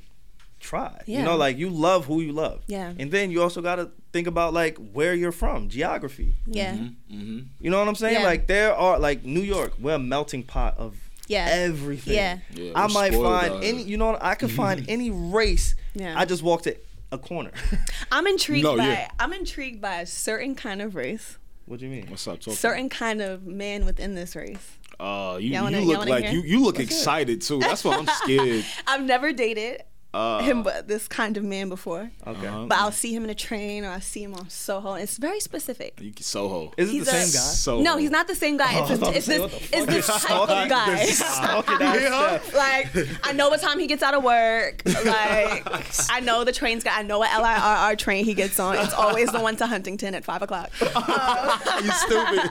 Speaker 2: try. You
Speaker 1: Yeah.
Speaker 2: know, like you love who you love.
Speaker 1: Yeah.
Speaker 2: And then you also got to think about like where you're from, geography.
Speaker 4: Yeah.
Speaker 3: Mm-hmm.
Speaker 2: You know what I'm saying?
Speaker 1: Yeah.
Speaker 2: Like there are like New York, we're a melting pot of
Speaker 1: Yeah.
Speaker 2: everything.
Speaker 1: Yeah.
Speaker 3: Yeah,
Speaker 2: I
Speaker 3: we're
Speaker 2: might
Speaker 3: spoiled
Speaker 2: find
Speaker 3: out
Speaker 2: any
Speaker 3: here.
Speaker 2: you know I could find any race.
Speaker 1: Yeah.
Speaker 2: I just walked at a corner.
Speaker 4: I'm intrigued
Speaker 3: No,
Speaker 4: by
Speaker 3: yeah.
Speaker 4: I'm intrigued by a certain kind of race,
Speaker 2: what do you mean?
Speaker 3: What's up, talk?
Speaker 4: certain kind of man within this race.
Speaker 3: Uh, you,
Speaker 4: Y'all wanna-
Speaker 3: you
Speaker 4: y'all
Speaker 3: look
Speaker 4: wanna
Speaker 3: like
Speaker 4: hear?
Speaker 3: you you look excited too. That's why I'm scared.
Speaker 4: I've never dated.
Speaker 3: Uh,
Speaker 4: him, but this kind of man before.
Speaker 2: Okay.
Speaker 3: Uh-huh.
Speaker 4: But I'll see him in a train or I'll see him on Soho. It's very specific.
Speaker 3: You can- Soho.
Speaker 2: Is it
Speaker 4: He's
Speaker 2: the
Speaker 4: a-
Speaker 2: same guy?
Speaker 3: Soho.
Speaker 4: No, he's not the same guy. It's,
Speaker 2: about to
Speaker 4: this,
Speaker 2: say,
Speaker 4: it's
Speaker 2: what
Speaker 4: this,
Speaker 2: the
Speaker 4: it's this type of guy.
Speaker 2: Stalking ass
Speaker 3: Yeah.
Speaker 2: chef.
Speaker 4: like I know what time he gets out of work. Like I know the train's got. I know what LIRR train he gets on. It's always the one to Huntington at five o'clock.
Speaker 3: you stupid.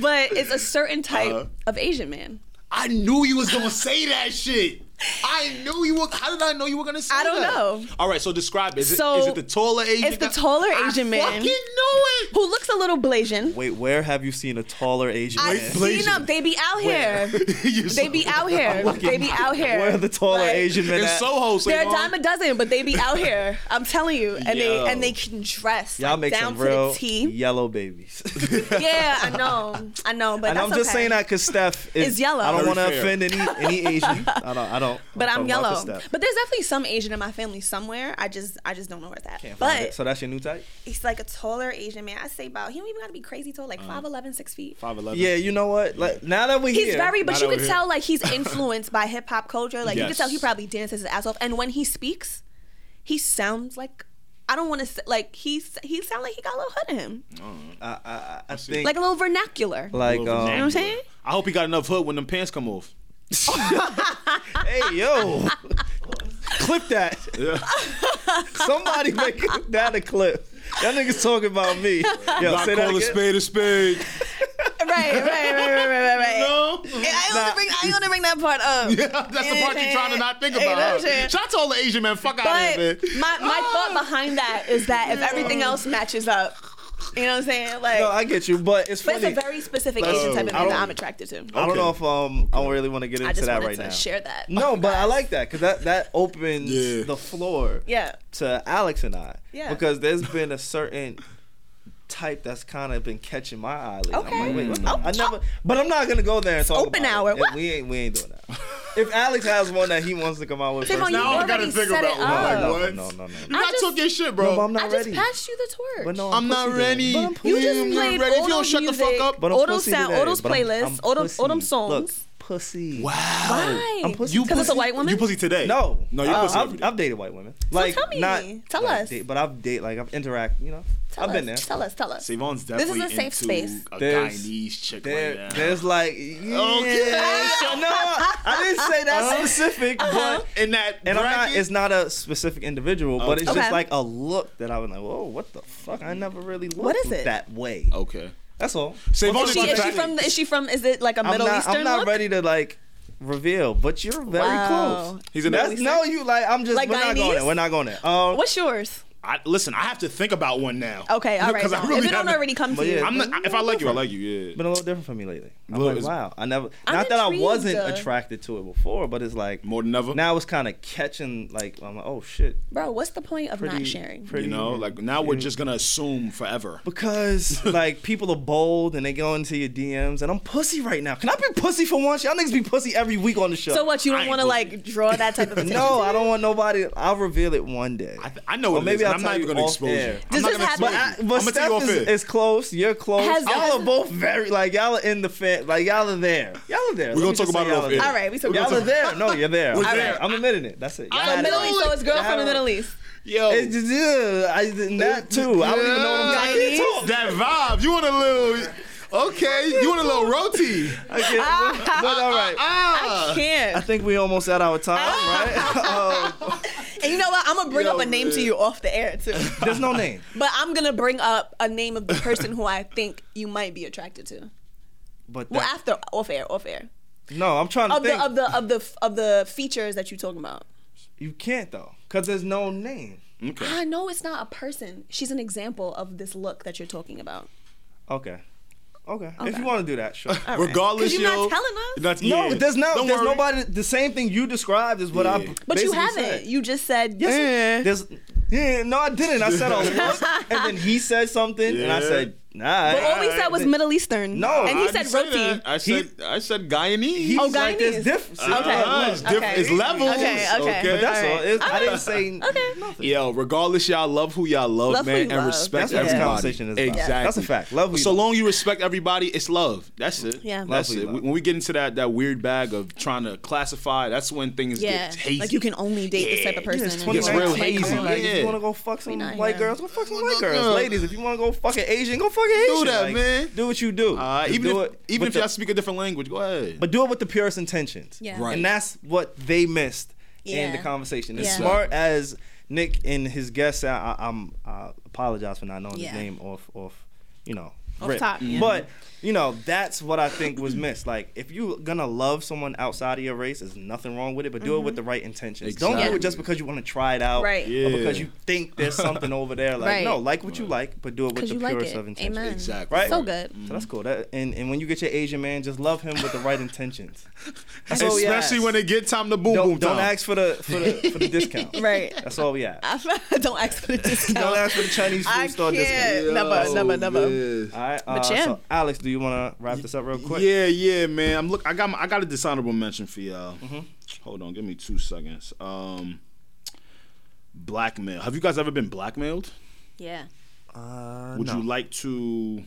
Speaker 4: But it's a certain type
Speaker 3: Uh-huh.
Speaker 4: of Asian man.
Speaker 3: I knew you was gonna say that shit. I knew you were. How did I know you were gonna say
Speaker 4: I don't
Speaker 3: that?
Speaker 4: know.
Speaker 3: All right, so describe. it. Is
Speaker 4: So,
Speaker 3: it is it the taller Asian?
Speaker 4: It's the
Speaker 3: guy?
Speaker 4: taller
Speaker 3: I
Speaker 4: Asian man
Speaker 3: Fucking knew it.
Speaker 4: who looks a little Blasian.
Speaker 2: Wait, where have you seen a taller Asian
Speaker 4: I
Speaker 2: man?
Speaker 4: seen them. They be out here.
Speaker 3: You
Speaker 4: They be out here. They be out here.
Speaker 2: Where are the taller
Speaker 4: Like,
Speaker 2: Asian men
Speaker 3: in
Speaker 2: at?
Speaker 3: Soho.
Speaker 4: They're a
Speaker 3: Savon.
Speaker 4: dime a dozen, but they be out here. I'm telling you, and
Speaker 3: Yo.
Speaker 4: they and they can dress
Speaker 2: Y'all
Speaker 4: like,
Speaker 2: make
Speaker 4: down
Speaker 2: some real
Speaker 4: to the T.
Speaker 2: yellow babies.
Speaker 4: Yeah, I know, I know, but
Speaker 2: and
Speaker 4: that's
Speaker 2: I'm just
Speaker 4: okay.
Speaker 2: saying that because Steph is
Speaker 4: Is yellow.
Speaker 2: I don't
Speaker 4: Very
Speaker 2: want to
Speaker 3: fair.
Speaker 2: offend any any Asian. I don't. I don't.
Speaker 4: But
Speaker 2: talking about
Speaker 4: I'm yellow.
Speaker 2: 'cause Steph.
Speaker 4: But there's definitely some Asian in my family somewhere. I just I just don't know where it's at.
Speaker 2: Can't find it.
Speaker 4: but
Speaker 2: so that's your new type.
Speaker 4: he's like a taller Asian man. I say about he don't even gotta be crazy tall,
Speaker 2: Mm.
Speaker 4: like 5'11", 6 feet.
Speaker 3: Five eleven.
Speaker 2: Yeah, you know what? Like now that we're
Speaker 4: He's
Speaker 2: here,
Speaker 4: very, but
Speaker 3: not
Speaker 4: you
Speaker 3: over
Speaker 4: could
Speaker 3: here.
Speaker 4: tell like he's influenced by hip hop culture. Like you could
Speaker 3: Yes.
Speaker 4: tell he probably dances his ass off. And when he speaks, he sounds like I don't want to like he's he sound like he got a little hood in him,
Speaker 2: I, I- I, I think
Speaker 4: like
Speaker 2: like,
Speaker 4: a little vernacular.
Speaker 2: like
Speaker 3: Little
Speaker 2: um,
Speaker 4: you know what I'm saying?
Speaker 3: I hope he got enough hood when them pants come off.
Speaker 2: hey yo, clip that. Somebody make that a clip. That nigga's talking about me. Yo,
Speaker 3: I
Speaker 2: say that
Speaker 3: call a
Speaker 2: again.
Speaker 3: spade a spade.
Speaker 4: Right, right, right, right, right, right. right.
Speaker 3: No,
Speaker 4: I only bring I only bring that part up.
Speaker 3: that's the part you're trying to not think
Speaker 4: You know what I'm
Speaker 3: about.
Speaker 4: saying?
Speaker 3: Shout out to all the Asian men. Fuck out
Speaker 4: But
Speaker 3: of here, man.
Speaker 4: my, my thought behind that is that if everything else matches up, you know what I'm saying? Like,
Speaker 2: No, I get you, but it's
Speaker 4: but
Speaker 2: funny.
Speaker 4: it's a very specific
Speaker 2: Let's-
Speaker 4: Asian type of
Speaker 2: I
Speaker 4: man
Speaker 2: don't-
Speaker 4: that I'm attracted to.
Speaker 2: I don't
Speaker 3: Okay.
Speaker 2: know if um I don't really want to get
Speaker 4: I
Speaker 2: into
Speaker 4: just
Speaker 2: that
Speaker 4: wanted
Speaker 2: right
Speaker 4: to
Speaker 2: now.
Speaker 4: share that.
Speaker 2: No, but I like that because that that opens
Speaker 3: Yeah.
Speaker 2: the floor
Speaker 4: Yeah.
Speaker 2: to Alex and I.
Speaker 4: Yeah.
Speaker 2: Because there's been a certain type that's kind of been catching my eye. lately. I'm
Speaker 4: Okay.
Speaker 2: like, wait,
Speaker 4: Mm.
Speaker 2: what? I never, but I'm not gonna go there and talk
Speaker 4: open
Speaker 2: about
Speaker 4: hour.
Speaker 2: It.
Speaker 4: What?
Speaker 2: We ain't we ain't doing that. If Alex has one that he wants to come out with,
Speaker 4: Come
Speaker 2: first,
Speaker 4: on, you
Speaker 3: Now I gotta
Speaker 4: already
Speaker 3: think
Speaker 4: set
Speaker 3: about
Speaker 4: it
Speaker 3: what I
Speaker 4: up.
Speaker 2: no,
Speaker 3: know.
Speaker 2: no,
Speaker 3: What?
Speaker 2: no, no, no.
Speaker 3: You
Speaker 4: I
Speaker 3: got
Speaker 4: just-
Speaker 3: took your shit, bro.
Speaker 2: No, but I'm not
Speaker 4: I just
Speaker 2: ready.
Speaker 4: passed you the twerk.
Speaker 2: But no,
Speaker 3: I'm not
Speaker 2: pussy
Speaker 3: ready.
Speaker 2: then. But I'm
Speaker 4: you
Speaker 2: pussy
Speaker 4: just
Speaker 2: then.
Speaker 4: played
Speaker 3: ready. If
Speaker 4: Odom
Speaker 3: you don't shut the fuck
Speaker 4: music,
Speaker 3: up-
Speaker 2: But I'm
Speaker 4: Odom
Speaker 2: pussy
Speaker 4: sound,
Speaker 2: today.
Speaker 4: Odom's
Speaker 2: But I'm- I'm
Speaker 4: playlist, Odom,
Speaker 2: pussy.
Speaker 4: Odom songs.
Speaker 2: Look, pussy.
Speaker 4: Why?
Speaker 2: I'm pussy.
Speaker 3: You
Speaker 4: Because it's a
Speaker 3: pussy-
Speaker 4: white woman?
Speaker 3: You pussy today?
Speaker 2: No, Uh,
Speaker 3: No, you
Speaker 2: I-
Speaker 3: pussy every
Speaker 2: I've,
Speaker 3: day.
Speaker 2: I've dated white women. Like,
Speaker 4: tell me.
Speaker 2: not,
Speaker 4: Tell
Speaker 2: like,
Speaker 4: us.
Speaker 2: date- but I've dated, like, I've interact. You know,
Speaker 4: Tell
Speaker 2: I've
Speaker 4: us,
Speaker 2: been there.
Speaker 4: Tell us, tell us.
Speaker 3: Savon's
Speaker 4: This is
Speaker 3: definitely
Speaker 4: a safe
Speaker 3: into
Speaker 4: space.
Speaker 3: a
Speaker 2: There's-
Speaker 3: Guyanese chick
Speaker 2: There,
Speaker 3: like that.
Speaker 2: there's like, yeah.
Speaker 3: Okay.
Speaker 2: No, I didn't say that
Speaker 4: Uh-huh.
Speaker 2: specific, but
Speaker 3: in that
Speaker 2: and I'm not.
Speaker 3: bracket,
Speaker 2: It's not a specific individual, but it's
Speaker 4: Okay.
Speaker 2: just like a look that I was like, whoa, what the fuck? I never really looked
Speaker 4: What is it? Oh.
Speaker 2: that way.
Speaker 3: okay.
Speaker 2: That's all.
Speaker 3: Savon
Speaker 4: Is she, is she from? Is she from? Is it like a
Speaker 2: I'm
Speaker 4: Middle
Speaker 2: not.
Speaker 4: Eastern
Speaker 2: I'm not
Speaker 4: look?
Speaker 2: ready to like reveal, but you're very
Speaker 4: Wow.
Speaker 2: close.
Speaker 3: He's in
Speaker 2: That's-
Speaker 3: that-
Speaker 2: no, you like. I'm just.
Speaker 4: Like
Speaker 2: we're not
Speaker 4: Guyanese?
Speaker 2: going there. We're not going there. Um,
Speaker 4: What's yours?
Speaker 3: I, listen, I have to think about one now.
Speaker 4: Okay, all right.
Speaker 3: Because I
Speaker 4: fine.
Speaker 3: really
Speaker 4: if it don't
Speaker 3: haven't-
Speaker 4: already come to
Speaker 2: But
Speaker 4: you,
Speaker 2: yeah,
Speaker 3: I'm not, if I like you, I like you. Yeah.
Speaker 2: been a little different for me lately. I'm
Speaker 3: Well,
Speaker 2: like,
Speaker 3: it's-
Speaker 2: wow, I never.
Speaker 4: I'm
Speaker 2: not that I
Speaker 4: intrigued,
Speaker 2: wasn't
Speaker 4: uh,
Speaker 2: attracted to it before, but it's like
Speaker 3: More than ever.
Speaker 2: now it's kind of catching. Like I'm like, oh shit,
Speaker 4: bro, what's the point of
Speaker 2: pretty,
Speaker 4: not sharing?
Speaker 2: pretty,
Speaker 3: you know, like now we're just gonna assume forever.
Speaker 2: because like people are bold and they go into your DMs, and I'm pussy right now. Can I be pussy for once? Y'all niggas be pussy every week on the show.
Speaker 4: So what? You
Speaker 3: I
Speaker 4: don't
Speaker 3: ain't
Speaker 4: want to
Speaker 3: believe
Speaker 4: like draw that type of attention?
Speaker 2: No,
Speaker 4: to
Speaker 2: I
Speaker 4: it?
Speaker 2: don't want nobody. I'll reveal it one day.
Speaker 3: I, th- I know
Speaker 2: Or
Speaker 3: what it is,
Speaker 2: maybe
Speaker 3: and
Speaker 2: I'll
Speaker 3: I'm
Speaker 2: tell
Speaker 3: not even
Speaker 2: you
Speaker 3: gonna
Speaker 2: off
Speaker 3: expose
Speaker 2: air.
Speaker 3: you.
Speaker 4: Does
Speaker 3: I'm not
Speaker 4: this
Speaker 3: gonna
Speaker 4: happen-
Speaker 3: expose
Speaker 2: I,
Speaker 3: you.
Speaker 2: but
Speaker 3: I'm gonna
Speaker 2: Steph
Speaker 3: tell you off
Speaker 2: is,
Speaker 3: air.
Speaker 2: is close. You're close.
Speaker 4: Has-
Speaker 2: y'all are both very like y'all are in the fan. Like y'all are there. Y'all are there.
Speaker 3: We're gonna
Speaker 2: Let me
Speaker 3: talk
Speaker 2: just say
Speaker 3: about it
Speaker 2: y'all
Speaker 3: off
Speaker 2: are
Speaker 3: air.
Speaker 2: there.
Speaker 4: All right, we said
Speaker 2: Y'all are there. No, you're there.
Speaker 3: We're
Speaker 2: All
Speaker 3: there.
Speaker 2: right, I'm admitting it. That's it. Y'all
Speaker 4: So
Speaker 2: had
Speaker 4: Middle
Speaker 2: it.
Speaker 4: East, so it's girl from the Middle East.
Speaker 3: Yo,
Speaker 2: It's just, yeah, I, that too. I don't even know what I'm I can't talk.
Speaker 3: That vibe. You want a little? Okay, you want a little roti?
Speaker 2: I can't- but, but all right.
Speaker 3: Ah.
Speaker 2: I
Speaker 4: Can't.
Speaker 2: think we almost at our time, right? um,
Speaker 4: And you know what? I'm gonna bring
Speaker 3: Yo,
Speaker 4: up a name to
Speaker 3: man.
Speaker 4: you off the air too.
Speaker 2: there's no name.
Speaker 4: But I'm gonna bring up a name of the person who I think you might be attracted to.
Speaker 2: But
Speaker 4: Well,
Speaker 2: that-
Speaker 4: after off air, off air.
Speaker 2: no, I'm trying to
Speaker 4: Of
Speaker 2: think.
Speaker 4: the of the of the of the features that you're talking about.
Speaker 2: you can't though, because there's no name.
Speaker 4: I know it's not a person. She's an example of this look that you're talking about.
Speaker 2: Okay. Okay. If
Speaker 4: Okay.
Speaker 2: you want to do that, sure.
Speaker 3: Regardless, yo,
Speaker 4: 'Cause you're not telling us.
Speaker 3: Not,
Speaker 2: No,
Speaker 3: yeah.
Speaker 2: there's no,
Speaker 3: Don't
Speaker 2: there's
Speaker 3: worry.
Speaker 2: nobody. The same thing you described is what I.
Speaker 3: Yeah.
Speaker 4: But you
Speaker 2: basically
Speaker 4: haven't.
Speaker 2: said.
Speaker 4: You just said
Speaker 2: Yes,
Speaker 4: eh.
Speaker 1: "Mm."
Speaker 2: there's. Yeah, no, I didn't. I said a look, and then he said something, and I
Speaker 3: Yeah.
Speaker 2: said Nah.
Speaker 1: But all we said was Middle Eastern.
Speaker 2: No,
Speaker 1: and he
Speaker 3: I
Speaker 1: said
Speaker 3: didn't say
Speaker 1: roti.
Speaker 3: that. I said I said Guyanese.
Speaker 2: He's
Speaker 1: Oh,
Speaker 2: like this
Speaker 1: Guyanese.
Speaker 2: different.
Speaker 1: Okay.
Speaker 3: Uh-huh, it's, diff-
Speaker 1: okay.
Speaker 3: it's levels.
Speaker 1: Okay, okay.
Speaker 2: But that's
Speaker 1: All
Speaker 2: all.
Speaker 1: right.
Speaker 2: It's- I didn't say nothing.
Speaker 3: Yo, regardless, y'all love who y'all love,
Speaker 1: Love who
Speaker 3: man,
Speaker 1: you
Speaker 3: and
Speaker 1: love.
Speaker 3: respect
Speaker 2: That's what this
Speaker 3: everybody.
Speaker 2: conversation is about.
Speaker 3: Exactly,
Speaker 2: That's a fact. Love who you
Speaker 3: So
Speaker 2: love.
Speaker 3: long you respect everybody, it's love. That's it.
Speaker 1: Yeah. Love
Speaker 3: that's
Speaker 2: who you
Speaker 3: it.
Speaker 2: love.
Speaker 3: When we get into that that weird bag of trying to classify, that's when things
Speaker 1: Yeah.
Speaker 3: get hazy.
Speaker 1: Like you can only date this type of person.
Speaker 2: It's
Speaker 1: and-
Speaker 2: 2019.
Speaker 3: real
Speaker 2: Like,
Speaker 3: hazy.
Speaker 2: come on, like, If
Speaker 3: Yeah.
Speaker 2: you want to go fuck some
Speaker 1: not
Speaker 2: white
Speaker 1: here.
Speaker 2: girls, go fuck some white
Speaker 3: Well, no,
Speaker 2: girls.
Speaker 3: no.
Speaker 2: Ladies, if you want to go fucking Asian, go fucking
Speaker 3: Do
Speaker 2: Asian.
Speaker 3: that,
Speaker 2: Like,
Speaker 3: man.
Speaker 2: Do what you do.
Speaker 3: uh,
Speaker 2: Just
Speaker 3: even
Speaker 2: do
Speaker 3: if
Speaker 2: it
Speaker 3: even
Speaker 2: with
Speaker 3: if
Speaker 2: the-
Speaker 3: y'all speak a different language, go ahead.
Speaker 2: But do it with the purest intentions.
Speaker 1: Yeah.
Speaker 3: Right.
Speaker 2: And that's what they missed in
Speaker 1: Yeah.
Speaker 2: the conversation. As
Speaker 1: Yeah.
Speaker 2: smart as Nick and his guests, I, I, I'm I apologize for not knowing
Speaker 1: Yeah.
Speaker 2: his name off off, you know.
Speaker 1: Off
Speaker 2: rip.
Speaker 1: top, yeah.
Speaker 2: But you know that's what I think was missed. Like if you're gonna love someone outside of your race, there's nothing wrong with it, but do it with the right intentions. Don't do
Speaker 3: Exactly.
Speaker 2: it just because you want to try it out,
Speaker 1: Mm-hmm. Right.
Speaker 2: Or because
Speaker 3: Yeah.
Speaker 2: you think there's something over there. Like
Speaker 1: Right.
Speaker 2: no, like what you like, but do it with
Speaker 1: Because
Speaker 2: the
Speaker 1: you like
Speaker 2: purest
Speaker 1: it.
Speaker 2: of intentions.
Speaker 1: Amen.
Speaker 3: Exactly.
Speaker 2: Right?
Speaker 1: So good.
Speaker 2: So that's cool. That, and and when you get your Asian man, just love him with the right intentions. That's all we
Speaker 3: Especially
Speaker 2: ask.
Speaker 3: when it get time to boom boom
Speaker 2: don't, don't
Speaker 3: time.
Speaker 2: ask for the for the, for the discount.
Speaker 1: Right.
Speaker 2: That's all we ask.
Speaker 1: Don't ask for the discount.
Speaker 2: Don't ask for the Chinese food
Speaker 1: I
Speaker 2: store
Speaker 1: can't.
Speaker 2: discount.
Speaker 1: Never, never, never.
Speaker 2: All right. Uh,
Speaker 1: But yeah.
Speaker 2: So Alex, do you want to wrap this up real quick?
Speaker 3: Yeah, yeah, man. I'm look. I got my, I got a dishonorable mention for y'all.
Speaker 2: Mm-hmm.
Speaker 3: Hold on, give me two seconds. Um, blackmail. Have you guys ever been blackmailed?
Speaker 1: Yeah.
Speaker 2: Uh,
Speaker 3: Would you like to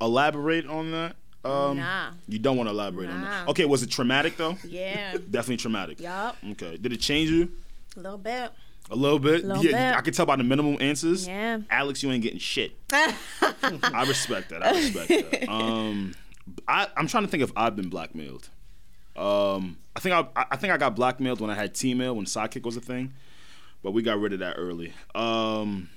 Speaker 3: elaborate on that? Um,
Speaker 1: Nah.
Speaker 3: You don't want to elaborate on that.
Speaker 1: Nah.
Speaker 3: Okay, was it traumatic though?
Speaker 1: Yeah.
Speaker 3: Definitely traumatic.
Speaker 1: Yup.
Speaker 3: Okay. Did it change you
Speaker 1: A little bit.
Speaker 3: a little bit?
Speaker 1: Little
Speaker 3: yeah.
Speaker 1: bit.
Speaker 3: I could tell by the minimum answers.
Speaker 1: Yeah.
Speaker 3: Alex, you ain't getting shit. I respect that. I respect that. Um, I, I'm trying to think if I've been blackmailed. Um, I think I, I- I think I got blackmailed when I had T-mail when Sidekick was a thing, but we got rid of that early. Um,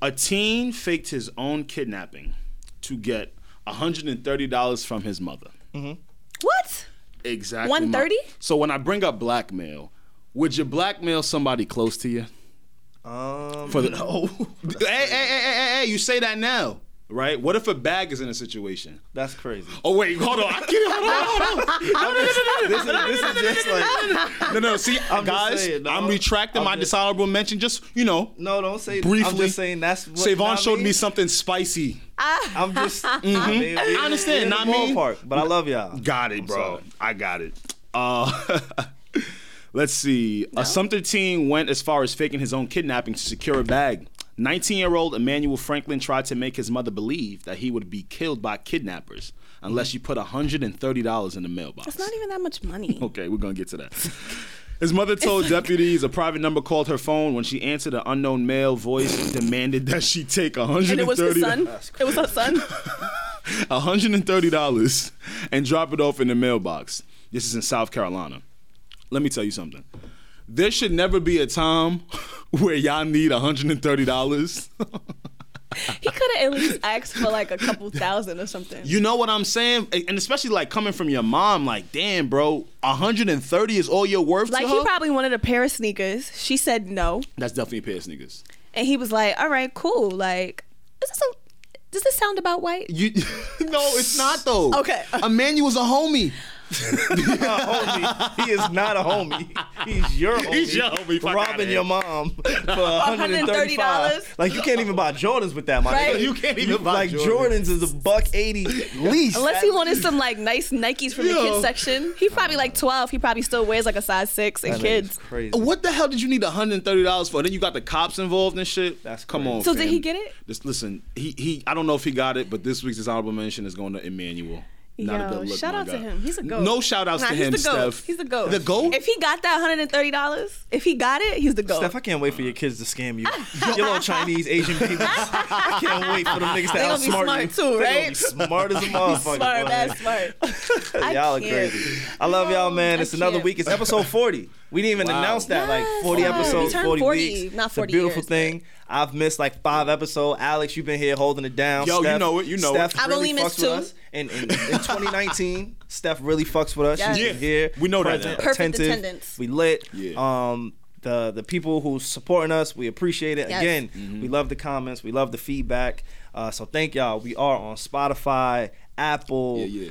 Speaker 3: a teen faked his own kidnapping to get $130 from his mother.
Speaker 1: What?
Speaker 3: Exactly.
Speaker 1: 130?
Speaker 3: my- So when I bring up blackmail, would you blackmail somebody close to you?
Speaker 2: Um,
Speaker 3: For the no. hey, hey, hey, hey, hey, hey, you say that now, right? What if a bag is in a situation?
Speaker 2: that's crazy.
Speaker 3: Oh wait, hold on. I can't. Hold on, hold on.
Speaker 2: this, is, this is just like
Speaker 3: No, no. See,
Speaker 2: I'm just
Speaker 3: guys,
Speaker 2: saying, no.
Speaker 3: I'm retracting
Speaker 2: I'm
Speaker 3: my
Speaker 2: just-
Speaker 3: dishonorable mention. Just you know,
Speaker 2: no, don't say. I'm
Speaker 3: Briefly.
Speaker 2: just saying that's what
Speaker 3: Savon
Speaker 2: not
Speaker 3: showed
Speaker 2: me.
Speaker 3: me something spicy.
Speaker 2: I'm just. I, mean, we-
Speaker 3: I understand,
Speaker 2: we in the
Speaker 3: not me.
Speaker 2: ballpark, but I love y'all.
Speaker 3: Got it, bro. I got it. Uh, let's see. A Sumter teen went as far as faking his own kidnapping to secure a bag. 19 year old Emmanuel Franklin tried to make his mother believe that he would be killed by kidnappers unless
Speaker 2: Mm.
Speaker 3: she put $130 in the mailbox.
Speaker 1: It's not even that much money.
Speaker 3: Okay, we're gonna get to that. His mother told deputies a private number called her phone. When she answered, an unknown male voice demanded that she take
Speaker 1: And it was her
Speaker 3: 130
Speaker 1: son. It was her son.
Speaker 3: $130 and drop it off in the mailbox. This is in South Carolina. Let me tell you something. There should never be a time where y'all need $130.
Speaker 1: He could have at least asked for like a couple thousand or something.
Speaker 3: You know what I'm saying? And especially like coming from your mom, like, damn, bro, 130 is all you're worth
Speaker 1: Like
Speaker 3: to
Speaker 1: he
Speaker 3: her?
Speaker 1: probably wanted a pair of sneakers. She said no,
Speaker 3: That's definitely a pair of sneakers.
Speaker 1: and he was like, "All right, cool. Like, is this a, does this sound about white?"
Speaker 3: You no, it's not though.
Speaker 1: Okay.
Speaker 3: Emmanuel's a
Speaker 2: homie.
Speaker 3: homie.
Speaker 2: He is not a homie. He's your homie.
Speaker 3: He's your homie. Fuck outta
Speaker 2: Robbing
Speaker 3: here.
Speaker 2: your mom for $135.
Speaker 1: $130?
Speaker 2: Like, you can't even buy Jordans with that money.
Speaker 1: Right.
Speaker 3: You can't even buy
Speaker 2: like,
Speaker 3: Jordan.
Speaker 2: Jordans is a buck 80 least.
Speaker 1: Unless he wanted some like nice Nikes from the
Speaker 3: Yo.
Speaker 1: kids section. He probably like twelve. He probably still wears like a size six and
Speaker 2: That nigga's
Speaker 1: kids.
Speaker 2: Crazy.
Speaker 3: What the hell did you need $130 for? Then you got the cops involved and shit.
Speaker 2: That's
Speaker 3: come
Speaker 2: crazy.
Speaker 3: on.
Speaker 1: So did
Speaker 3: fam.
Speaker 1: he get it?
Speaker 3: Just listen, he he I don't know if he got it, but this week's dishonorable mention is going to Emmanuel. Not a
Speaker 1: Yo,
Speaker 3: good look,
Speaker 1: shout
Speaker 3: my
Speaker 1: out to
Speaker 3: guy.
Speaker 1: him. He's a goat.
Speaker 3: No shout outs
Speaker 1: Nah,
Speaker 3: to
Speaker 1: he's
Speaker 3: him,
Speaker 1: the goat.
Speaker 3: Steph.
Speaker 1: He's the goat.
Speaker 3: The goat?
Speaker 1: If he got that hundred and thirty dollars, if he got it, he's the goat.
Speaker 2: Steph, I can't wait for your kids to scam you. your little Chinese, Asian people. I can't wait for them niggas to
Speaker 1: They gonna be
Speaker 2: outsmart
Speaker 1: smart
Speaker 2: you.
Speaker 1: too,
Speaker 2: They gonna
Speaker 1: right?
Speaker 2: be smart as a motherfucker.
Speaker 1: smart,
Speaker 2: boy.
Speaker 1: that's smart. I
Speaker 2: y'all are
Speaker 1: can't.
Speaker 2: crazy. I love y'all, man.
Speaker 1: I
Speaker 2: It's another
Speaker 1: can't.
Speaker 2: week. It's episode 40. We didn't even
Speaker 3: Wow.
Speaker 2: announce that.
Speaker 1: Yes.
Speaker 2: like 40
Speaker 1: Wow.
Speaker 2: episodes,
Speaker 1: We turned
Speaker 2: 40,
Speaker 1: 40,
Speaker 2: weeks.
Speaker 1: not 40
Speaker 2: It's a beautiful
Speaker 1: years,
Speaker 2: thing. I've missed like five episodes. Alex, you've been here holding it down.
Speaker 3: Yo, you
Speaker 2: Steph,
Speaker 3: know it, you know
Speaker 2: Steph
Speaker 3: it.
Speaker 1: I've
Speaker 2: really
Speaker 1: only
Speaker 2: fucks
Speaker 1: missed
Speaker 2: with
Speaker 1: two.
Speaker 2: us. And in, in 2019, Steph really fucks with us.
Speaker 1: Yes.
Speaker 2: She's
Speaker 1: Yeah.
Speaker 2: here.
Speaker 3: We know that
Speaker 2: present,
Speaker 3: now.
Speaker 1: Perfect
Speaker 2: attentive.
Speaker 1: attendance.
Speaker 2: We lit.
Speaker 3: Yeah.
Speaker 2: Um, the, the people who's supporting us, we appreciate it.
Speaker 1: Yes.
Speaker 2: Again,
Speaker 3: Mm-hmm.
Speaker 2: we love the comments. We love the feedback. Uh, so thank y'all. We are on Spotify, Apple,
Speaker 3: Yeah, yeah.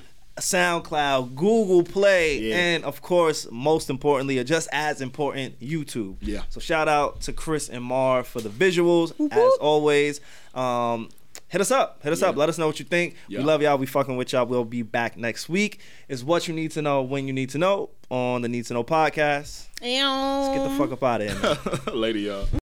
Speaker 2: SoundCloud, Google Play,
Speaker 3: Yeah.
Speaker 2: and of course, most importantly, or just as important, YouTube.
Speaker 3: Yeah.
Speaker 2: So shout out to Chris and Mar for the visuals, as always. Um, hit us up. Hit us up. Let us know what you think.
Speaker 3: Yeah.
Speaker 2: We love y'all. We fucking with y'all. We'll be back next week. Is what you need to know when you need to know on the Need to Know podcast. Let's get the fuck up out of here. man.
Speaker 3: Later, y'all.